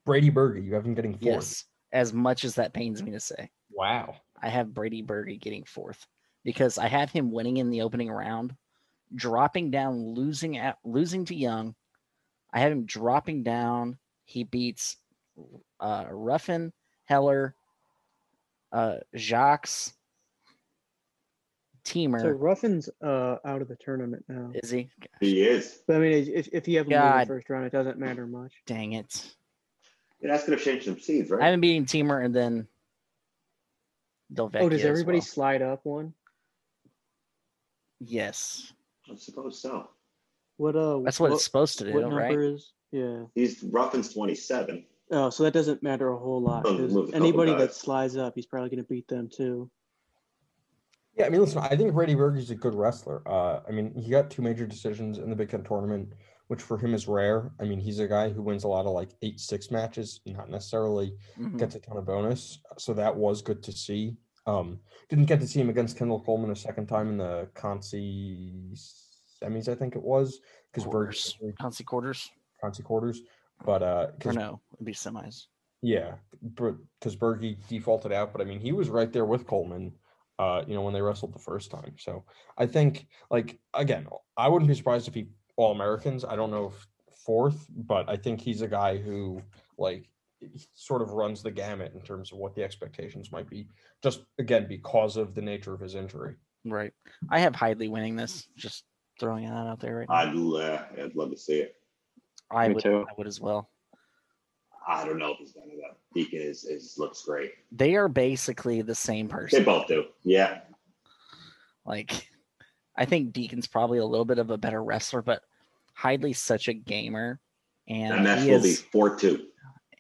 [SPEAKER 3] Brady Berger, you have him getting fourth.
[SPEAKER 1] Yes. As much as that pains me to say.
[SPEAKER 3] Wow.
[SPEAKER 1] I have Brady Berge getting fourth because I have him winning in the opening round, dropping down, losing at losing to Young. I have him dropping down. He beats uh, Ruffin, Heller, uh, Jacques,
[SPEAKER 2] So
[SPEAKER 1] Teamer.
[SPEAKER 2] Ruffin's uh, out of the tournament now.
[SPEAKER 1] Is he?
[SPEAKER 4] He is.
[SPEAKER 2] But I mean, if, if you have him win the
[SPEAKER 1] God.
[SPEAKER 2] first round, it doesn't matter much. Oh,
[SPEAKER 1] Dang it!
[SPEAKER 4] Yeah, that's going to change some seeds, right?
[SPEAKER 1] I haven't beaten Teamer and then. Delvecchia
[SPEAKER 2] oh, does
[SPEAKER 1] as
[SPEAKER 2] everybody
[SPEAKER 1] well.
[SPEAKER 2] slide up one?
[SPEAKER 1] Yes,
[SPEAKER 4] I suppose so.
[SPEAKER 2] What? Uh,
[SPEAKER 1] that's what, it's supposed to do,
[SPEAKER 2] what number
[SPEAKER 1] right?
[SPEAKER 2] is? Yeah.
[SPEAKER 4] He's Ruffin's 27.
[SPEAKER 2] Oh, so that doesn't matter a whole lot.
[SPEAKER 4] Oh,
[SPEAKER 2] 'cause
[SPEAKER 4] move a couple
[SPEAKER 2] Anybody that
[SPEAKER 4] guys.
[SPEAKER 2] slides up, he's probably going to beat them too.
[SPEAKER 3] Yeah, I mean, listen, I think Brady Berger's a good wrestler. Uh, I mean, he got two major decisions in the Big Ten tournament, which for him is rare. I mean, he's a guy who wins a lot of like eight, six matches, not necessarily
[SPEAKER 1] Mhm.
[SPEAKER 3] gets a ton of bonus. So that was good to see. Um, didn't get to see him against Kendall Coleman a second time in the Concy semis, I think it was, because
[SPEAKER 1] Quarters,
[SPEAKER 3] Berger's
[SPEAKER 1] Concy quarters,
[SPEAKER 3] Concy quarters. But uh, 'cause
[SPEAKER 1] or no, it'd be semis.
[SPEAKER 3] Yeah, because Berge defaulted out, but I mean, he was right there with Coleman. Uh, you know, when they wrestled the first time. So I think, like again, I wouldn't be surprised if he all Americans. I don't know if fourth, but I think he's a guy who like he sort of runs the gamut in terms of what the expectations might be. Just again because of the nature of his injury.
[SPEAKER 1] Right. I have Hidley winning this just throwing that out there right now.
[SPEAKER 4] I'd, uh, I'd love to see it.
[SPEAKER 1] I
[SPEAKER 5] me
[SPEAKER 1] would,
[SPEAKER 5] too.
[SPEAKER 1] I would as well.
[SPEAKER 4] I don't know if he's gonna though. Deacon is, is looks great.
[SPEAKER 1] They are basically the same person.
[SPEAKER 4] They both do. Yeah.
[SPEAKER 1] Like, I think Deacon's probably a little bit of a better wrestler, but Hidley's such a gamer,
[SPEAKER 4] That
[SPEAKER 1] and
[SPEAKER 4] match
[SPEAKER 1] he
[SPEAKER 4] will be
[SPEAKER 1] is.
[SPEAKER 4] four two.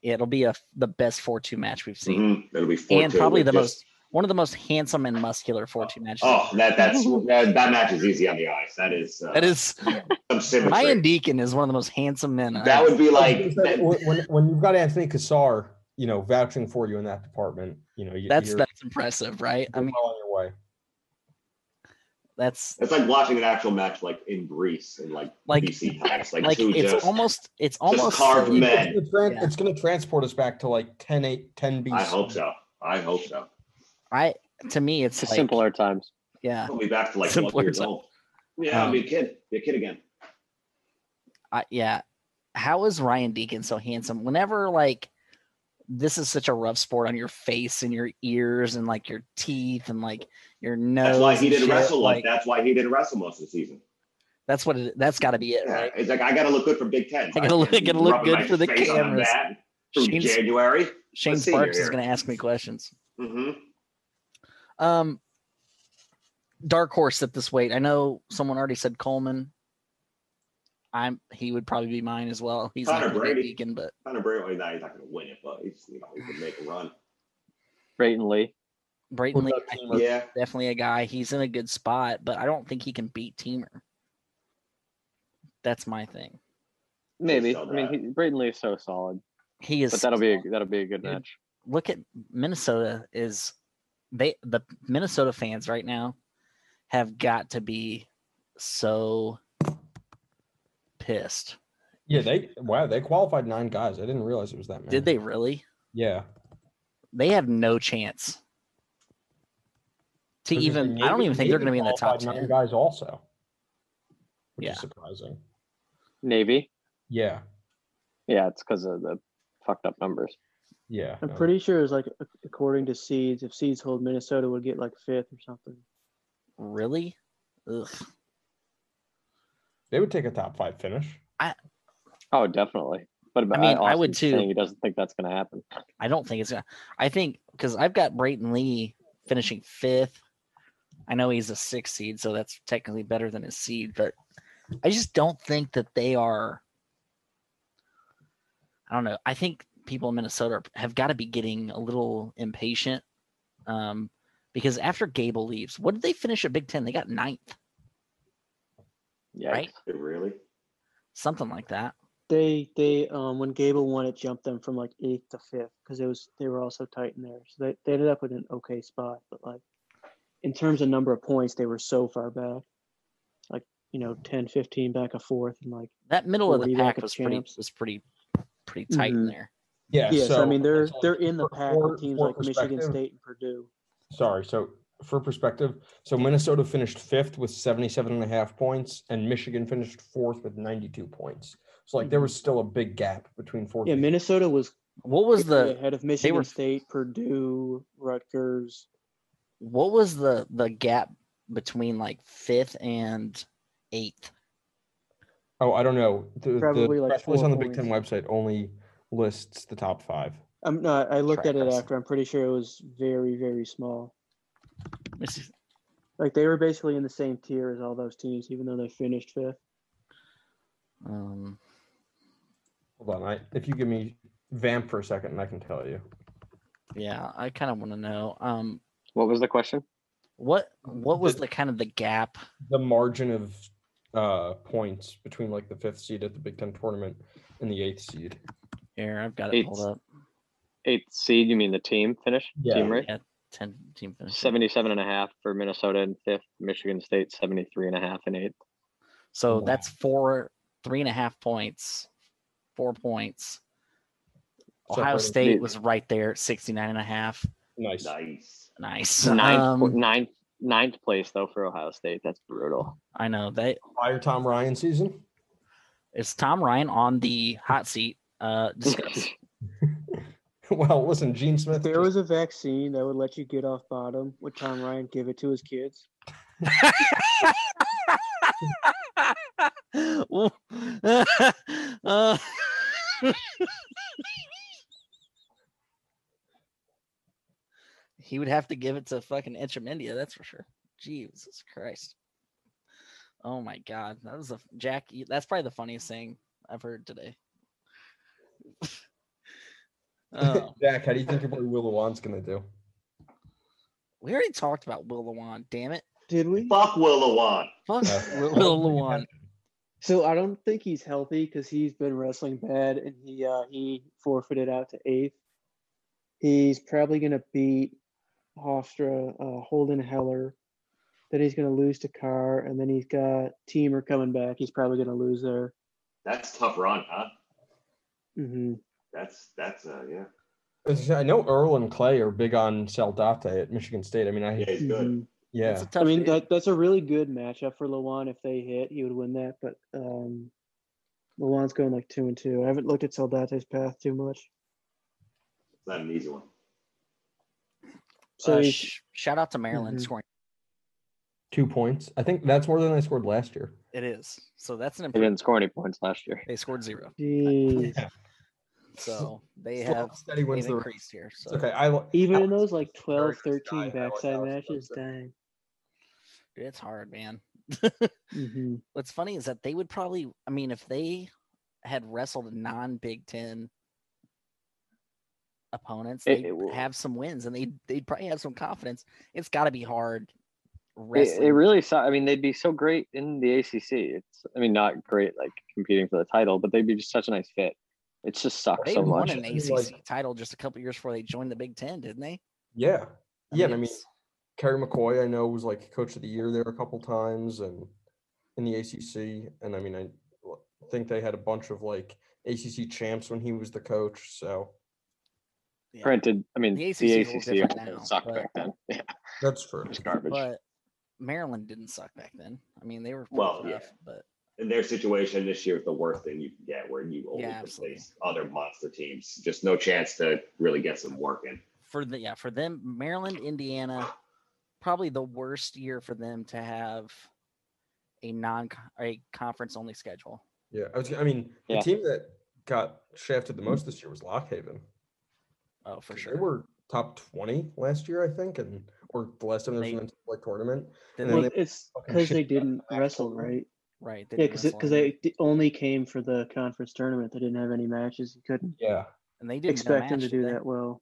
[SPEAKER 1] It'll be a the best four two match we've seen,
[SPEAKER 4] Mm-hmm. It'll be four
[SPEAKER 1] and
[SPEAKER 4] two.
[SPEAKER 1] probably
[SPEAKER 4] with
[SPEAKER 1] the
[SPEAKER 4] just-
[SPEAKER 1] most one of the most handsome and muscular four two matches.
[SPEAKER 4] Oh, that that's that, that match is easy on the eyes. That is uh,
[SPEAKER 1] That is
[SPEAKER 4] some symmetry.
[SPEAKER 1] Ryan Deacon is one of the most handsome men. I've-
[SPEAKER 4] that would be like
[SPEAKER 3] when, when- when you've got Anthony Cassar, you know, vouching for you in that department, you know, you,
[SPEAKER 1] that's
[SPEAKER 3] you're,
[SPEAKER 1] that's impressive, right? I
[SPEAKER 3] you're
[SPEAKER 1] mean,
[SPEAKER 3] well on your way.
[SPEAKER 1] that's
[SPEAKER 4] it's like watching an actual match like in Greece and like,
[SPEAKER 1] Like-
[SPEAKER 4] BC times. Like,
[SPEAKER 1] like
[SPEAKER 4] two
[SPEAKER 1] it's
[SPEAKER 4] just
[SPEAKER 1] almost it's almost
[SPEAKER 4] carved
[SPEAKER 1] silly.
[SPEAKER 4] men.
[SPEAKER 3] It's gonna, tran-
[SPEAKER 1] Yeah.
[SPEAKER 3] it's gonna transport us back to like 10 8 10 BC.
[SPEAKER 4] I hope so. I hope so.
[SPEAKER 1] I to me it's
[SPEAKER 5] It's
[SPEAKER 1] like,
[SPEAKER 5] simpler times.
[SPEAKER 1] Yeah,
[SPEAKER 4] I'll be back to like
[SPEAKER 1] Simpler
[SPEAKER 4] 12 years
[SPEAKER 1] time.
[SPEAKER 4] old. Yeah, I'll be a kid. Be a kid again.
[SPEAKER 1] I, yeah. How is Ryan Deacon so handsome? Whenever like this is such a rough sport on your face and your ears and like your teeth and like your nose.
[SPEAKER 4] That's why he
[SPEAKER 1] and
[SPEAKER 4] didn't
[SPEAKER 1] shit,
[SPEAKER 4] wrestle. Like, that's why he didn't wrestle most of the season.
[SPEAKER 1] That's what it, that's got to be it,
[SPEAKER 4] Yeah,
[SPEAKER 1] right?
[SPEAKER 4] it's like I got to look good for Big Ten.
[SPEAKER 1] I gotta look- I gotta look
[SPEAKER 4] Rubbing
[SPEAKER 1] good
[SPEAKER 4] my
[SPEAKER 1] for the
[SPEAKER 4] face on
[SPEAKER 1] cameras.
[SPEAKER 4] mat From
[SPEAKER 1] Shane's-
[SPEAKER 4] January.
[SPEAKER 1] Shane
[SPEAKER 4] Let's see
[SPEAKER 1] Sparks is
[SPEAKER 4] here.
[SPEAKER 1] going to ask me questions.
[SPEAKER 4] hmm
[SPEAKER 1] Um, dark horse at this weight. I know someone already said Coleman. I'm he would probably be mine as well. He's not
[SPEAKER 4] Connor
[SPEAKER 1] going to be
[SPEAKER 4] Brady.
[SPEAKER 1] Deacon, but
[SPEAKER 4] Kind of brave. Now he's not going to win it, but he's you know he could make a run.
[SPEAKER 5] Brayton Lee.
[SPEAKER 1] Brayton
[SPEAKER 3] What
[SPEAKER 1] Lee
[SPEAKER 3] about
[SPEAKER 1] I think,
[SPEAKER 3] Teamer?
[SPEAKER 4] Yeah,
[SPEAKER 1] is definitely a guy. He's in a good spot, but I don't think he can beat Teamer. That's my thing.
[SPEAKER 5] Maybe.
[SPEAKER 4] so
[SPEAKER 5] I mean,
[SPEAKER 4] bad.
[SPEAKER 5] he, Brayton Lee is so solid,
[SPEAKER 1] He is.
[SPEAKER 5] but that'll be a, that'll be a good
[SPEAKER 1] Dude.
[SPEAKER 5] match.
[SPEAKER 1] look at Minnesota. Is they the Minnesota fans right now have got to be so pissed?
[SPEAKER 3] Yeah, they wow, they qualified nine guys. I didn't realize it was that many.
[SPEAKER 1] Did they really?
[SPEAKER 3] Yeah.
[SPEAKER 1] they have no chance to
[SPEAKER 3] Because
[SPEAKER 1] even.
[SPEAKER 3] the
[SPEAKER 1] I don't
[SPEAKER 3] Navy-
[SPEAKER 1] even think they're going to be
[SPEAKER 3] Navy
[SPEAKER 1] in the top
[SPEAKER 3] qualified
[SPEAKER 1] ten.
[SPEAKER 3] nine guys also, which
[SPEAKER 1] Yeah.
[SPEAKER 3] is surprising.
[SPEAKER 5] Navy.
[SPEAKER 3] Yeah,
[SPEAKER 5] Yeah, it's because of the fucked up numbers.
[SPEAKER 3] yeah.
[SPEAKER 2] I'm
[SPEAKER 3] no.
[SPEAKER 2] pretty sure it's like ac- according to seeds, if seeds hold Minnesota would get like fifth or something.
[SPEAKER 1] Really? Ugh.
[SPEAKER 3] They would take a top five finish.
[SPEAKER 5] Oh, definitely. But about,
[SPEAKER 1] mean, I would
[SPEAKER 5] Austin's
[SPEAKER 1] too.
[SPEAKER 5] saying He doesn't think that's going to happen.
[SPEAKER 1] I don't think it's gonna. I think because I've got Brayton Lee finishing fifth. I know he's a six seed, so that's technically better than his seed, but I just don't think that they are. I don't know. I think people in Minnesota are- have got to be getting a little impatient, um, because after Gable leaves, what did they finish at Big Ten? They got ninth,
[SPEAKER 5] Yeah.
[SPEAKER 1] Right?
[SPEAKER 4] really.
[SPEAKER 1] something like that.
[SPEAKER 2] They they um when Gable won it jumped them from like eighth to fifth because it was they were also tight in there. So they, they ended up with an okay spot, but like in terms of number of points, they were so far back. Like, you know, 10, 15 back and forth and like
[SPEAKER 1] that middle of the
[SPEAKER 2] 40
[SPEAKER 1] pack
[SPEAKER 2] ranked
[SPEAKER 1] was pretty
[SPEAKER 2] champs.
[SPEAKER 1] was pretty pretty tight in
[SPEAKER 2] Mhm.
[SPEAKER 1] there.
[SPEAKER 3] Yeah.
[SPEAKER 2] Yes,
[SPEAKER 3] so
[SPEAKER 2] I mean they're
[SPEAKER 3] so
[SPEAKER 2] they're in the
[SPEAKER 3] for-
[SPEAKER 2] pack
[SPEAKER 3] for-
[SPEAKER 2] with teams
[SPEAKER 3] for
[SPEAKER 2] like Michigan
[SPEAKER 3] perspective-
[SPEAKER 2] State and Purdue.
[SPEAKER 3] Sorry. So for perspective, so Minnesota finished fifth with 77 and a half points, and Michigan finished fourth with 92 points. So like there was still a big gap between fourth.
[SPEAKER 2] Mm-hmm. Yeah,
[SPEAKER 3] and
[SPEAKER 2] Minnesota was
[SPEAKER 1] What was
[SPEAKER 2] clearly
[SPEAKER 1] the
[SPEAKER 2] ahead of Michigan
[SPEAKER 1] were-
[SPEAKER 2] State, Purdue, Rutgers.
[SPEAKER 1] what was the the gap between like fifth and eighth?
[SPEAKER 3] Oh, I don't know. The,
[SPEAKER 2] Probably,
[SPEAKER 3] the
[SPEAKER 2] like,
[SPEAKER 3] press release
[SPEAKER 2] four
[SPEAKER 3] on the Big Ten
[SPEAKER 2] points.
[SPEAKER 3] website only lists the top five.
[SPEAKER 2] I'm no, I looked
[SPEAKER 1] Track
[SPEAKER 2] at it
[SPEAKER 1] person.
[SPEAKER 2] after. I'm pretty sure it was very, very small.
[SPEAKER 1] Let me see.
[SPEAKER 2] Like they were basically in the same tier as all those teams, even though they finished fifth.
[SPEAKER 1] Um,
[SPEAKER 3] Hold on. I, if you give me vamp for a second, and I can tell you.
[SPEAKER 1] yeah, I kind of want to know um
[SPEAKER 5] What was the question?
[SPEAKER 1] what what was
[SPEAKER 3] The-
[SPEAKER 1] the kind of the gap?
[SPEAKER 3] the margin of uh points between like the fifth seed at the Big Ten tournament and the eighth seed.
[SPEAKER 1] Here, I've got it pulled
[SPEAKER 5] Eighth.
[SPEAKER 1] up.
[SPEAKER 5] Eighth seed, you mean the team finish?
[SPEAKER 3] Yeah.
[SPEAKER 5] Team, right?
[SPEAKER 1] Yeah, ten team finish.
[SPEAKER 5] 77 and a half for Minnesota and fifth. Michigan State, 73 and a half and eighth.
[SPEAKER 1] So
[SPEAKER 3] Wow.
[SPEAKER 1] that's four, three and a half points, four points. Ohio
[SPEAKER 3] Separated.
[SPEAKER 1] State was right there, at 69 and a half.
[SPEAKER 3] Nice.
[SPEAKER 4] Nice.
[SPEAKER 1] Nice.
[SPEAKER 5] Ninth, pl-
[SPEAKER 1] Um,
[SPEAKER 5] ninth, ninth place, though, for Ohio State. That's brutal.
[SPEAKER 1] I know they
[SPEAKER 3] Fire Tom Ryan season.
[SPEAKER 1] It's Tom Ryan on the hot seat. Uh, discuss.
[SPEAKER 3] well, listen, Gene Smith.
[SPEAKER 2] If there
[SPEAKER 3] just-
[SPEAKER 2] was a vaccine that would let you get off bottom, would Tom Ryan give it to his kids?
[SPEAKER 1] uh, he would have to give it to fucking Etchemindia, that's for sure. Jesus Christ. Oh my god. That was a Jack you- that's probably the funniest thing I've heard today. oh,
[SPEAKER 3] Jack, how do you think your boy Will Lewan's gonna do?
[SPEAKER 1] we already talked about Will Lawan, damn it.
[SPEAKER 2] Did we?
[SPEAKER 4] Fuck Will Lewan.
[SPEAKER 1] Fuck
[SPEAKER 3] Uh,
[SPEAKER 1] Will Lawan.
[SPEAKER 2] So I don't think he's healthy because he's been wrestling bad and he uh, he forfeited out to eighth. He's probably gonna beat Hofstra, uh, Holden Heller. Then he's gonna lose to Carr, and then he's got Teamer coming back. He's probably gonna lose there.
[SPEAKER 4] That's tough run, huh?
[SPEAKER 2] hmm
[SPEAKER 4] That's that's uh yeah.
[SPEAKER 3] As I said, I know Earl and Clay are big on Saldate at Michigan State. I mean, I
[SPEAKER 4] Yeah, he's
[SPEAKER 1] Mm-hmm.
[SPEAKER 4] good.
[SPEAKER 1] That's
[SPEAKER 3] yeah,
[SPEAKER 1] a
[SPEAKER 2] I
[SPEAKER 1] tough
[SPEAKER 2] mean
[SPEAKER 1] dude.
[SPEAKER 2] that that's a really good matchup for Lawan. If they hit, he would win that. But um, Lawan's going like two and two. I haven't looked at Soldate's path too much.
[SPEAKER 4] It's not an easy one.
[SPEAKER 2] So
[SPEAKER 1] Uh,
[SPEAKER 2] he's,
[SPEAKER 1] sh- shout out to Maryland
[SPEAKER 3] Mm-hmm.
[SPEAKER 2] Mhm.
[SPEAKER 1] scoring.
[SPEAKER 3] two points. I think that's more than I scored last year.
[SPEAKER 1] It is. So that's an
[SPEAKER 5] They
[SPEAKER 1] improvement.
[SPEAKER 5] didn't score any points last year.
[SPEAKER 1] They scored zero.
[SPEAKER 2] jeez.
[SPEAKER 1] So they
[SPEAKER 3] Slow
[SPEAKER 1] have
[SPEAKER 3] and steady wins
[SPEAKER 1] they've
[SPEAKER 3] the race.
[SPEAKER 1] increased here.
[SPEAKER 3] It's
[SPEAKER 1] So
[SPEAKER 3] okay. I li-
[SPEAKER 2] Even
[SPEAKER 3] I
[SPEAKER 2] in
[SPEAKER 3] like
[SPEAKER 2] those like 12,
[SPEAKER 3] very
[SPEAKER 2] 13
[SPEAKER 3] first guy, I like
[SPEAKER 2] backside
[SPEAKER 3] Alex
[SPEAKER 2] matches,
[SPEAKER 3] Johnson.
[SPEAKER 2] dang.
[SPEAKER 1] it's hard, man.
[SPEAKER 2] hmm
[SPEAKER 1] What's funny is that they would probably I mean, if they had wrestled non Big Ten opponents,
[SPEAKER 5] It-
[SPEAKER 1] they'd
[SPEAKER 5] it will-
[SPEAKER 1] have some wins and they they'd probably have some confidence. It's gotta be hard
[SPEAKER 5] It,
[SPEAKER 1] wrestling.
[SPEAKER 5] it really su- I mean, they'd be so great in the ACC. It's, I mean, not great like competing for the title, but they'd be just such a nice fit. It just sucks
[SPEAKER 1] they
[SPEAKER 5] so
[SPEAKER 1] won
[SPEAKER 5] much.
[SPEAKER 1] an
[SPEAKER 3] I mean,
[SPEAKER 1] ACC
[SPEAKER 3] like-
[SPEAKER 1] title just a couple years before they joined the Big Ten, didn't they?
[SPEAKER 3] Yeah,
[SPEAKER 1] I mean,
[SPEAKER 3] yeah. and I mean,
[SPEAKER 1] it's-
[SPEAKER 3] Kerry McCoy, I know, was like coach of the year there a couple times, and in the ACC. And I mean, I l- think they had a bunch of like ACC champs when he was the coach. So
[SPEAKER 1] yeah.
[SPEAKER 5] Granted, I mean,
[SPEAKER 1] The
[SPEAKER 5] the
[SPEAKER 1] ACC is a
[SPEAKER 5] ACC,
[SPEAKER 1] little different now,
[SPEAKER 5] sucked
[SPEAKER 1] but-
[SPEAKER 5] back then. Yeah,
[SPEAKER 3] that's true.
[SPEAKER 5] it was garbage.
[SPEAKER 1] But Maryland didn't suck back then. I mean, they were pretty
[SPEAKER 4] Well,
[SPEAKER 1] rough,
[SPEAKER 4] yeah.
[SPEAKER 1] but
[SPEAKER 4] In their situation this year is the worst thing you can get where you only
[SPEAKER 1] Yeah, absolutely.
[SPEAKER 4] replace other monster teams. Just no chance to really get some work in.
[SPEAKER 1] for the yeah for them Maryland Indiana probably the worst year for them to have a non a conference only schedule.
[SPEAKER 3] Yeah, I was. I mean,
[SPEAKER 5] Yeah.
[SPEAKER 3] the team that got shafted the most this year was Lockhaven.
[SPEAKER 1] Oh, for
[SPEAKER 3] 'cause
[SPEAKER 1] sure.
[SPEAKER 3] They were top twenty last year, I think, and or the last time there was
[SPEAKER 1] They-
[SPEAKER 3] an NCAA tournament.
[SPEAKER 1] Then
[SPEAKER 3] Well,
[SPEAKER 1] they-
[SPEAKER 2] Well, it's
[SPEAKER 3] fucking
[SPEAKER 2] because
[SPEAKER 3] shit
[SPEAKER 2] they
[SPEAKER 3] got
[SPEAKER 2] didn't wrestle, right?
[SPEAKER 1] right? They
[SPEAKER 2] Yeah,
[SPEAKER 1] didn't
[SPEAKER 2] because
[SPEAKER 1] wrestle
[SPEAKER 2] because
[SPEAKER 1] any.
[SPEAKER 2] they d- only came for the conference tournament. They didn't have any matches. You couldn't
[SPEAKER 3] Yeah.
[SPEAKER 1] and they didn't win a
[SPEAKER 2] expect them to
[SPEAKER 1] match, did
[SPEAKER 2] do
[SPEAKER 1] they?
[SPEAKER 2] that well.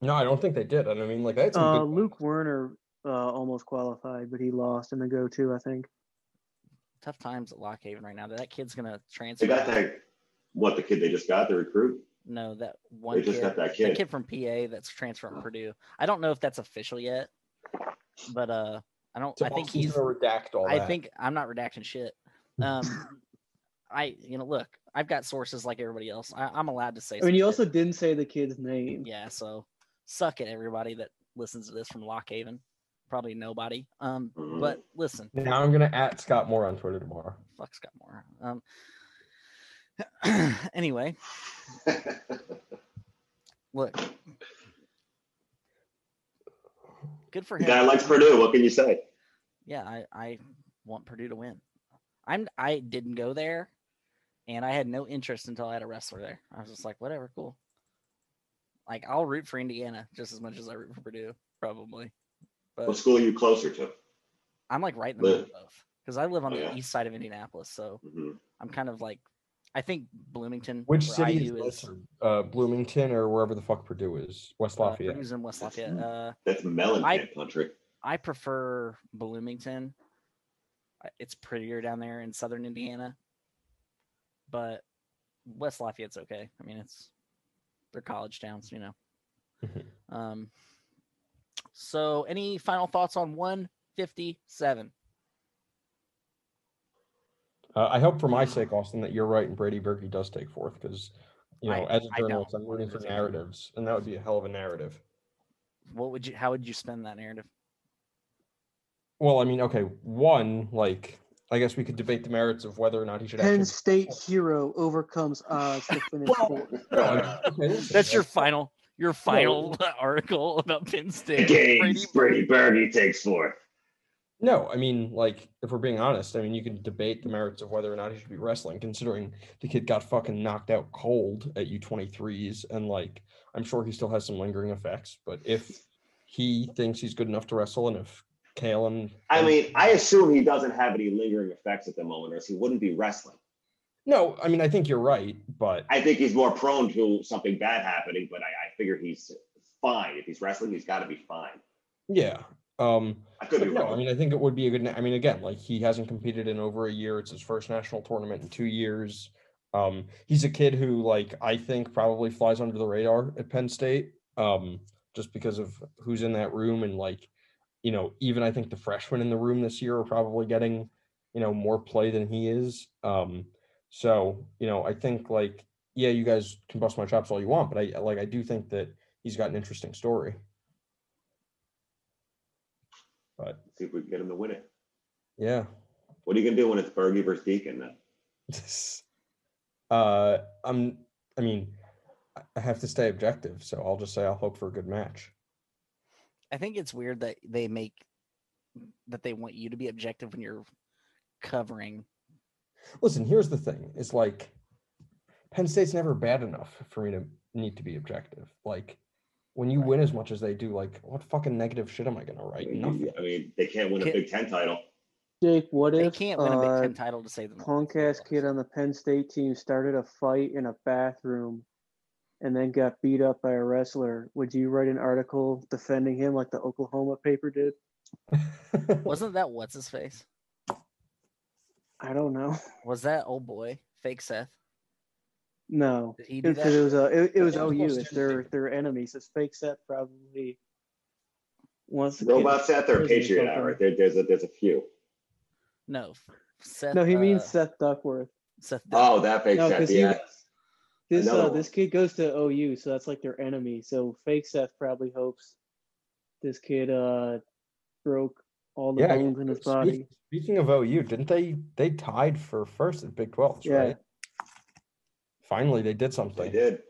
[SPEAKER 3] No, I don't think they did. And I mean, like, I had some
[SPEAKER 2] Uh,
[SPEAKER 3] good-
[SPEAKER 2] Luke Werner uh, almost qualified, but he lost in the go-to. I think.
[SPEAKER 1] Tough times at Lockhaven right now. That kid's gonna transfer.
[SPEAKER 4] They got
[SPEAKER 1] out.
[SPEAKER 4] that what the kid they just got, the recruit.
[SPEAKER 1] No, that one
[SPEAKER 4] just
[SPEAKER 1] kid,
[SPEAKER 4] got that
[SPEAKER 1] that
[SPEAKER 4] kid.
[SPEAKER 1] from PA that's transferred from Purdue. I don't know if that's official yet, but uh, I don't.
[SPEAKER 3] so
[SPEAKER 1] I think
[SPEAKER 3] Austin's
[SPEAKER 1] he's.
[SPEAKER 3] gonna redact all
[SPEAKER 1] I
[SPEAKER 3] that.
[SPEAKER 1] think I'm not redacting shit. Um, I you know look, I've got sources like everybody else. I, I'm allowed to say.
[SPEAKER 2] I mean,
[SPEAKER 1] some
[SPEAKER 2] you
[SPEAKER 1] shit.
[SPEAKER 2] also didn't say the kid's name.
[SPEAKER 1] yeah so suck it everybody that listens to this from lockhaven probably nobody um
[SPEAKER 4] Mhm.
[SPEAKER 1] but listen
[SPEAKER 3] now I'm gonna at Scott Moore on Twitter tomorrow.
[SPEAKER 1] fuck scott moore um anyway look good for
[SPEAKER 4] the
[SPEAKER 1] him
[SPEAKER 4] guy likes Purdue. What can you say?
[SPEAKER 1] yeah i i want purdue to win i'm i didn't go there and i had no interest until i had a wrestler there i was just like whatever cool like i'll root for indiana just as much as i root for purdue probably but
[SPEAKER 3] Uh,
[SPEAKER 4] What school are you closer to?
[SPEAKER 1] i'm like right in the middle of
[SPEAKER 4] Live.
[SPEAKER 1] because i live on
[SPEAKER 4] Oh,
[SPEAKER 1] the
[SPEAKER 4] yeah.
[SPEAKER 1] east side of indianapolis so
[SPEAKER 4] hmm
[SPEAKER 1] I'm kind of like, I think Bloomington.
[SPEAKER 3] Which
[SPEAKER 1] where
[SPEAKER 3] city is,
[SPEAKER 1] IU
[SPEAKER 3] closer, uh, Bloomington or wherever the fuck Purdue is? West
[SPEAKER 1] uh,
[SPEAKER 3] Lafayette.
[SPEAKER 1] Purdue's in West
[SPEAKER 4] That's-
[SPEAKER 1] Lafayette. Uh,
[SPEAKER 4] That's melon
[SPEAKER 1] I-
[SPEAKER 4] plant country.
[SPEAKER 1] I prefer Bloomington. I- It's prettier down there in southern Indiana, but West Lafayette's okay. I mean, it's they're college towns, you know.
[SPEAKER 3] Mhm.
[SPEAKER 1] Um, so any final thoughts on 157?
[SPEAKER 3] Uh, I hope for my sake, Austin, that you're right and Brady Berkey does take fourth because, you
[SPEAKER 1] I-
[SPEAKER 3] know, as a
[SPEAKER 1] I don't
[SPEAKER 3] journalist, I'm
[SPEAKER 1] want
[SPEAKER 3] rooting
[SPEAKER 1] it
[SPEAKER 3] for
[SPEAKER 1] to be.
[SPEAKER 3] narratives, and that would be a hell of a narrative.
[SPEAKER 1] What would you? How would you spend that narrative?
[SPEAKER 3] Well, I mean, okay, one, like, I guess we could debate the merits of whether or not he should
[SPEAKER 2] Penn
[SPEAKER 3] actually.
[SPEAKER 2] State hero overcomes odds to finish fourth.
[SPEAKER 3] No, I mean, okay, listen,
[SPEAKER 1] That's your
[SPEAKER 3] like,
[SPEAKER 1] final, your final article about Penn State.
[SPEAKER 4] Games.
[SPEAKER 1] Berkey.
[SPEAKER 4] Brady Bergy takes fourth.
[SPEAKER 3] No, I mean, like, if we're being honest, I mean, you can debate the merits of whether or not he should be wrestling, considering the kid got fucking knocked out cold at U23s. And, like, I'm sure he still has some lingering effects. But if he thinks he's good enough to wrestle and if Kalen.
[SPEAKER 4] I mean, I assume he doesn't have any lingering effects at the moment, or else he wouldn't be wrestling.
[SPEAKER 3] no, I mean, I think you're right. But
[SPEAKER 4] I think he's more prone to something bad happening, but I, I figure he's fine. If he's wrestling, he's got to be fine.
[SPEAKER 3] yeah. Um,
[SPEAKER 4] I could be
[SPEAKER 3] But no,
[SPEAKER 4] wrong.
[SPEAKER 3] I mean, I think it would be a good. na- I mean, again, like he hasn't competed in over a year. It's his first national tournament in two years. Um, he's a kid who, like, I think probably flies under the radar at Penn State, um, just because of who's in that room and like, you know, even I think the freshmen in the room this year are probably getting, you know, more play than he is. Um, so you know, I think like, yeah, you guys can bust my chops all you want, but I like I do think that he's got an interesting story. But
[SPEAKER 4] See if we can get him to win it.
[SPEAKER 3] yeah.
[SPEAKER 4] What are you gonna do when it's Bergie versus Deacon? Then?
[SPEAKER 3] uh i'm i mean I- i have to stay objective so i'll just say i'll hope for a good match
[SPEAKER 1] I think it's weird that they make that they want you to be objective when you're covering.
[SPEAKER 3] listen here's the thing it's like penn state's never bad enough for me to need to be objective like when you win as much as they do like what fucking negative shit am i gonna
[SPEAKER 4] I
[SPEAKER 3] write
[SPEAKER 4] mean,
[SPEAKER 3] nothing
[SPEAKER 4] I mean, they can't win a
[SPEAKER 1] Can't-
[SPEAKER 4] Big Ten title.
[SPEAKER 2] Jake, what
[SPEAKER 1] They
[SPEAKER 2] if
[SPEAKER 1] can't win a Big
[SPEAKER 2] uh,
[SPEAKER 1] Ten title to save them.
[SPEAKER 2] punk ass kid on the Penn State team started a fight in a bathroom and then got beat up by a wrestler, would you write an article defending him like the Oklahoma paper did?
[SPEAKER 1] Wasn't that what's his face?
[SPEAKER 2] I don't know.
[SPEAKER 1] Was that old boy fake Seth?
[SPEAKER 2] No.
[SPEAKER 1] Did he do
[SPEAKER 2] Because it
[SPEAKER 1] that?
[SPEAKER 2] was uh, it, it was
[SPEAKER 3] That was
[SPEAKER 2] OU.
[SPEAKER 3] most
[SPEAKER 2] It's their
[SPEAKER 3] tempting.
[SPEAKER 2] their enemies. It's fake set probably once
[SPEAKER 4] Robots out
[SPEAKER 2] Prison
[SPEAKER 4] there,
[SPEAKER 2] or
[SPEAKER 4] Patriot
[SPEAKER 2] something.
[SPEAKER 4] Hour. There, there's a there's a few.
[SPEAKER 1] No, Seth.
[SPEAKER 2] No, he means
[SPEAKER 1] uh,
[SPEAKER 2] Seth Duckworth.
[SPEAKER 1] Seth.
[SPEAKER 4] Oh, that makes
[SPEAKER 2] No,
[SPEAKER 4] sense.
[SPEAKER 2] 'cause he-
[SPEAKER 4] Yeah.
[SPEAKER 2] This
[SPEAKER 4] another
[SPEAKER 2] uh,
[SPEAKER 4] one.
[SPEAKER 2] this kid goes to OU, so that's like their enemy. So fake Seth probably hopes this kid uh broke all the
[SPEAKER 3] Yeah, I-
[SPEAKER 2] bones in his
[SPEAKER 3] speak-
[SPEAKER 2] body.
[SPEAKER 3] speaking of ou didn't they they tied for first at big 12
[SPEAKER 2] Yeah.
[SPEAKER 3] right finally they did
[SPEAKER 4] They
[SPEAKER 3] something
[SPEAKER 4] did.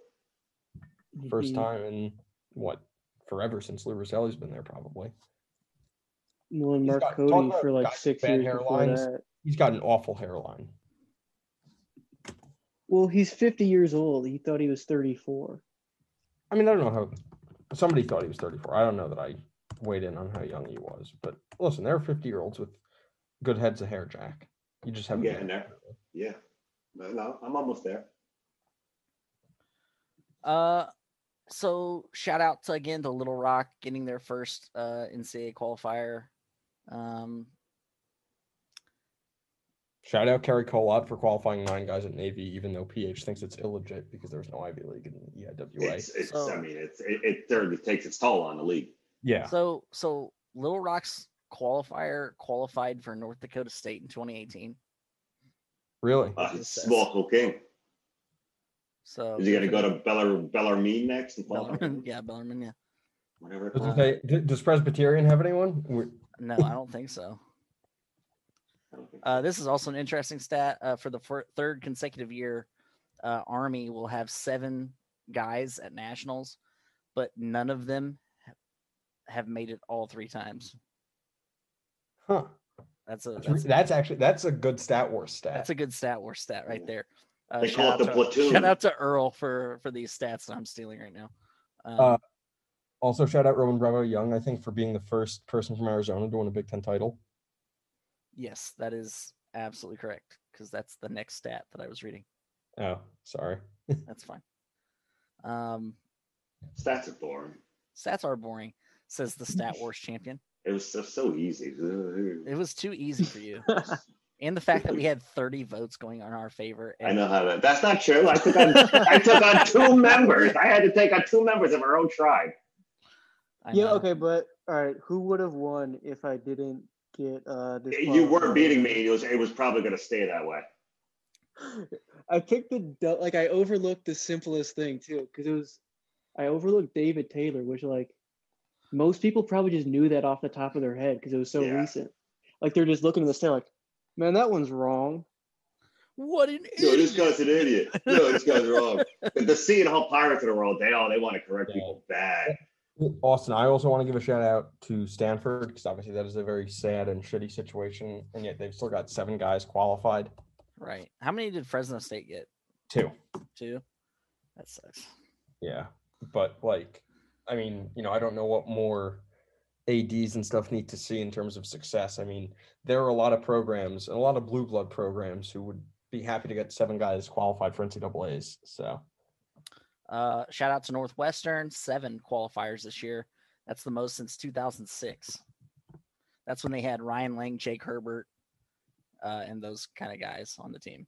[SPEAKER 4] Mm-hmm.
[SPEAKER 3] first
[SPEAKER 2] Mhm.
[SPEAKER 3] time in what forever since Lou Roselli's been there probably.
[SPEAKER 2] Well, and
[SPEAKER 3] He's
[SPEAKER 2] Mark
[SPEAKER 3] got-
[SPEAKER 2] Cody
[SPEAKER 3] talking about
[SPEAKER 2] for like
[SPEAKER 3] guys with
[SPEAKER 2] six
[SPEAKER 3] bad
[SPEAKER 2] years before
[SPEAKER 3] hairlines.
[SPEAKER 2] that.
[SPEAKER 3] He's got an awful hairline.
[SPEAKER 2] Well, he's 50 years old. He thought he was 34.
[SPEAKER 3] I mean, I don't know how somebody thought he was 34. I don't know that I weighed in on how young he was, but listen, there are 50 year olds with good heads of hair, Jack. You just haven't
[SPEAKER 4] Yeah,
[SPEAKER 3] been
[SPEAKER 4] and there. Yeah. No, no, I'm almost there.
[SPEAKER 1] Uh, so shout out to, again to Little Rock getting their first uh, NCAA qualifier. Um,
[SPEAKER 3] Shout out Kerry Colot for qualifying nine guys at Navy, even though PH thinks it's illegit because there's no Ivy League in E EIWA.
[SPEAKER 4] It's, it's
[SPEAKER 1] So-
[SPEAKER 4] I mean, it's it, it certainly takes its toll on the league.
[SPEAKER 3] yeah.
[SPEAKER 1] So so Little Rock's qualifier qualified for North Dakota State in 2018.
[SPEAKER 3] Really?
[SPEAKER 4] Uh,
[SPEAKER 1] Yes,
[SPEAKER 4] it's
[SPEAKER 1] yes.
[SPEAKER 4] Small King.
[SPEAKER 1] So
[SPEAKER 4] Is he gonna
[SPEAKER 1] good for
[SPEAKER 4] go to Bellar Bellarmine next? And
[SPEAKER 1] Bellarmine.
[SPEAKER 4] Bellarmine?
[SPEAKER 1] yeah, Bellarmine. Yeah.
[SPEAKER 4] Whatever.
[SPEAKER 3] Does, it say- d- does Presbyterian have anyone? We're-
[SPEAKER 1] No, I don't think so. Uh, this is also an interesting stat. Uh, for the fir- third consecutive year, uh, Army will have seven guys at nationals, but none of them ha- have made it all three times.
[SPEAKER 3] Huh.
[SPEAKER 1] That's a
[SPEAKER 3] That's,
[SPEAKER 1] that's,
[SPEAKER 3] actually that's a good stat war stat.
[SPEAKER 1] that's a good stat war stat right
[SPEAKER 4] Yeah.
[SPEAKER 1] there. Uh,
[SPEAKER 4] They call
[SPEAKER 1] shout
[SPEAKER 4] it
[SPEAKER 1] out
[SPEAKER 4] the
[SPEAKER 1] to- Shout
[SPEAKER 4] platoon.
[SPEAKER 1] out to Earl for for these stats that I'm stealing right now. Um,
[SPEAKER 3] Uh, Also, shout out Roman Bravo Young, I think, for being the first person from Arizona to win a Big Ten title.
[SPEAKER 1] yes, that is absolutely correct because that's the next stat that I was reading.
[SPEAKER 3] Oh, sorry.
[SPEAKER 1] That's fine. Um,
[SPEAKER 4] Stats are boring.
[SPEAKER 1] stats are boring, says the Stat Wars champion.
[SPEAKER 4] It was so, so easy.
[SPEAKER 1] It was too easy for you. and the fact that we had 30 votes going on our favor.
[SPEAKER 4] I
[SPEAKER 1] and-
[SPEAKER 4] know how that. That's not true. I took on I took on two members. I had to take on two members of our own tribe.
[SPEAKER 1] I
[SPEAKER 2] yeah,
[SPEAKER 1] know.
[SPEAKER 2] okay, but all right, who would have won if I didn't get uh this
[SPEAKER 4] You were beating me. It was it was probably gonna stay that way.
[SPEAKER 2] I picked the du- like I overlooked the simplest thing too cuz it was I overlooked David Taylor, which like most people probably just knew that off the top of their head cuz it was so
[SPEAKER 4] Yeah.
[SPEAKER 2] recent. Like they're just looking at this they're like, "Man, that one's wrong."
[SPEAKER 1] What an
[SPEAKER 4] Yo,
[SPEAKER 1] idiot.
[SPEAKER 4] this guy's an idiot. Yo, this guy's wrong. But the seeing how pirates in the world, they all they want to correct people bad.
[SPEAKER 3] Austin, I also want to give a shout out to Stanford because obviously that is a very sad and shitty situation, and yet they've still got seven guys qualified.
[SPEAKER 1] Right. How many did Fresno State get?
[SPEAKER 3] Two.
[SPEAKER 1] Two. That sucks.
[SPEAKER 3] Yeah, but like, I mean, you know, I don't know what more ads and stuff need to see in terms of success. I mean, there are a lot of programs and a lot of blue blood programs who would be happy to get seven guys qualified for NCAA's. So
[SPEAKER 1] Uh, shout out to Northwestern, seven qualifiers this year. That's the most since 2006. That's when they had Ryan Lang, Jake Herbert, uh, and those kind of guys on the team.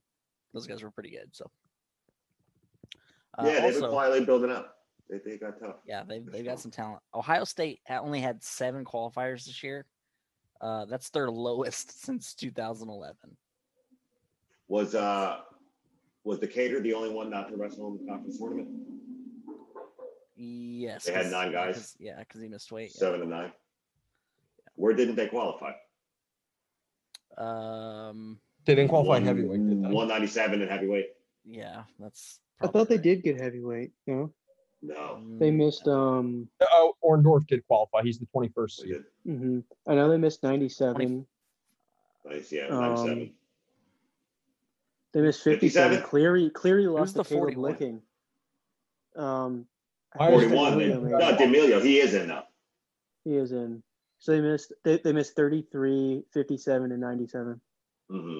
[SPEAKER 1] Those guys were pretty good. So, uh,
[SPEAKER 4] yeah, they've been
[SPEAKER 1] also,
[SPEAKER 4] quietly building up. They, they got tough.
[SPEAKER 1] yeah, they've,
[SPEAKER 4] for
[SPEAKER 1] they've
[SPEAKER 4] sure.
[SPEAKER 1] got some talent. Ohio State ha- only had seven qualifiers this year. Uh, that's their lowest since 2011.
[SPEAKER 4] Was uh was Decatur the only one not to wrestle in the conference tournament?
[SPEAKER 1] Yes,
[SPEAKER 4] They had
[SPEAKER 1] 'cause- yeah,
[SPEAKER 4] nine guys.
[SPEAKER 1] 'cause- Yeah, because he missed weight. yeah.
[SPEAKER 4] Seven and nine. Where didn't they qualify?
[SPEAKER 1] Um,
[SPEAKER 3] they didn't qualify
[SPEAKER 4] One-
[SPEAKER 3] in heavyweight, did they?
[SPEAKER 4] 197 in heavyweight.
[SPEAKER 1] yeah, that's.
[SPEAKER 2] I thought they
[SPEAKER 1] probably-
[SPEAKER 2] did get heavyweight. No,
[SPEAKER 4] No.
[SPEAKER 2] they
[SPEAKER 1] Mm,
[SPEAKER 2] missed. Um,
[SPEAKER 3] Oh, Orndorff did qualify. He's the 21st
[SPEAKER 4] they
[SPEAKER 3] seed.
[SPEAKER 4] did.
[SPEAKER 2] hmm I know they missed ninety-seven.
[SPEAKER 4] Nice, yeah,
[SPEAKER 2] Um,
[SPEAKER 4] 97.
[SPEAKER 2] They missed fifty-seven.
[SPEAKER 4] 57?
[SPEAKER 2] Cleary, Cleary lost
[SPEAKER 1] the
[SPEAKER 2] to Caleb
[SPEAKER 1] 41?
[SPEAKER 2] Licking. Um,
[SPEAKER 3] Why
[SPEAKER 2] think
[SPEAKER 3] was
[SPEAKER 2] it's
[SPEAKER 4] 41. They,
[SPEAKER 2] D'Amelio,
[SPEAKER 4] no,
[SPEAKER 2] man.
[SPEAKER 4] D'Amelio, he is in though.
[SPEAKER 2] He is in. So they missed. They, they missed 33, 57, and ninety-seven.
[SPEAKER 4] hmm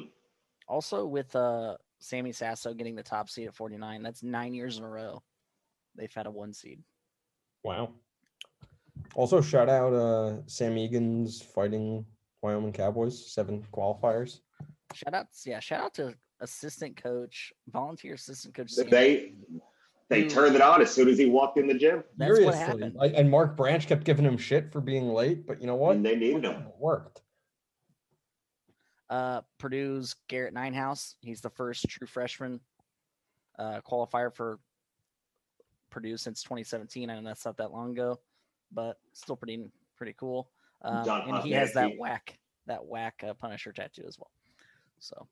[SPEAKER 1] Also, with uh, Sammy Sasso getting the top seed at 49, that's nine years in a row they've had a one seed.
[SPEAKER 3] Wow. Also, shout out uh, Sam Egan's fighting Wyoming Cowboys, seven qualifiers.
[SPEAKER 1] Shout out, yeah, shout out to assistant coach, volunteer assistant coach. Sammy
[SPEAKER 4] They
[SPEAKER 1] Egan. Hmm.
[SPEAKER 4] they turned it on as soon as he walked in the gym.
[SPEAKER 1] That's what
[SPEAKER 3] Furiously.
[SPEAKER 1] happened.
[SPEAKER 3] Like, and Mark Branch kept giving him shit for being late, but you know what?
[SPEAKER 4] And they needed him.
[SPEAKER 3] It worked.
[SPEAKER 1] Uh, Purdue's Garrett Ninehouse, he's the first true freshman uh, qualifier for Purdue since 2017. I know that's not that long ago, but still pretty pretty cool. Um,
[SPEAKER 4] John
[SPEAKER 1] and he has that
[SPEAKER 4] Posnanski.
[SPEAKER 1] whack that whack uh, Punisher tattoo as well. So,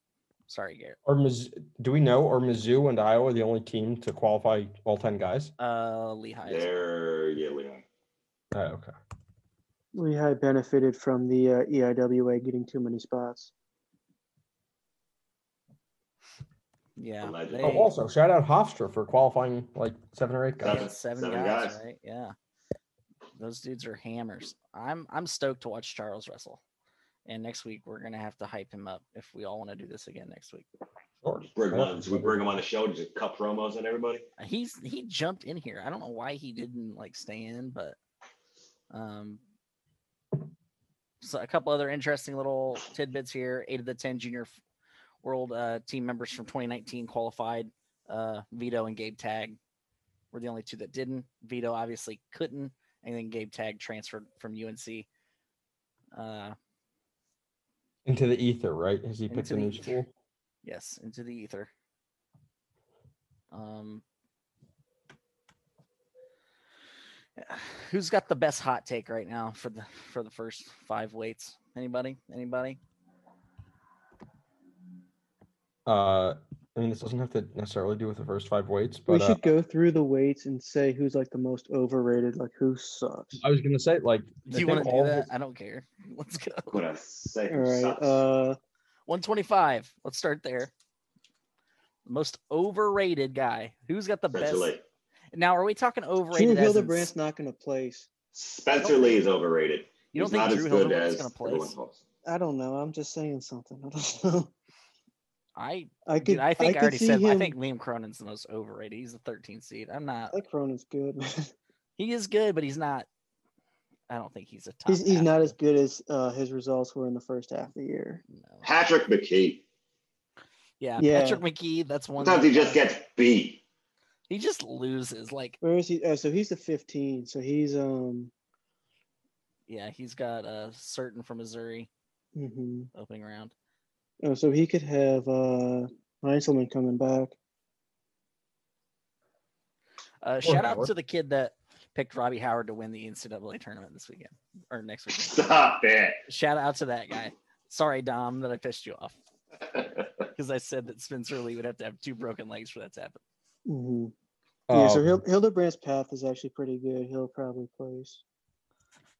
[SPEAKER 1] sorry, Garrett.
[SPEAKER 3] Or Miz- do we know? Are Mizzou and Iowa the only team to qualify all ten guys?
[SPEAKER 1] Uh, Lehigh. as well.
[SPEAKER 4] There, yeah, Leon.
[SPEAKER 3] Oh, okay.
[SPEAKER 2] Lehigh benefited from the uh, EIWA getting too many spots.
[SPEAKER 1] Yeah.
[SPEAKER 4] Alleged.
[SPEAKER 1] They,
[SPEAKER 3] Oh, also shout out Hofstra for qualifying like seven or eight
[SPEAKER 1] they had
[SPEAKER 3] guys.
[SPEAKER 4] Seven.
[SPEAKER 1] seven,
[SPEAKER 4] seven
[SPEAKER 1] guys,
[SPEAKER 4] guys.
[SPEAKER 1] right? Yeah. Those dudes are hammers. I'm I'm stoked to watch Charles wrestle. And next week we're gonna have to hype him up if we all want to do this again next week.
[SPEAKER 3] Sure.
[SPEAKER 4] Bring
[SPEAKER 3] Yeah.
[SPEAKER 4] one. Should we bring him on the show? Just cut promos on everybody.
[SPEAKER 1] Uh, He's he jumped in here. I don't know why he didn't like stay in, but um so a couple other interesting little tidbits here. Eight of the ten junior f- world uh team members from 2019 qualified. Uh Vito and Gabe Tag were the only two that didn't. Vito obviously couldn't, and then Gabe Tag transferred from UNC. Uh
[SPEAKER 3] Into the ether, right? Has he
[SPEAKER 1] Into
[SPEAKER 3] picked a
[SPEAKER 1] the
[SPEAKER 3] new
[SPEAKER 1] ether.
[SPEAKER 3] school?
[SPEAKER 1] yes, into the ether. Um Who's got the best hot take right now for the for the first five weights? Anybody? Anybody?
[SPEAKER 3] Uh, I mean, this doesn't have to necessarily do with the first five weights,
[SPEAKER 2] We
[SPEAKER 3] but uh,
[SPEAKER 2] should go through the weights and say who's like the most overrated, like who sucks.
[SPEAKER 3] I was gonna say like, I
[SPEAKER 1] Do you
[SPEAKER 3] think
[SPEAKER 1] want to do
[SPEAKER 3] all of
[SPEAKER 1] that?
[SPEAKER 3] his-
[SPEAKER 1] I don't care. Let's go.
[SPEAKER 4] I'm gonna say
[SPEAKER 2] All
[SPEAKER 4] who
[SPEAKER 2] right.
[SPEAKER 4] sucks.
[SPEAKER 2] Uh,
[SPEAKER 1] 125. Let's start there. Most overrated guy. Who's got the
[SPEAKER 4] Spencer
[SPEAKER 1] best?
[SPEAKER 4] Lee.
[SPEAKER 1] Now, are we talking
[SPEAKER 2] Drew
[SPEAKER 1] overrated? as in
[SPEAKER 2] Hildebrandt's
[SPEAKER 1] s-
[SPEAKER 2] not going to place.
[SPEAKER 4] Spencer Lee is overrated.
[SPEAKER 1] you don't
[SPEAKER 4] He's
[SPEAKER 1] think
[SPEAKER 4] not
[SPEAKER 1] Drew
[SPEAKER 4] as good
[SPEAKER 1] Hildebrandt's
[SPEAKER 4] as
[SPEAKER 1] going to
[SPEAKER 4] everyone
[SPEAKER 1] place?
[SPEAKER 4] hopes.
[SPEAKER 2] I don't know. I'm just saying something. I don't know.
[SPEAKER 1] I,
[SPEAKER 2] I could.
[SPEAKER 1] dude, I think I,
[SPEAKER 2] could
[SPEAKER 1] already
[SPEAKER 2] see
[SPEAKER 1] said. I
[SPEAKER 2] him-
[SPEAKER 1] think Liam Cronin's the most overrated. He's the 13 seed. I'm not.
[SPEAKER 2] I think Cronin's good.
[SPEAKER 1] He is good, but he's not. I don't think he's a top.
[SPEAKER 2] he's he's
[SPEAKER 1] half
[SPEAKER 2] not
[SPEAKER 1] of
[SPEAKER 2] as
[SPEAKER 1] the-
[SPEAKER 2] good as uh, his results were in the first half of the year.
[SPEAKER 1] no.
[SPEAKER 4] Patrick McKee.
[SPEAKER 1] Yeah,
[SPEAKER 2] Yeah.
[SPEAKER 1] Patrick McKee. That's one.
[SPEAKER 4] Sometimes he
[SPEAKER 1] that,
[SPEAKER 4] just
[SPEAKER 1] uh,
[SPEAKER 4] gets beat.
[SPEAKER 1] He just loses. Like,
[SPEAKER 2] Where is he? Oh, so he's the 15. So he's um.
[SPEAKER 1] yeah, he's got a certain from Missouri
[SPEAKER 2] hmm
[SPEAKER 1] opening round.
[SPEAKER 2] Oh, so he could have uh Heinzelman coming back.
[SPEAKER 1] Uh, shout out
[SPEAKER 3] Howard.
[SPEAKER 1] to the kid that picked Robbie Howard to win the NCAA tournament this weekend or next weekend.
[SPEAKER 4] Stop it.
[SPEAKER 1] shout out to that guy. Sorry, Dom, that I pissed you off because I said that Spencer Lee would have to have two broken legs for that to happen.
[SPEAKER 2] hmm Yeah, so
[SPEAKER 3] Um,
[SPEAKER 2] Hild- Hildebrand's path is actually pretty good. He'll probably place.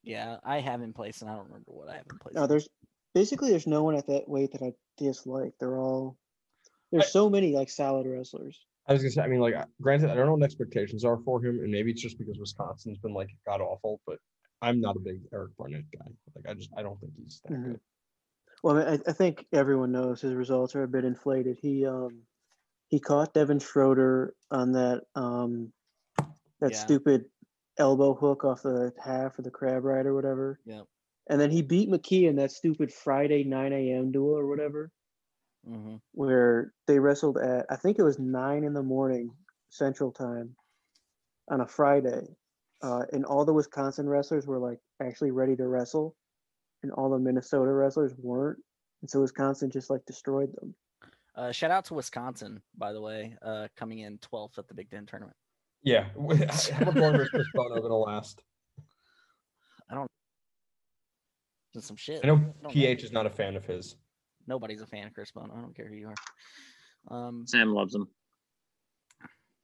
[SPEAKER 1] Yeah, I have in place, and I don't remember what I have in place.
[SPEAKER 2] No, there's basically there's no one at that weight that I dislike. They're all there's
[SPEAKER 3] I-
[SPEAKER 2] so many like solid wrestlers.
[SPEAKER 3] I was gonna say, I mean, like, I- granted, I don't know what expectations are for him, and maybe it's just because Wisconsin's been like god awful, but I'm not a big Eric Barnett guy. Like, I just I don't think he's that
[SPEAKER 2] Mhm.
[SPEAKER 3] good.
[SPEAKER 2] Well, I, I think everyone knows his results are a bit inflated. He um he caught Devin Schroeder on that um that
[SPEAKER 1] Yeah.
[SPEAKER 2] stupid elbow hook off the half or the crab ride or whatever.
[SPEAKER 1] Yep.
[SPEAKER 2] And then he beat McKee in that stupid Friday 9 a.m. duel or whatever,
[SPEAKER 1] hmm
[SPEAKER 2] where they wrestled at I think it was nine in the morning Central Time on a Friday, uh, and all the Wisconsin wrestlers were like actually ready to wrestle, and all the Minnesota wrestlers weren't, and so Wisconsin just like destroyed them.
[SPEAKER 1] Uh, shout out to Wisconsin, by the way, uh, coming in 12th at the Big Ten tournament.
[SPEAKER 3] Yeah. How much longer is Chris Bono gonna last?
[SPEAKER 1] Just some shit.
[SPEAKER 3] I know
[SPEAKER 1] Don't
[SPEAKER 3] PH is not a fan of his.
[SPEAKER 1] Nobody's a fan of Chris Bono. I don't care who you are. Um,
[SPEAKER 5] Sam loves him.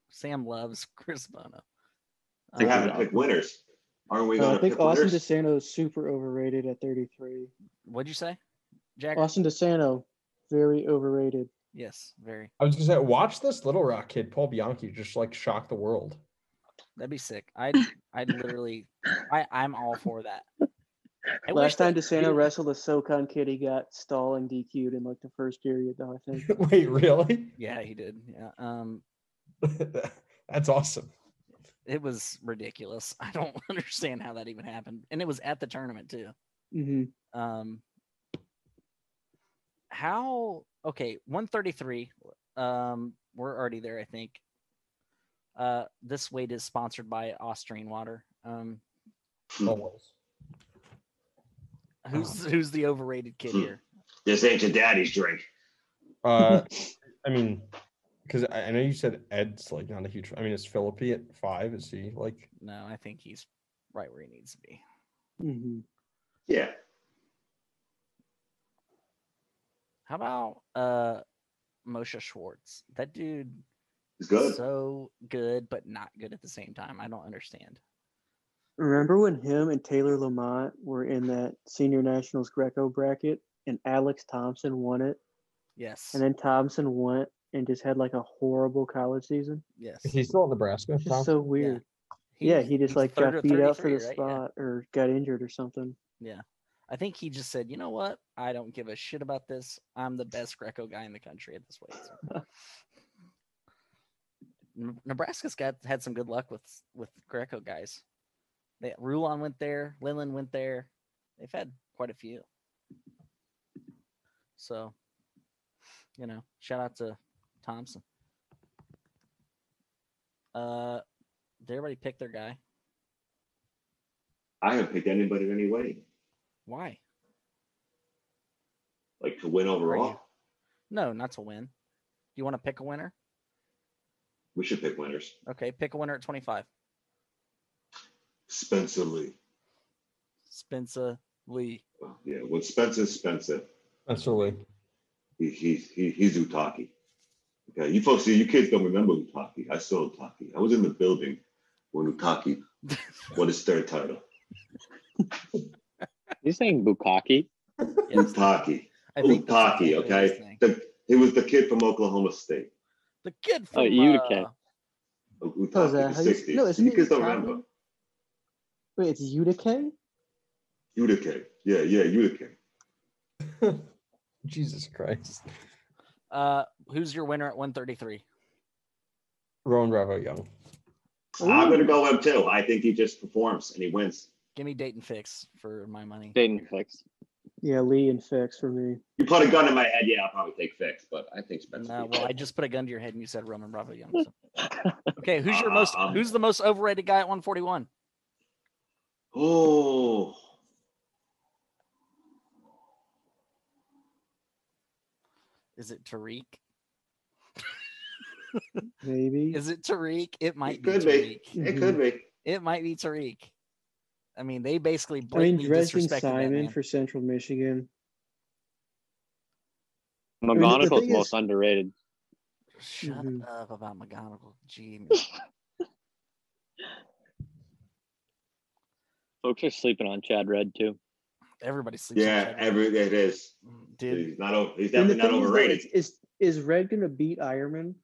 [SPEAKER 1] Sam loves Chris Bono.
[SPEAKER 4] They haven't
[SPEAKER 1] Um,
[SPEAKER 4] picked winners. Aren't we
[SPEAKER 2] Uh,
[SPEAKER 4] going
[SPEAKER 2] I
[SPEAKER 4] to pick
[SPEAKER 2] think Austin
[SPEAKER 4] winners?
[SPEAKER 2] DeSanto is super overrated at 33.
[SPEAKER 1] what'd you say, Jack?
[SPEAKER 2] Austin DeSanto, very overrated.
[SPEAKER 1] Yes, very.
[SPEAKER 3] I was gonna say, watch this Little Rock kid, Paul Bianchi, just like shock the world.
[SPEAKER 1] That'd be sick. I I literally, I I'm all for that. I wish
[SPEAKER 2] Last time
[SPEAKER 1] that
[SPEAKER 2] DeSanto
[SPEAKER 1] you-
[SPEAKER 2] wrestled a SoCon kid, he got stalling DQ'd in like the first period, though, I think.
[SPEAKER 3] Wait, really?
[SPEAKER 1] Yeah, he did. Yeah. Um,
[SPEAKER 3] That's awesome.
[SPEAKER 1] it was ridiculous. I don't understand how that even happened, and it was at the tournament too.
[SPEAKER 2] hmm
[SPEAKER 1] Um, how okay, 133. Um, we're already there, I think. Uh, this weight is sponsored by Austrian Water. Um,
[SPEAKER 3] Always.
[SPEAKER 1] who's
[SPEAKER 2] Uh-huh.
[SPEAKER 1] who's the overrated kid here?
[SPEAKER 4] This ain't your daddy's drink.
[SPEAKER 3] Uh, I mean, because I, I know you said Ed's like not a huge. I mean, is Philippi at five? Is he like?
[SPEAKER 1] No, I think he's right where he needs to be. Mm-hmm.
[SPEAKER 2] hmm
[SPEAKER 4] Yeah.
[SPEAKER 1] How about uh Moshe Schwartz? That dude
[SPEAKER 4] It's good.
[SPEAKER 1] so good but not good at the same time. I don't understand.
[SPEAKER 2] Remember when him and Taylor Lamont were in that senior nationals Greco bracket and Alex Thompson won it?
[SPEAKER 1] Yes.
[SPEAKER 2] And then Thompson went and just had like a horrible college season.
[SPEAKER 1] yes.
[SPEAKER 3] Is he still in Nebraska?
[SPEAKER 2] It's
[SPEAKER 3] Tom?
[SPEAKER 2] just so weird. yeah, he
[SPEAKER 1] was
[SPEAKER 2] just like
[SPEAKER 1] third
[SPEAKER 2] got
[SPEAKER 1] or
[SPEAKER 2] beat out for
[SPEAKER 1] 33,
[SPEAKER 2] the
[SPEAKER 1] right? Yeah.
[SPEAKER 2] spot or got injured or something.
[SPEAKER 1] I think he just said, you know what? I don't give a shit about this. I'm the best Greco guy in the country at this weight. So- N- Nebraska's got had some good luck with with Greco guys. They Rulon went there, Lillen went there. They've had quite a few. So, you know, shout out to Thompson. Uh, did everybody pick their guy?
[SPEAKER 4] I haven't picked anybody in any way.
[SPEAKER 1] Why?
[SPEAKER 4] Like to win overall,
[SPEAKER 1] No, not to win. Do you want to pick a winner?
[SPEAKER 4] we should pick winners.
[SPEAKER 1] Okay, pick a winner at 25.
[SPEAKER 4] Spencer Lee.
[SPEAKER 1] Spencer Lee.
[SPEAKER 4] Yeah, when Spencer's Spencer,
[SPEAKER 3] That's really.
[SPEAKER 4] he, he's he, he's Utaki. Okay, you folks, you kids don't remember Utaki. I saw Utaki. I was in the building when Utaki won his third title.
[SPEAKER 5] You saying Bukaki?
[SPEAKER 1] Yes,
[SPEAKER 4] Utaki.
[SPEAKER 1] I think that's
[SPEAKER 4] Utaki,
[SPEAKER 1] exactly what he's
[SPEAKER 4] okay?
[SPEAKER 1] saying.
[SPEAKER 4] The, he was the kid from Oklahoma State.
[SPEAKER 1] The kid from
[SPEAKER 5] Oh, you kid.
[SPEAKER 1] uh,
[SPEAKER 4] Utaki,
[SPEAKER 2] Oh, is that how
[SPEAKER 4] the
[SPEAKER 2] you-
[SPEAKER 4] 60s.
[SPEAKER 2] no, isn't
[SPEAKER 4] you
[SPEAKER 2] it
[SPEAKER 4] kids don't
[SPEAKER 2] Utaki?
[SPEAKER 4] remember.
[SPEAKER 2] Wait, it's Utica?
[SPEAKER 4] Utaki. Yeah, yeah, Utaki.
[SPEAKER 3] Jesus Christ.
[SPEAKER 1] uh, who's your winner at 133?
[SPEAKER 3] Rowan Bravo Young.
[SPEAKER 4] I'm going to go him too. I think he just performs and he wins.
[SPEAKER 1] Give me Dayton Fix for my money.
[SPEAKER 5] Dayton Fix.
[SPEAKER 2] Yeah, Lee and Fix for me.
[SPEAKER 4] You put a gun in my head, yeah, I'll probably take fix, but I think Spencer.
[SPEAKER 1] No,
[SPEAKER 4] Lee-
[SPEAKER 1] well, I just put a gun to your head and you said Roman Bravo Young. so. Okay, who's your most
[SPEAKER 4] Um,
[SPEAKER 1] who's the most overrated guy at 141?
[SPEAKER 4] Oh.
[SPEAKER 1] Is it Tariq?
[SPEAKER 2] Maybe.
[SPEAKER 1] Is it Tariq? It might be
[SPEAKER 4] could be.
[SPEAKER 1] Tariq.
[SPEAKER 4] It
[SPEAKER 2] Mm-hmm.
[SPEAKER 4] could be.
[SPEAKER 1] It might be Tariq. I mean, they basically
[SPEAKER 2] I mean,
[SPEAKER 1] blatantly
[SPEAKER 2] Dresden
[SPEAKER 1] disrespected that
[SPEAKER 2] Simon
[SPEAKER 1] man.
[SPEAKER 2] for Central Michigan. mean, the- the
[SPEAKER 5] McGonagall's
[SPEAKER 2] thing
[SPEAKER 5] most
[SPEAKER 2] is-
[SPEAKER 5] underrated.
[SPEAKER 1] Shut
[SPEAKER 2] Mhm.
[SPEAKER 1] up about McGonagall. Gee,
[SPEAKER 5] Folks are sleeping on Chad Red too.
[SPEAKER 1] Everybody sleeps. on
[SPEAKER 4] Yeah,
[SPEAKER 1] Chad Red.
[SPEAKER 4] every it is.
[SPEAKER 1] Mm, dude,
[SPEAKER 4] He's not over. He's
[SPEAKER 2] And the
[SPEAKER 4] definitely not
[SPEAKER 2] thing is, though,
[SPEAKER 4] overrated.
[SPEAKER 2] it's- Is, is Red gonna beat Ironman?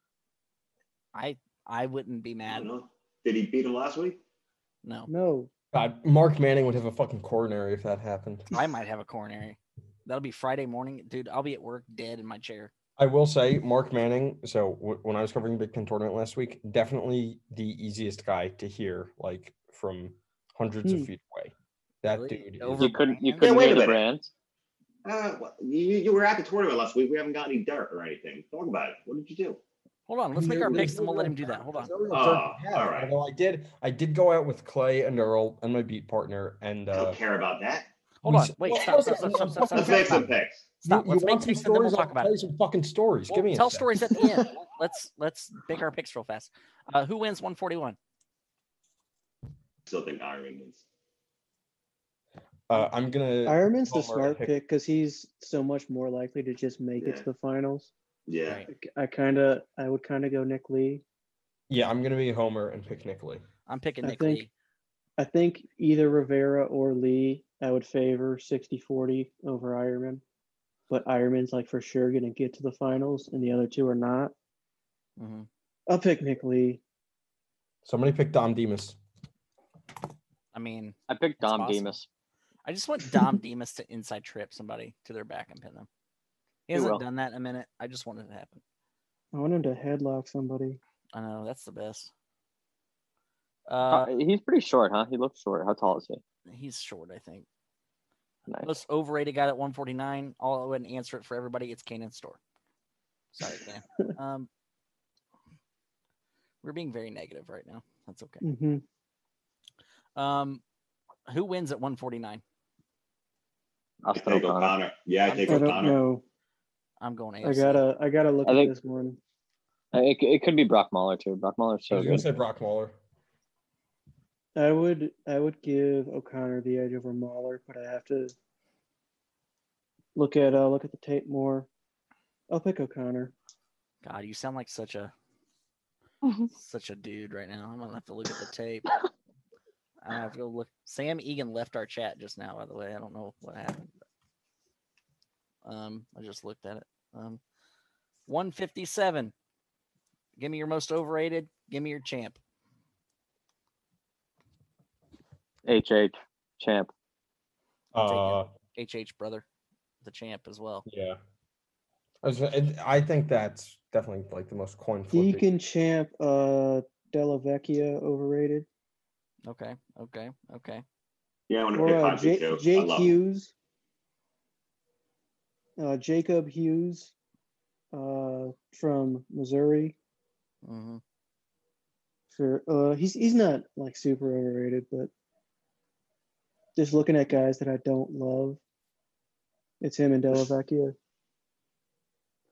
[SPEAKER 1] I I wouldn't be
[SPEAKER 4] I don't
[SPEAKER 1] mad.
[SPEAKER 4] know. Did he beat him last week?
[SPEAKER 1] No,
[SPEAKER 2] No.
[SPEAKER 3] God, Uh, Mark Manning would have a fucking coronary if that happened.
[SPEAKER 1] I might have a coronary. That'll be Friday morning, dude. I'll be at work dead in my chair.
[SPEAKER 3] I will say, Mark Manning. So w- when I was covering Big Ten tournament last week, definitely the easiest guy to hear, like from hundreds
[SPEAKER 2] Hmm.
[SPEAKER 3] of feet away. That
[SPEAKER 1] Really?
[SPEAKER 3] dude. is-
[SPEAKER 1] Over-
[SPEAKER 5] You couldn't you
[SPEAKER 1] Yeah,
[SPEAKER 5] couldn't
[SPEAKER 4] wait
[SPEAKER 5] hear
[SPEAKER 4] a
[SPEAKER 5] the
[SPEAKER 4] minute.
[SPEAKER 5] brands.
[SPEAKER 4] Uh, well, you, you were at the tournament last week. We haven't got any dirt or anything. Talk about it. What did you do?
[SPEAKER 1] Hold on, let's make our
[SPEAKER 3] There's
[SPEAKER 1] picks
[SPEAKER 3] no
[SPEAKER 1] and we'll let
[SPEAKER 3] real
[SPEAKER 1] him do that. Hold on.
[SPEAKER 3] there's no real
[SPEAKER 4] Oh,
[SPEAKER 3] dirt to have,
[SPEAKER 4] all right.
[SPEAKER 3] Although I did, I did go out with Clay and Earl and my beat partner, and
[SPEAKER 4] I
[SPEAKER 3] uh,
[SPEAKER 4] don't care about that.
[SPEAKER 1] Hold
[SPEAKER 3] we
[SPEAKER 1] on.
[SPEAKER 3] s-
[SPEAKER 1] Wait,
[SPEAKER 3] Well,
[SPEAKER 1] stop,
[SPEAKER 3] listen,
[SPEAKER 1] stop, stop, stop, stop,
[SPEAKER 4] Let's
[SPEAKER 1] stop,
[SPEAKER 4] make some
[SPEAKER 1] stop.
[SPEAKER 4] picks.
[SPEAKER 1] Stop.
[SPEAKER 3] you
[SPEAKER 1] Let's
[SPEAKER 3] want
[SPEAKER 1] make
[SPEAKER 3] some
[SPEAKER 1] picks and then we'll
[SPEAKER 3] stories?
[SPEAKER 1] talk
[SPEAKER 3] I'll
[SPEAKER 1] about
[SPEAKER 3] tell
[SPEAKER 1] it.
[SPEAKER 3] you some fucking stories.
[SPEAKER 1] Well,
[SPEAKER 3] Give me a
[SPEAKER 1] tell
[SPEAKER 3] sec.
[SPEAKER 1] stories at the end. Let's let's make our picks real fast. Uh, who wins 141?
[SPEAKER 4] Still think Iron wins.
[SPEAKER 3] Uh, I'm gonna.
[SPEAKER 2] Ironman's the
[SPEAKER 3] Homer
[SPEAKER 2] smart
[SPEAKER 3] pick-
[SPEAKER 2] pick because he's so much more likely to just make it
[SPEAKER 4] Yeah.
[SPEAKER 2] to the finals.
[SPEAKER 4] Yeah.
[SPEAKER 1] Right.
[SPEAKER 2] I kind of, I would kind of go Nick Lee.
[SPEAKER 3] Yeah, I'm gonna be a Homer and pick Nick Lee.
[SPEAKER 1] I'm picking
[SPEAKER 2] I
[SPEAKER 1] Nick
[SPEAKER 2] think-
[SPEAKER 1] Lee.
[SPEAKER 2] I think either Rivera or Lee, I would favor 60 40 over Ironman. But Ironman's like for sure going to get to the finals, and the other two are not.
[SPEAKER 1] Mhm.
[SPEAKER 2] I'll pick Nick Lee.
[SPEAKER 3] Somebody pick Dom Demas.
[SPEAKER 1] I mean,
[SPEAKER 5] I picked
[SPEAKER 1] That's
[SPEAKER 5] Dom
[SPEAKER 1] awesome.
[SPEAKER 5] Demas.
[SPEAKER 1] I just want Dom Demas to inside trip somebody to their back and pin them. He
[SPEAKER 5] He
[SPEAKER 1] hasn't
[SPEAKER 5] will.
[SPEAKER 1] done that in a minute. I just want it to happen.
[SPEAKER 2] I want him to headlock somebody.
[SPEAKER 1] I know that's the best.
[SPEAKER 5] Uh,
[SPEAKER 1] Uh,
[SPEAKER 5] he's pretty short, huh? He looks short. How tall is he?
[SPEAKER 1] he's short, I think.
[SPEAKER 5] Nice.
[SPEAKER 1] Most overrated guy at 149. I'll go ahead and answer it for everybody. It's Kanan Store. Sorry, man. um, we're being very negative right now. That's okay.
[SPEAKER 2] hmm
[SPEAKER 1] Um, who wins at 149?
[SPEAKER 4] I
[SPEAKER 5] Austin
[SPEAKER 4] think
[SPEAKER 5] O'Connor.
[SPEAKER 4] O'Connor. Yeah, I think
[SPEAKER 2] I don't
[SPEAKER 4] O'Connor.
[SPEAKER 2] know.
[SPEAKER 1] I'm going
[SPEAKER 2] I
[SPEAKER 1] AFC.
[SPEAKER 2] gotta, I gotta look
[SPEAKER 5] I
[SPEAKER 2] at
[SPEAKER 5] think-
[SPEAKER 2] this one.
[SPEAKER 5] Uh, It, it could be Brock Mahler too. Brock
[SPEAKER 3] I
[SPEAKER 5] Mahler's so
[SPEAKER 3] was gonna
[SPEAKER 5] good.
[SPEAKER 3] say Brock Muller.
[SPEAKER 2] I would, I would give O'Connor the edge over Mahler, but I have to look at, uh, look at the tape more. I'll pick O'Connor.
[SPEAKER 1] God, you sound like such a such a dude right now. I'm gonna have to look at the tape. I have to go look. Sam Egan left our chat just now, by the way. I don't know what happened. Um, I just looked at it. Um, 157. Give me your most overrated. Give me your champ.
[SPEAKER 5] HH champ.
[SPEAKER 1] I'll take him.
[SPEAKER 3] Uh,
[SPEAKER 1] HH brother, the champ as well.
[SPEAKER 3] yeah. I, was, and I think that's definitely like the most coin flippy.
[SPEAKER 2] Deacon Champ, uh, Della Vecchia overrated.
[SPEAKER 1] Okay, okay, okay.
[SPEAKER 4] Yeah, I want to
[SPEAKER 2] Or
[SPEAKER 4] pick
[SPEAKER 2] uh,
[SPEAKER 4] Hodgson
[SPEAKER 2] Ja-
[SPEAKER 4] too. I
[SPEAKER 2] Jake
[SPEAKER 4] love him.
[SPEAKER 2] Hughes. Uh, Jacob Hughes uh, from Missouri.
[SPEAKER 1] hmm
[SPEAKER 2] For uh, he's he's not like super overrated, but just looking at guys that I don't love, it's him and Delavecchia.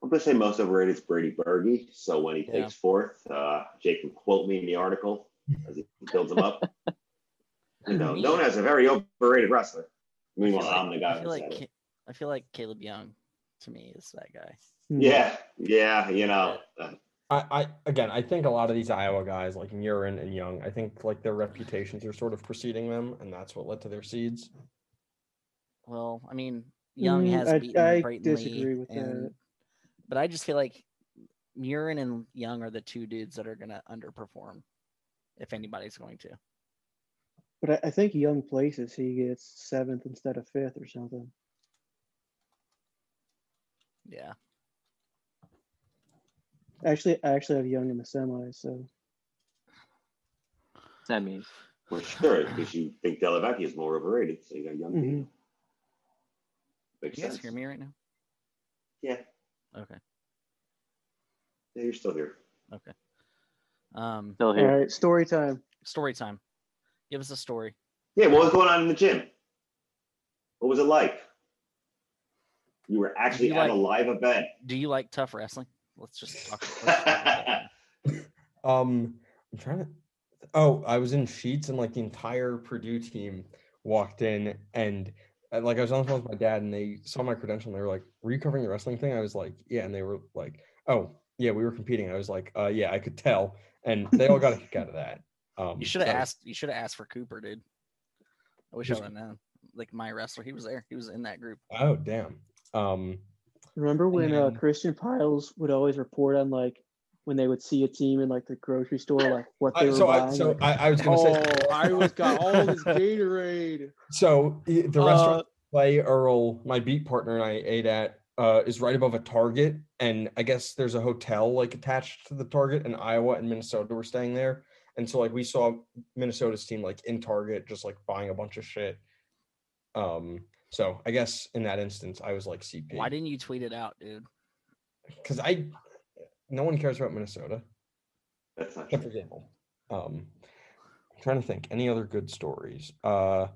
[SPEAKER 4] I'm going to say most overrated is Brady Berge. So when he
[SPEAKER 1] Yeah.
[SPEAKER 4] takes fourth, uh, Jake can quote me in the article as he builds him up. you know,
[SPEAKER 1] Me-
[SPEAKER 4] known as a very overrated wrestler.
[SPEAKER 1] I feel
[SPEAKER 4] Meanwhile, I'm the
[SPEAKER 1] like,
[SPEAKER 4] guy.
[SPEAKER 1] I
[SPEAKER 4] who
[SPEAKER 1] feel
[SPEAKER 4] said
[SPEAKER 1] like,
[SPEAKER 4] it.
[SPEAKER 1] Ca- I feel like Caleb Young to me is that guy.
[SPEAKER 4] yeah, yeah, you know, uh,
[SPEAKER 3] I, I again, I think a lot of these Iowa guys, like Murin and Young, I think like their reputations are sort of preceding them, and that's what led to their seeds.
[SPEAKER 1] Well, I mean, Young
[SPEAKER 2] Mm,
[SPEAKER 1] has
[SPEAKER 2] I-
[SPEAKER 1] beaten
[SPEAKER 2] I
[SPEAKER 1] Brayton Lee,
[SPEAKER 2] disagree with that.
[SPEAKER 1] and, but I just feel like Murin and Young are the two dudes that are gonna underperform, if anybody's going to.
[SPEAKER 2] But I, I think Young places he gets seventh instead of fifth or something.
[SPEAKER 1] Yeah.
[SPEAKER 2] Actually, I actually have Young in the semis, so
[SPEAKER 5] That means
[SPEAKER 4] we're sure because you think Delavecchia is more overrated. So you got young
[SPEAKER 2] Mhm.
[SPEAKER 4] people. Makes
[SPEAKER 1] You guys
[SPEAKER 4] sense.
[SPEAKER 1] hear me right now?
[SPEAKER 4] Yeah,
[SPEAKER 1] Okay.
[SPEAKER 4] yeah, you're still here.
[SPEAKER 1] Um,
[SPEAKER 5] still
[SPEAKER 2] all
[SPEAKER 5] here.
[SPEAKER 2] right, story time.
[SPEAKER 1] story time. Give us a story.
[SPEAKER 4] Yeah, what was going on in the gym? What was it like? You were actually
[SPEAKER 1] You
[SPEAKER 4] at
[SPEAKER 1] like-
[SPEAKER 4] a live event.
[SPEAKER 1] Do you like tough wrestling? Let's just talk. let's talk about that.
[SPEAKER 3] Um, I'm trying to. Oh, I was in sheets, and like the entire Purdue team walked in, and uh, like I was on the phone with my dad, and they saw my credential, and they were like, "Were you covering the wrestling thing?" I was like, "Yeah," and they were like, "Oh, yeah, we were competing." I was like, "Uh, yeah, I could tell," and they all got a kick out of that. Um,
[SPEAKER 1] You should have
[SPEAKER 3] that was-
[SPEAKER 1] asked. You should have asked for Cooper, dude. I wish I
[SPEAKER 3] Who's-
[SPEAKER 1] would have known. Like my wrestler, he was there. He was in that group.
[SPEAKER 3] Oh damn. Um,
[SPEAKER 2] Remember when uh,
[SPEAKER 3] And-
[SPEAKER 2] Christian Piles would always report on like when they would see a team in like the grocery store, like what they
[SPEAKER 3] I,
[SPEAKER 2] were
[SPEAKER 3] so
[SPEAKER 2] buying.
[SPEAKER 3] I, so
[SPEAKER 2] like,
[SPEAKER 3] I, I was gonna
[SPEAKER 2] oh,
[SPEAKER 3] say
[SPEAKER 2] I was got all this Gatorade.
[SPEAKER 3] so i- the
[SPEAKER 2] Uh,
[SPEAKER 3] restaurant Clay Earl, my beat partner, and I ate at uh, is right above a Target, and I guess there's a hotel like attached to the Target, and Iowa and Minnesota were staying there, and so like we saw Minnesota's team like in Target just like buying a bunch of shit. Um, so I guess in that instance, I was like CP.
[SPEAKER 1] Why didn't you tweet it out, dude?
[SPEAKER 3] Because I, no one cares about Minnesota
[SPEAKER 4] That's not
[SPEAKER 3] except
[SPEAKER 4] true.
[SPEAKER 3] for Gable. Um, I'm trying to think any other good stories. Uh,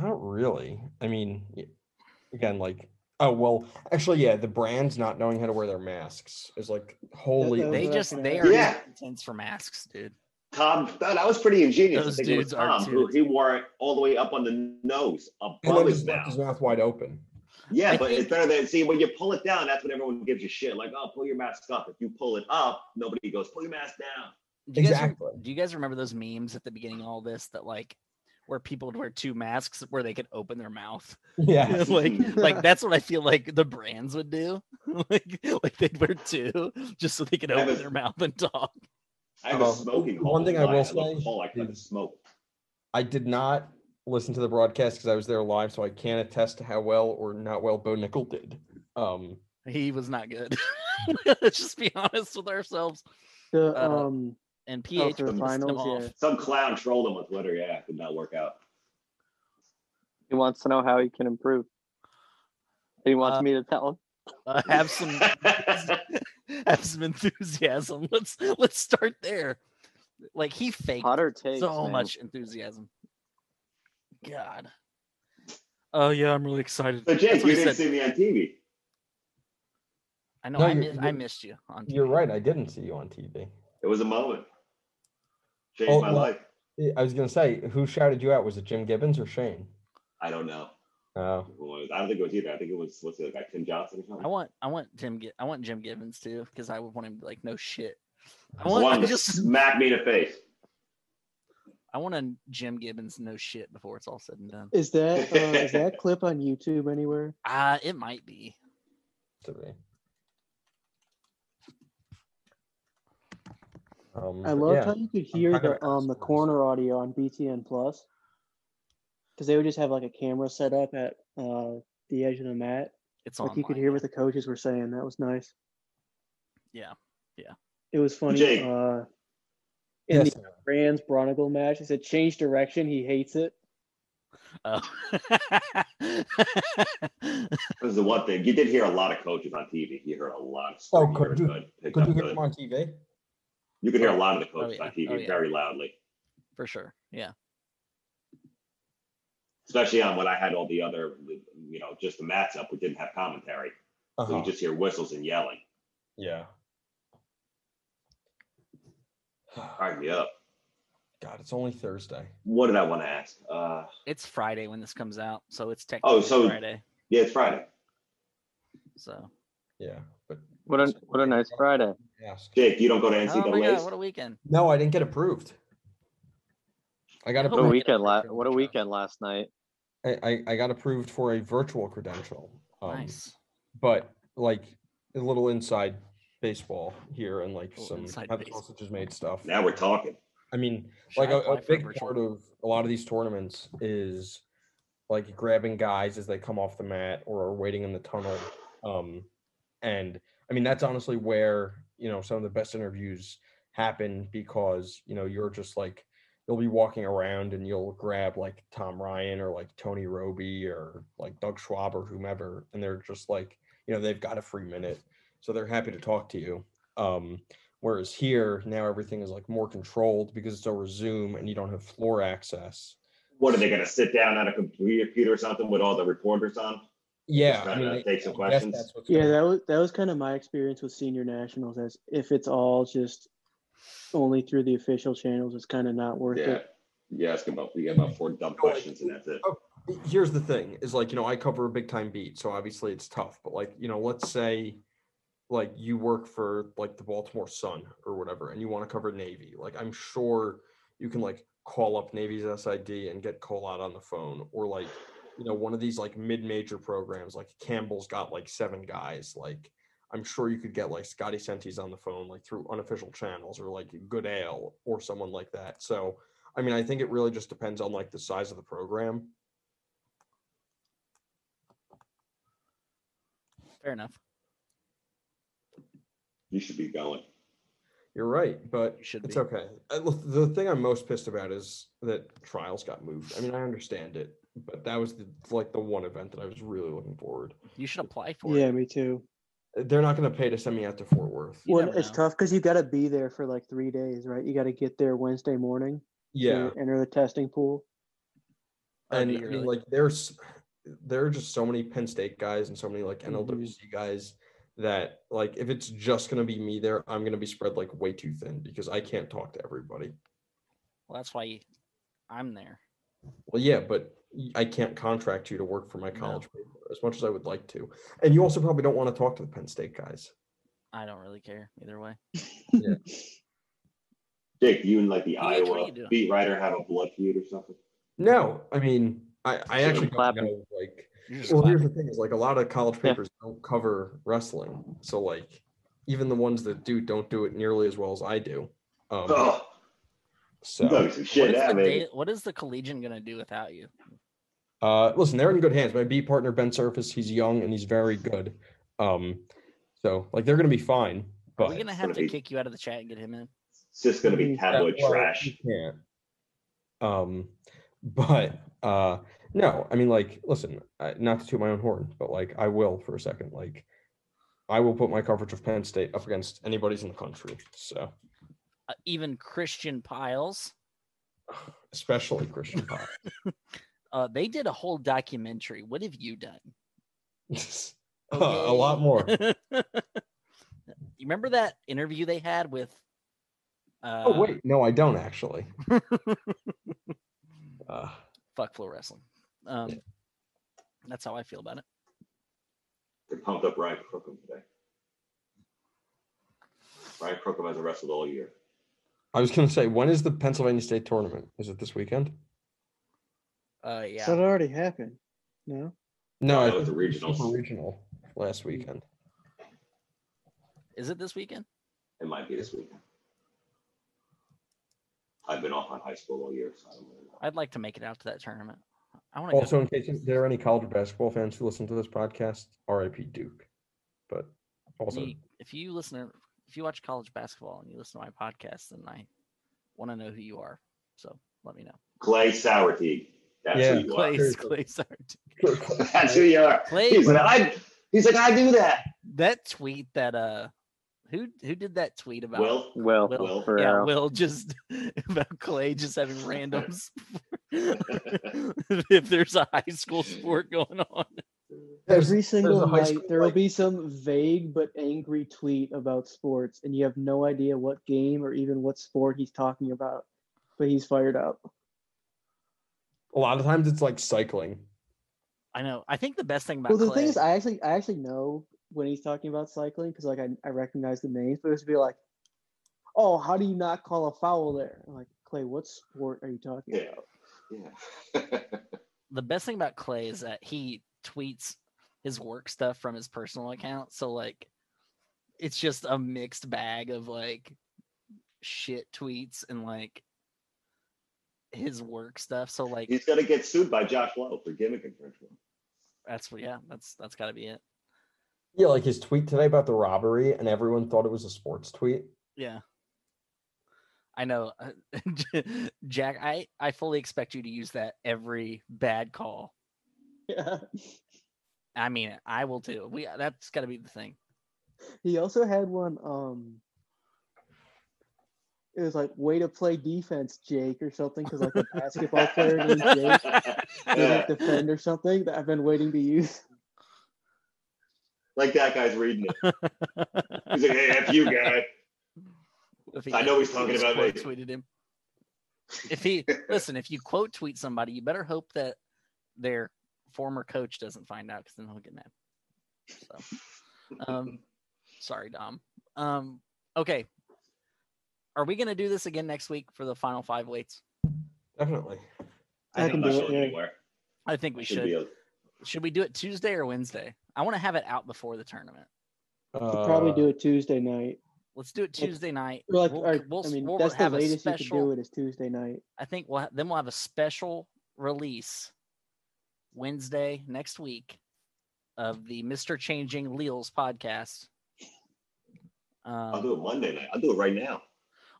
[SPEAKER 3] not really. I mean, y- again, like oh well, actually, yeah, the brands not knowing how to wear their masks is like holy.
[SPEAKER 2] that was
[SPEAKER 1] They
[SPEAKER 2] what I
[SPEAKER 1] just
[SPEAKER 2] can
[SPEAKER 1] they
[SPEAKER 2] ask.
[SPEAKER 1] are
[SPEAKER 4] Yeah.
[SPEAKER 1] intense for masks, dude.
[SPEAKER 4] Tom, that, that was pretty ingenious.
[SPEAKER 1] Those
[SPEAKER 4] I think it was
[SPEAKER 1] dudes are
[SPEAKER 4] Tom who
[SPEAKER 1] dudes.
[SPEAKER 4] he wore it all the way up on the nose,
[SPEAKER 3] and then
[SPEAKER 4] above his
[SPEAKER 3] just left
[SPEAKER 4] mouth.
[SPEAKER 3] his mouth wide open.
[SPEAKER 4] Yeah,
[SPEAKER 1] I
[SPEAKER 4] but
[SPEAKER 1] think-
[SPEAKER 4] it's better than see when you pull it down. That's when everyone gives you shit. Like, oh, pull your mask up. If you pull it up, nobody goes pull your mask down.
[SPEAKER 1] Do you guys rem-
[SPEAKER 3] Exactly.
[SPEAKER 1] do you guys remember those memes at the beginning of all this that like where people would wear two masks where they could open their mouth?
[SPEAKER 3] Yeah,
[SPEAKER 1] like like that's what I feel like the brands would do. like like they'd wear two just so they could
[SPEAKER 4] That
[SPEAKER 1] open
[SPEAKER 4] was-
[SPEAKER 1] their mouth and talk.
[SPEAKER 4] I was
[SPEAKER 3] Oh,
[SPEAKER 4] smoking.
[SPEAKER 3] one thing I will say
[SPEAKER 4] Paul, I couldn't
[SPEAKER 3] is-
[SPEAKER 4] smoke.
[SPEAKER 3] I did not listen to the broadcast because I was there live, so I can't attest to how well or not well Bo Nickel did. Um,
[SPEAKER 1] He was not good. Let's just be honest with ourselves.
[SPEAKER 2] The
[SPEAKER 1] Uh,
[SPEAKER 2] um,
[SPEAKER 1] And PH
[SPEAKER 2] for the
[SPEAKER 1] pissed him
[SPEAKER 2] finals,
[SPEAKER 1] off.
[SPEAKER 2] yeah.
[SPEAKER 4] Some clown trolled him on Twitter. Yeah, it did not work out.
[SPEAKER 5] He wants to know how he can improve. He wants
[SPEAKER 1] Uh,
[SPEAKER 5] me to tell him.
[SPEAKER 1] Uh, have some have some enthusiasm. Let's let's start there. Like he faked
[SPEAKER 5] Hotter takes.
[SPEAKER 1] so
[SPEAKER 5] man.
[SPEAKER 1] much enthusiasm. God. Oh yeah, I'm really excited.
[SPEAKER 4] so
[SPEAKER 1] That's what
[SPEAKER 4] Jake, you
[SPEAKER 1] he
[SPEAKER 4] didn't
[SPEAKER 1] said.
[SPEAKER 4] see me on TV.
[SPEAKER 1] I know
[SPEAKER 3] No,
[SPEAKER 1] I,
[SPEAKER 3] you're-
[SPEAKER 1] miss, I
[SPEAKER 3] you're-
[SPEAKER 1] missed you on
[SPEAKER 3] you're
[SPEAKER 1] TV.
[SPEAKER 3] right. I didn't see you on TV.
[SPEAKER 4] It was a moment. Changed
[SPEAKER 3] Oh,
[SPEAKER 4] my
[SPEAKER 3] well-
[SPEAKER 4] life.
[SPEAKER 3] Yeah, I was gonna say, who shouted you out? Was it Jim Gibbons or Shane?
[SPEAKER 4] I don't know.
[SPEAKER 3] Oh,
[SPEAKER 4] who it was. I don't think it was either. I think it was what's the other guy, Tim Johnson or something.
[SPEAKER 1] I want I want Tim Gi- I want Jim Gibbons too because I would want him to be like no shit. I
[SPEAKER 4] One
[SPEAKER 1] want I
[SPEAKER 4] to
[SPEAKER 1] just
[SPEAKER 4] smack me in the face.
[SPEAKER 1] I want a Jim Gibbons no shit before it's all said and done.
[SPEAKER 2] is that uh, is that clip on YouTube anywhere?
[SPEAKER 1] Uh it might be.
[SPEAKER 3] to be. Um,
[SPEAKER 2] I
[SPEAKER 3] but
[SPEAKER 2] loved
[SPEAKER 3] yeah.
[SPEAKER 2] how you could hear
[SPEAKER 3] talking
[SPEAKER 2] the
[SPEAKER 3] about
[SPEAKER 2] um the
[SPEAKER 3] sports.
[SPEAKER 2] corner audio on BTN Plus because they would just have like a camera set up at uh the edge of the mat,
[SPEAKER 1] It's
[SPEAKER 2] like
[SPEAKER 1] on.
[SPEAKER 2] you could hear what the coaches were saying. That was nice.
[SPEAKER 1] Yeah, yeah.
[SPEAKER 2] It was funny.
[SPEAKER 4] Jake.
[SPEAKER 2] Uh, in
[SPEAKER 3] Yes,
[SPEAKER 2] the Rand's Bronigal match, he said change direction. He hates it.
[SPEAKER 1] Oh.
[SPEAKER 4] This is the one thing. You did hear a lot of coaches on TV. You heard a lot of
[SPEAKER 3] Oh,
[SPEAKER 4] you
[SPEAKER 3] could
[SPEAKER 4] heard
[SPEAKER 3] you-
[SPEAKER 4] good, picked
[SPEAKER 3] could
[SPEAKER 4] up
[SPEAKER 3] you hear
[SPEAKER 4] good.
[SPEAKER 3] him on TV?
[SPEAKER 4] You could hear a lot of the
[SPEAKER 1] Oh,
[SPEAKER 4] coaches
[SPEAKER 1] yeah.
[SPEAKER 4] on TV
[SPEAKER 1] Oh, yeah.
[SPEAKER 4] very loudly,
[SPEAKER 1] For sure. Yeah.
[SPEAKER 4] especially on when I had all the other, you know, just the mats up. We didn't have commentary, so
[SPEAKER 3] Uh-huh.
[SPEAKER 4] you just hear whistles and yelling.
[SPEAKER 3] Yeah.
[SPEAKER 4] Hard me up.
[SPEAKER 3] God, it's only Thursday.
[SPEAKER 4] What did I want to ask? Uh,
[SPEAKER 1] It's Friday when this comes out, so it's technically
[SPEAKER 4] Oh, so-
[SPEAKER 1] Friday.
[SPEAKER 4] yeah, it's Friday.
[SPEAKER 1] So
[SPEAKER 3] Yeah, but
[SPEAKER 5] What a what a nice Friday.
[SPEAKER 3] ask.
[SPEAKER 4] Jake, you don't go to
[SPEAKER 1] oh my god,
[SPEAKER 4] NCAA's.
[SPEAKER 1] what a weekend.
[SPEAKER 3] No, I didn't get approved. I got
[SPEAKER 5] What a
[SPEAKER 1] Oh,
[SPEAKER 3] approved.
[SPEAKER 5] weekend la- What a weekend last night.
[SPEAKER 3] I, I, I got approved for a virtual credential. Um,
[SPEAKER 1] nice.
[SPEAKER 3] but like a little inside baseball here and like
[SPEAKER 1] Little
[SPEAKER 3] some
[SPEAKER 1] inside
[SPEAKER 3] how the
[SPEAKER 1] baseball.
[SPEAKER 3] sausage is made stuff.
[SPEAKER 4] Now we're talking.
[SPEAKER 3] I mean,
[SPEAKER 1] Should
[SPEAKER 3] like
[SPEAKER 1] I
[SPEAKER 3] a,
[SPEAKER 1] apply
[SPEAKER 3] a
[SPEAKER 1] for
[SPEAKER 3] big
[SPEAKER 1] virtual?
[SPEAKER 3] part of a lot of these tournaments is like grabbing guys as they come off the mat or are waiting in the tunnel. Um, and I mean, that's honestly where you know some of the best interviews happen because you know you're just like you'll be walking around and you'll grab like Tom Ryan or like Tony Roby or like Doug Schwab or whomever, and they're just like you know they've got a free minute, so they're happy to talk to you. Um, Whereas here, now everything is like more controlled because it's over Zoom and you don't have floor access.
[SPEAKER 4] What are they going to sit down at a computer or something with all the reporters on?
[SPEAKER 3] Yeah, I
[SPEAKER 4] trying
[SPEAKER 3] mean,
[SPEAKER 4] to
[SPEAKER 3] I,
[SPEAKER 4] take some
[SPEAKER 3] I guess
[SPEAKER 4] questions.
[SPEAKER 3] that's what's
[SPEAKER 2] Yeah,
[SPEAKER 3] gonna-
[SPEAKER 2] that was that was kind of my experience with senior nationals. As if it's all just only through the official channels, it's kind of not worth
[SPEAKER 4] Yeah,
[SPEAKER 2] it.
[SPEAKER 4] you ask about you get about four dumb questions and that's it.
[SPEAKER 3] here's the thing is like you know i cover a big time beat so obviously it's tough but like you know let's say like you work for like the baltimore sun or whatever and you want to cover navy like i'm sure you can like call up Navy's SID and get Cole out on the phone, or like you know one of these like mid-major programs like Campbell's got like seven guys. Like I'm sure you could get like Scotty Sentis on the phone like through unofficial channels or like Goodale or someone like that. So I mean I think it really just depends on like the size of the program.
[SPEAKER 1] Fair enough.
[SPEAKER 4] You should be going.
[SPEAKER 3] You're right, but
[SPEAKER 1] You should
[SPEAKER 3] it's
[SPEAKER 1] be.
[SPEAKER 3] okay. I- look, The thing I'm most pissed about is that trials got moved. I mean, I understand it, but that was the, like the one event that I was really looking forward.
[SPEAKER 1] You should apply for
[SPEAKER 2] Yeah,
[SPEAKER 1] it.
[SPEAKER 2] me too.
[SPEAKER 3] They're not going to pay to send me out to Fort Worth.
[SPEAKER 1] You
[SPEAKER 2] well,
[SPEAKER 1] never
[SPEAKER 2] it's
[SPEAKER 1] know.
[SPEAKER 2] tough because you got to be there for like three days, right? You got to get there Wednesday morning.
[SPEAKER 3] Yeah,
[SPEAKER 2] To enter the testing pool.
[SPEAKER 1] Oh,
[SPEAKER 3] and
[SPEAKER 1] do
[SPEAKER 3] I
[SPEAKER 1] you
[SPEAKER 3] mean,
[SPEAKER 1] really?
[SPEAKER 3] like, there's there are just so many Penn State guys and so many
[SPEAKER 1] Mm-hmm.
[SPEAKER 3] like NLWC guys that like if it's just going to be me there, I'm going to be spread like way too thin because I can't talk to everybody.
[SPEAKER 1] Well, that's why you, I'm there.
[SPEAKER 3] Well, yeah, but y- I can't contract you to work for my
[SPEAKER 1] No.
[SPEAKER 3] college paper as much as I would like to. And you also probably don't want to talk to the Penn State guys.
[SPEAKER 1] I don't really care either way.
[SPEAKER 4] Dick, you and like the
[SPEAKER 1] Yeah, that's what
[SPEAKER 4] Iowa
[SPEAKER 1] you do.
[SPEAKER 4] beat writer have a blood feud or something?
[SPEAKER 3] No, I mean, I, I
[SPEAKER 5] So
[SPEAKER 3] actually don't
[SPEAKER 5] clapping.
[SPEAKER 3] know. Like,
[SPEAKER 1] You're just
[SPEAKER 3] well, here's the
[SPEAKER 1] clapping.
[SPEAKER 3] thing: is like a lot of college
[SPEAKER 5] Yeah.
[SPEAKER 3] papers don't cover wrestling, so like even the ones that do don't do it nearly as well as I do. Um,
[SPEAKER 4] Oh, you
[SPEAKER 3] So,
[SPEAKER 4] dug some
[SPEAKER 1] What
[SPEAKER 4] shit
[SPEAKER 1] is,
[SPEAKER 4] out,
[SPEAKER 1] the
[SPEAKER 4] baby.
[SPEAKER 1] da- what is the collegian going to do without you?
[SPEAKER 3] uh, listen, they're in good hands. My B partner Ben Surface, he's young and he's very good. Um, so like they're gonna be fine.
[SPEAKER 1] Are
[SPEAKER 3] But
[SPEAKER 1] we going to
[SPEAKER 4] it's
[SPEAKER 1] have
[SPEAKER 4] gonna
[SPEAKER 1] to
[SPEAKER 4] be-
[SPEAKER 1] kick you out of the chat and get him in?
[SPEAKER 4] It's just gonna be
[SPEAKER 2] Mm,
[SPEAKER 3] Yeah,
[SPEAKER 4] tabloid
[SPEAKER 3] well,
[SPEAKER 4] trash.
[SPEAKER 3] you can't. Um, but uh, no, I mean, like, listen, I, not to toot my own horn, but like, I will for a second. Like, I will put my coverage of Penn State up against anybody's in the country. So,
[SPEAKER 1] Uh, even Christian Piles.
[SPEAKER 3] especially Christian Pop.
[SPEAKER 1] Uh, they did a whole documentary. What have you done?
[SPEAKER 3] a lot
[SPEAKER 1] Okay.
[SPEAKER 3] more.
[SPEAKER 1] you remember that interview they had with? Uh,
[SPEAKER 3] Oh, wait. No, I don't actually. uh,
[SPEAKER 1] Fuck floor wrestling. Um, that's how I feel about it.
[SPEAKER 4] They pumped up Ryan Crookham today. Ryan Crookham hasn't wrestled all year.
[SPEAKER 3] I was going to say, when is the Pennsylvania State tournament? Is it this weekend?
[SPEAKER 1] Uh, yeah.
[SPEAKER 2] So it already happened. No.
[SPEAKER 3] No, I
[SPEAKER 4] No, it's
[SPEAKER 3] think
[SPEAKER 4] the
[SPEAKER 3] it was
[SPEAKER 4] regionals. Mm.
[SPEAKER 3] Super regional last weekend.
[SPEAKER 1] Is it this weekend?
[SPEAKER 4] It might be this weekend. I've been off on high school all year, so I don't really know.
[SPEAKER 1] I'd like to make it out to that tournament. I want to
[SPEAKER 3] Also, in case there are any college basketball fans who listen to this podcast, RIP Duke. But
[SPEAKER 1] go.
[SPEAKER 3] also,
[SPEAKER 1] You- if you listen, to, if you watch college basketball and you listen to my podcast, then I want to know who you are. So let me know.
[SPEAKER 4] Clay Sourty. That's
[SPEAKER 3] Yeah.
[SPEAKER 4] who you
[SPEAKER 1] Clay,
[SPEAKER 3] Seriously.
[SPEAKER 1] Clay, sorry.
[SPEAKER 4] are. That's who you are.
[SPEAKER 1] Clay,
[SPEAKER 4] He's like, I, he's like, I do that.
[SPEAKER 1] that tweet that uh, who who did that tweet about?
[SPEAKER 4] Will,
[SPEAKER 5] Will,
[SPEAKER 1] Will.
[SPEAKER 4] Will.
[SPEAKER 5] Ferrell.
[SPEAKER 1] Yeah, Will just about Clay just having randoms if there's a high school sport going on.
[SPEAKER 2] Every single
[SPEAKER 3] a high
[SPEAKER 2] night,
[SPEAKER 3] school,
[SPEAKER 2] there will
[SPEAKER 3] like-
[SPEAKER 2] be some vague but angry tweet about sports, and you have no idea what game or even what sport he's talking about, but he's fired up.
[SPEAKER 3] a lot of times it's like cycling.
[SPEAKER 1] I know. I think the best thing about
[SPEAKER 2] Well, the
[SPEAKER 1] Clay,
[SPEAKER 2] thing is, I actually, I actually know when he's talking about cycling because, like, I, I recognize the names, but it would be like, "Oh, how do you not call a foul there?" I'm like, Clay, what sport are you talking
[SPEAKER 4] Yeah.
[SPEAKER 2] about?
[SPEAKER 4] Yeah.
[SPEAKER 1] the best thing about Clay is that he tweets his work stuff from his personal account. So like, it's just a mixed bag of like shit tweets and like his work stuff. So like,
[SPEAKER 4] he's gonna get sued by Josh Lowe for gimmick infringement.
[SPEAKER 1] that's what. Yeah, that's that's got to be it.
[SPEAKER 3] Yeah, like his tweet today about the robbery, and everyone thought it was a sports tweet.
[SPEAKER 1] Yeah. I know. uh, Jack, I, I fully expect you to use that every bad call.
[SPEAKER 2] Yeah.
[SPEAKER 1] I mean, I will too. We that's got to be the thing.
[SPEAKER 2] He also had one. Um, it was like way to play defense, Jake, or something, because like a basketball player named Jake
[SPEAKER 4] Yeah.
[SPEAKER 2] didn't defend or something that I've been waiting to use.
[SPEAKER 4] Like that guy's reading it. He's like, hey, F you guy.
[SPEAKER 1] If he-
[SPEAKER 4] I know
[SPEAKER 1] if
[SPEAKER 4] he's
[SPEAKER 1] he
[SPEAKER 4] talking
[SPEAKER 1] just
[SPEAKER 4] about me.
[SPEAKER 1] quote tweeted him. If he listen, if you quote tweet somebody, you better hope that their former coach doesn't find out because then he'll get mad. So, um, sorry, Dom. Um, okay, Um, Are we going to do this again next week for the final five weights?
[SPEAKER 3] Definitely.
[SPEAKER 2] I
[SPEAKER 4] I think
[SPEAKER 2] can
[SPEAKER 4] I'm not
[SPEAKER 2] do it,
[SPEAKER 4] going
[SPEAKER 2] yeah.
[SPEAKER 4] anywhere.
[SPEAKER 1] I think we
[SPEAKER 4] Should
[SPEAKER 1] should.
[SPEAKER 4] be a-
[SPEAKER 1] Should we do it Tuesday or Wednesday? I want to have it out before the tournament.
[SPEAKER 3] Uh,
[SPEAKER 2] Probably do it Tuesday night.
[SPEAKER 1] Let's do it
[SPEAKER 2] Well,
[SPEAKER 1] Tuesday night.
[SPEAKER 2] Well, like,
[SPEAKER 1] We'll-
[SPEAKER 2] or-
[SPEAKER 1] we'll-
[SPEAKER 2] I mean,
[SPEAKER 1] we'll
[SPEAKER 2] that's the
[SPEAKER 1] have a
[SPEAKER 2] latest you can do
[SPEAKER 1] special-
[SPEAKER 2] it is Tuesday night.
[SPEAKER 1] I think we'll ha- then we'll have a special release Wednesday next week of the Mr. Changing Leals podcast. Um,
[SPEAKER 4] I'll do it Monday night. I'll do it right now.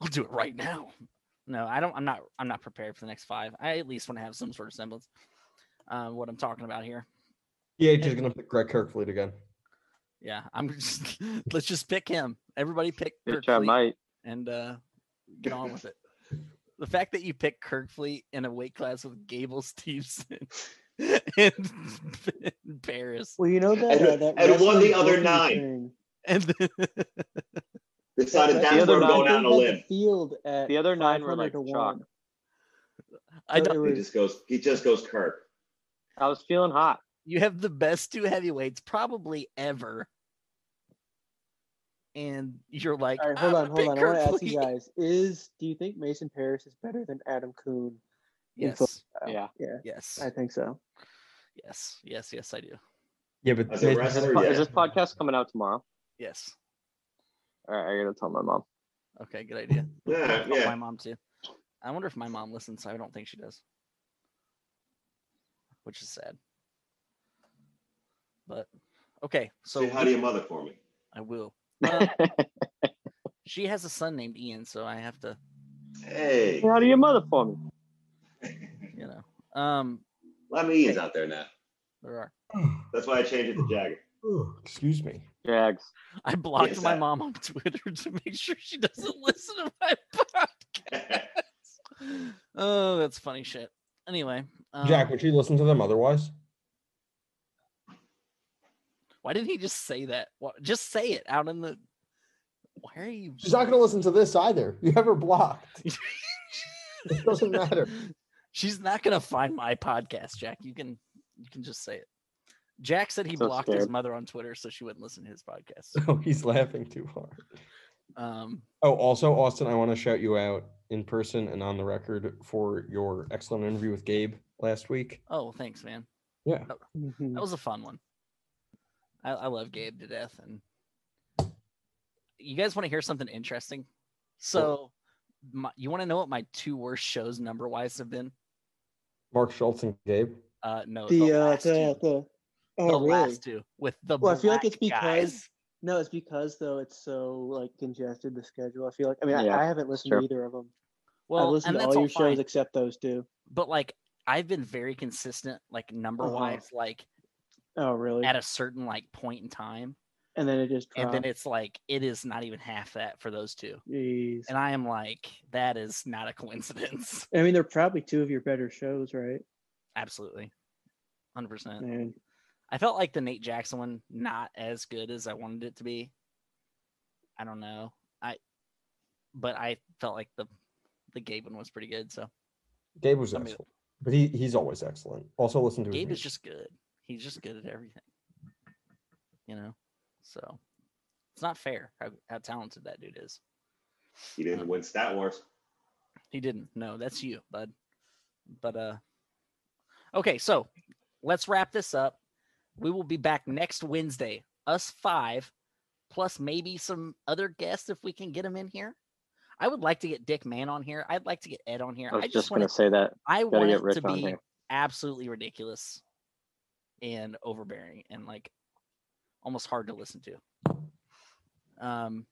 [SPEAKER 1] I'll do it right now. No, I don't. I'm not. I'm not prepared for the next five. I at least want to have some sort of semblance. Um, what I'm talking about here.
[SPEAKER 3] EH is going to pick Greg Kirkfleet again.
[SPEAKER 1] Yeah, I'm just. let's just pick him. Everybody pick Kirk
[SPEAKER 5] Bitch, I
[SPEAKER 1] Fleet
[SPEAKER 5] might.
[SPEAKER 1] and uh, get on with it. The fact that you picked Kirkfleet in a weight class with Gable Stevenson and Paris,
[SPEAKER 2] Well, you know that
[SPEAKER 4] And-
[SPEAKER 2] uh, that
[SPEAKER 4] and won the
[SPEAKER 2] wrestling
[SPEAKER 4] other
[SPEAKER 2] booking
[SPEAKER 4] nine.
[SPEAKER 2] thing-
[SPEAKER 1] and then,
[SPEAKER 4] Decided
[SPEAKER 2] that-
[SPEAKER 4] that's
[SPEAKER 5] other
[SPEAKER 4] where we're
[SPEAKER 5] nine-
[SPEAKER 4] going
[SPEAKER 2] they
[SPEAKER 4] out on a
[SPEAKER 2] had the
[SPEAKER 4] limb.
[SPEAKER 2] Field at
[SPEAKER 5] The other nine were
[SPEAKER 2] 500
[SPEAKER 5] like
[SPEAKER 2] to
[SPEAKER 5] chalk.
[SPEAKER 2] one.
[SPEAKER 1] I
[SPEAKER 2] So
[SPEAKER 1] don't.
[SPEAKER 2] it
[SPEAKER 4] He
[SPEAKER 2] was-
[SPEAKER 4] just goes. He just goes Kirk.
[SPEAKER 5] I was feeling hot.
[SPEAKER 1] You have the best two heavyweights probably ever, and you're like,
[SPEAKER 2] All right, hold
[SPEAKER 1] "I'm gonna
[SPEAKER 2] on, hold
[SPEAKER 1] pick
[SPEAKER 2] on. I want to ask
[SPEAKER 1] Kirkfleet."
[SPEAKER 2] you guys: Is do you think Mason Paris is better than Adam Kuhn? in Phil-
[SPEAKER 1] Yes,
[SPEAKER 5] Yeah.
[SPEAKER 2] Yeah,
[SPEAKER 1] yes,
[SPEAKER 2] I think so.
[SPEAKER 1] yes, yes, yes. I do.
[SPEAKER 3] Yeah, but
[SPEAKER 4] As a
[SPEAKER 3] Nathan-
[SPEAKER 4] wrestler,
[SPEAKER 5] Po-
[SPEAKER 4] yeah.
[SPEAKER 5] Is this podcast coming out tomorrow?
[SPEAKER 1] Yes.
[SPEAKER 5] All right, I gotta tell my mom.
[SPEAKER 1] Okay. Good idea.
[SPEAKER 4] Yeah,
[SPEAKER 1] Call My
[SPEAKER 4] yeah.
[SPEAKER 1] mom too. I wonder if my mom listens. I don't think she does, which is sad. But okay, so
[SPEAKER 4] Say hi to your mother for me.
[SPEAKER 1] I will. Um, she has a son named Ian, so I have to,
[SPEAKER 4] Hey,
[SPEAKER 5] How do your mother for me?
[SPEAKER 1] you know. Um,
[SPEAKER 4] a lot of Ian's out there now.
[SPEAKER 1] there are.
[SPEAKER 4] That's why I changed it to Jagger.
[SPEAKER 3] Excuse me.
[SPEAKER 5] Jags.
[SPEAKER 1] I blocked
[SPEAKER 4] Yes,
[SPEAKER 1] my
[SPEAKER 4] I-
[SPEAKER 1] mom on Twitter to make sure she doesn't listen to my podcast. Oh, that's funny shit. Anyway, um,
[SPEAKER 3] Jack, would you listen to them otherwise?
[SPEAKER 1] Why didn't he just say that? What, just say it out in the. Why are you?
[SPEAKER 3] She's not going to listen to this either. You have her blocked. It doesn't matter.
[SPEAKER 1] She's not gonna find my podcast, Jack. You can you can just say it. Jack said he
[SPEAKER 5] So
[SPEAKER 1] blocked his
[SPEAKER 5] scared.
[SPEAKER 1] mother on Twitter, so she wouldn't listen to his podcast.
[SPEAKER 3] Oh, he's laughing too hard.
[SPEAKER 1] Um,
[SPEAKER 3] Oh, also, Austin, I want to shout you out in person and on the record for your excellent interview with Gabe last week.
[SPEAKER 1] oh, well, thanks, man.
[SPEAKER 3] Yeah.
[SPEAKER 5] Mm-hmm.
[SPEAKER 2] Mhm.
[SPEAKER 1] That was a fun one. I, I love Gabe to death, and you guys want to hear something interesting? So, my, you want to know what my two worst shows number wise have been?
[SPEAKER 3] Mark Schultz and Gabe.
[SPEAKER 1] Uh, no, the,
[SPEAKER 2] The uh,
[SPEAKER 1] last
[SPEAKER 2] the,
[SPEAKER 1] two.
[SPEAKER 2] the
[SPEAKER 1] the
[SPEAKER 2] oh really?
[SPEAKER 1] last two with the
[SPEAKER 2] Well, I feel like
[SPEAKER 1] black
[SPEAKER 2] it's because-
[SPEAKER 1] guys.
[SPEAKER 2] No, it's because though it's so like congested the schedule. I feel like I mean
[SPEAKER 5] Yeah,
[SPEAKER 2] I, I haven't listened
[SPEAKER 5] sure.
[SPEAKER 2] to either of them. I've
[SPEAKER 1] well,
[SPEAKER 2] listened
[SPEAKER 1] and
[SPEAKER 2] to
[SPEAKER 1] that's
[SPEAKER 2] all
[SPEAKER 1] all
[SPEAKER 2] your
[SPEAKER 1] fine.
[SPEAKER 2] shows except those two.
[SPEAKER 1] but like I've been very consistent, like number
[SPEAKER 2] Uh-huh.
[SPEAKER 1] wise, like
[SPEAKER 2] Oh really?
[SPEAKER 1] at a certain like point in time,
[SPEAKER 2] and then it just
[SPEAKER 1] and then
[SPEAKER 2] dropped.
[SPEAKER 1] it's like it is not even half that for those two,
[SPEAKER 2] Jeez.
[SPEAKER 1] and I am like that is not a coincidence.
[SPEAKER 2] I mean, they're probably two of your better shows, right?
[SPEAKER 1] Absolutely, hundred percent.
[SPEAKER 2] Man,
[SPEAKER 1] I felt like the Nate Jackson one not as good as I wanted it to be. I don't know. I, but I felt like the the Gabe one was pretty good. So
[SPEAKER 3] Gabe was
[SPEAKER 1] I mean-
[SPEAKER 3] excellent, but he, he's always excellent. Also, listen to his
[SPEAKER 1] Gabe is
[SPEAKER 3] music.
[SPEAKER 1] just good. He's just good at everything. You know? So it's not fair how, how talented that dude is.
[SPEAKER 4] He didn't win Stat Wars.
[SPEAKER 1] He didn't. No, that's you, bud. But uh okay, so let's wrap this up. We will be back next Wednesday, us five, plus maybe some other guests if we can get them in here. I would like to get Dick Mann on here. I'd like to get Ed on here.
[SPEAKER 5] I was
[SPEAKER 1] I
[SPEAKER 5] just,
[SPEAKER 1] just
[SPEAKER 5] gonna
[SPEAKER 1] want to
[SPEAKER 5] say that.
[SPEAKER 1] I
[SPEAKER 5] Gotta
[SPEAKER 1] want
[SPEAKER 5] get
[SPEAKER 1] it to
[SPEAKER 5] Rick on
[SPEAKER 1] be
[SPEAKER 5] here.
[SPEAKER 1] absolutely ridiculous and overbearing and like almost hard to listen to. Um,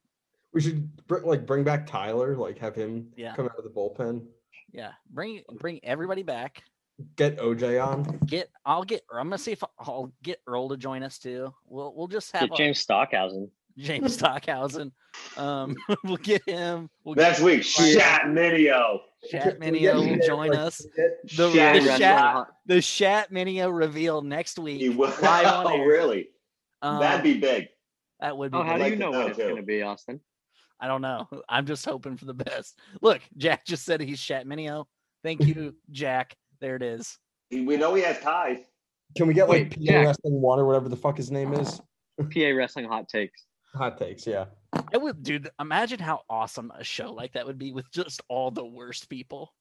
[SPEAKER 3] We should br- like bring back Tyler, like have him
[SPEAKER 1] Yeah.
[SPEAKER 3] come out of the bullpen.
[SPEAKER 1] yeah, bring bring everybody back.
[SPEAKER 3] Get OJ on.
[SPEAKER 1] Get I'll get or I'm gonna see if I'll get Earl to join us too. We'll we'll just have
[SPEAKER 5] Get
[SPEAKER 1] a-
[SPEAKER 5] James Stockhausen.
[SPEAKER 1] James Stockhausen. Um, we'll get him. We'll
[SPEAKER 4] Next
[SPEAKER 1] get
[SPEAKER 4] week, Shat Minio.
[SPEAKER 1] Chat
[SPEAKER 3] Can we get-
[SPEAKER 1] Minio will
[SPEAKER 3] yeah,
[SPEAKER 1] join
[SPEAKER 3] like,
[SPEAKER 1] us.
[SPEAKER 3] get-
[SPEAKER 1] The,
[SPEAKER 4] Shat
[SPEAKER 1] the,
[SPEAKER 4] Wrestling
[SPEAKER 1] Shat, the Shat Minio reveal next
[SPEAKER 4] He
[SPEAKER 1] week.
[SPEAKER 4] will.
[SPEAKER 1] Live on
[SPEAKER 4] Oh,
[SPEAKER 1] air.
[SPEAKER 4] really?
[SPEAKER 1] Um,
[SPEAKER 4] That'd be big.
[SPEAKER 1] that would be
[SPEAKER 5] Oh,
[SPEAKER 1] great.
[SPEAKER 5] how do
[SPEAKER 4] like
[SPEAKER 5] you
[SPEAKER 4] to
[SPEAKER 5] know
[SPEAKER 4] know,
[SPEAKER 5] what it's
[SPEAKER 4] too.
[SPEAKER 5] gonna be, Austin?
[SPEAKER 1] I don't know. I'm just hoping for the best. Look, Jack just said he's Shat Minio. Thank you, Jack. There it is.
[SPEAKER 4] He- We know he has ties.
[SPEAKER 3] Can we get like
[SPEAKER 5] Wait,
[SPEAKER 3] PA
[SPEAKER 5] Jack.
[SPEAKER 3] Wrestling One or whatever the fuck his name is?
[SPEAKER 5] PA wrestling hot takes.
[SPEAKER 3] hot takes. Yeah,
[SPEAKER 1] It would, dude. Imagine how awesome a show like that would be with just all the worst people.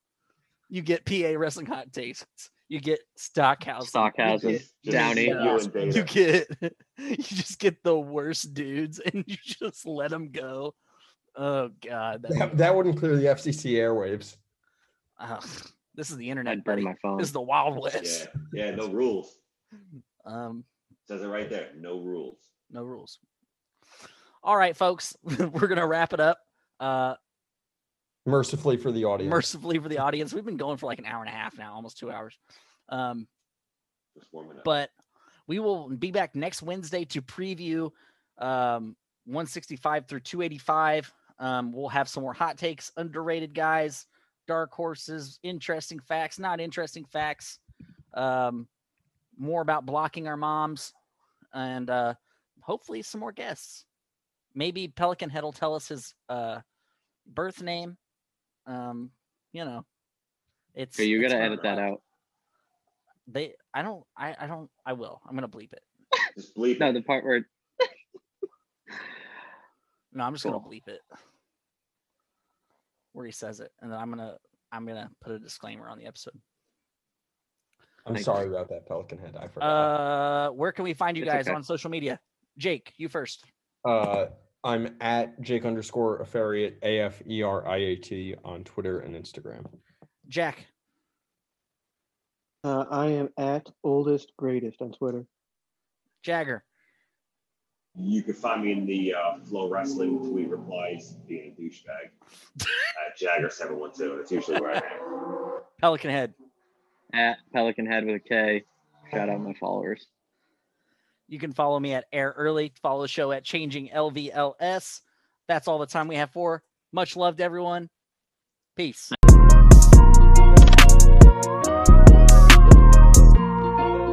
[SPEAKER 1] You get PA wrestling hot takes. You get Stockhouse.
[SPEAKER 5] Stockhausen,
[SPEAKER 4] Just- just
[SPEAKER 5] Downey.
[SPEAKER 4] you and Data.
[SPEAKER 1] You get you just get the worst dudes, and you just let them go. Oh God, that,
[SPEAKER 3] that, that wouldn't clear the FCC airwaves.
[SPEAKER 1] ugh, this is the internet.
[SPEAKER 5] I'd burn
[SPEAKER 1] buddy.
[SPEAKER 5] my phone.
[SPEAKER 1] This is the Wild
[SPEAKER 4] Yeah,
[SPEAKER 1] West.
[SPEAKER 4] yeah, no rules.
[SPEAKER 1] Um,
[SPEAKER 4] Says it right there. No rules.
[SPEAKER 1] no rules. All right, folks, we're gonna wrap it up. Uh,
[SPEAKER 3] Mercifully for the audience.
[SPEAKER 1] mercifully for the audience. We've been going for like an hour and a half now, almost two hours. Um,
[SPEAKER 4] Just warming up.
[SPEAKER 1] but we will be back next Wednesday to preview um, 165 through 285. Um, we'll have some more hot takes, underrated guys, dark horses, interesting facts, not interesting facts, um, more about blocking our moms, and uh, hopefully some more guests. Maybe Pelican Head will tell us his uh, birth name. Um, you know, it's
[SPEAKER 5] Okay, you
[SPEAKER 1] it's
[SPEAKER 5] gotta
[SPEAKER 1] fun.
[SPEAKER 5] edit that out.
[SPEAKER 1] They, I don't, I, I don't, I will. I'm gonna bleep it.
[SPEAKER 4] just bleep.
[SPEAKER 5] No,
[SPEAKER 4] it.
[SPEAKER 5] the part where
[SPEAKER 1] No, I'm just gonna
[SPEAKER 5] Cool.
[SPEAKER 1] bleep it where he says it, and then I'm gonna, I'm gonna put a disclaimer on the episode.
[SPEAKER 3] I'm
[SPEAKER 5] Thank
[SPEAKER 3] sorry about that, Pelican Head. I forgot.
[SPEAKER 1] Uh, where can we find you
[SPEAKER 5] It's
[SPEAKER 1] guys
[SPEAKER 5] okay.
[SPEAKER 1] on social media? Jake, you first.
[SPEAKER 3] Uh, I'm at Jake underscore Affariate, A F E R I A T, on Twitter and Instagram.
[SPEAKER 1] Jack,
[SPEAKER 2] Uh, I am at oldest greatest on Twitter.
[SPEAKER 1] Jagger,
[SPEAKER 4] You can find me in the uh, Flow Wrestling tweet replies being a douchebag at Jagger712. That's usually where I am.
[SPEAKER 1] Pelican Head.
[SPEAKER 5] at Pelican Head with a K. Shout out my followers.
[SPEAKER 1] You can follow me at Air Early. Follow the show at Changing LVLS. That's all the time we have for. Much love to everyone. Peace.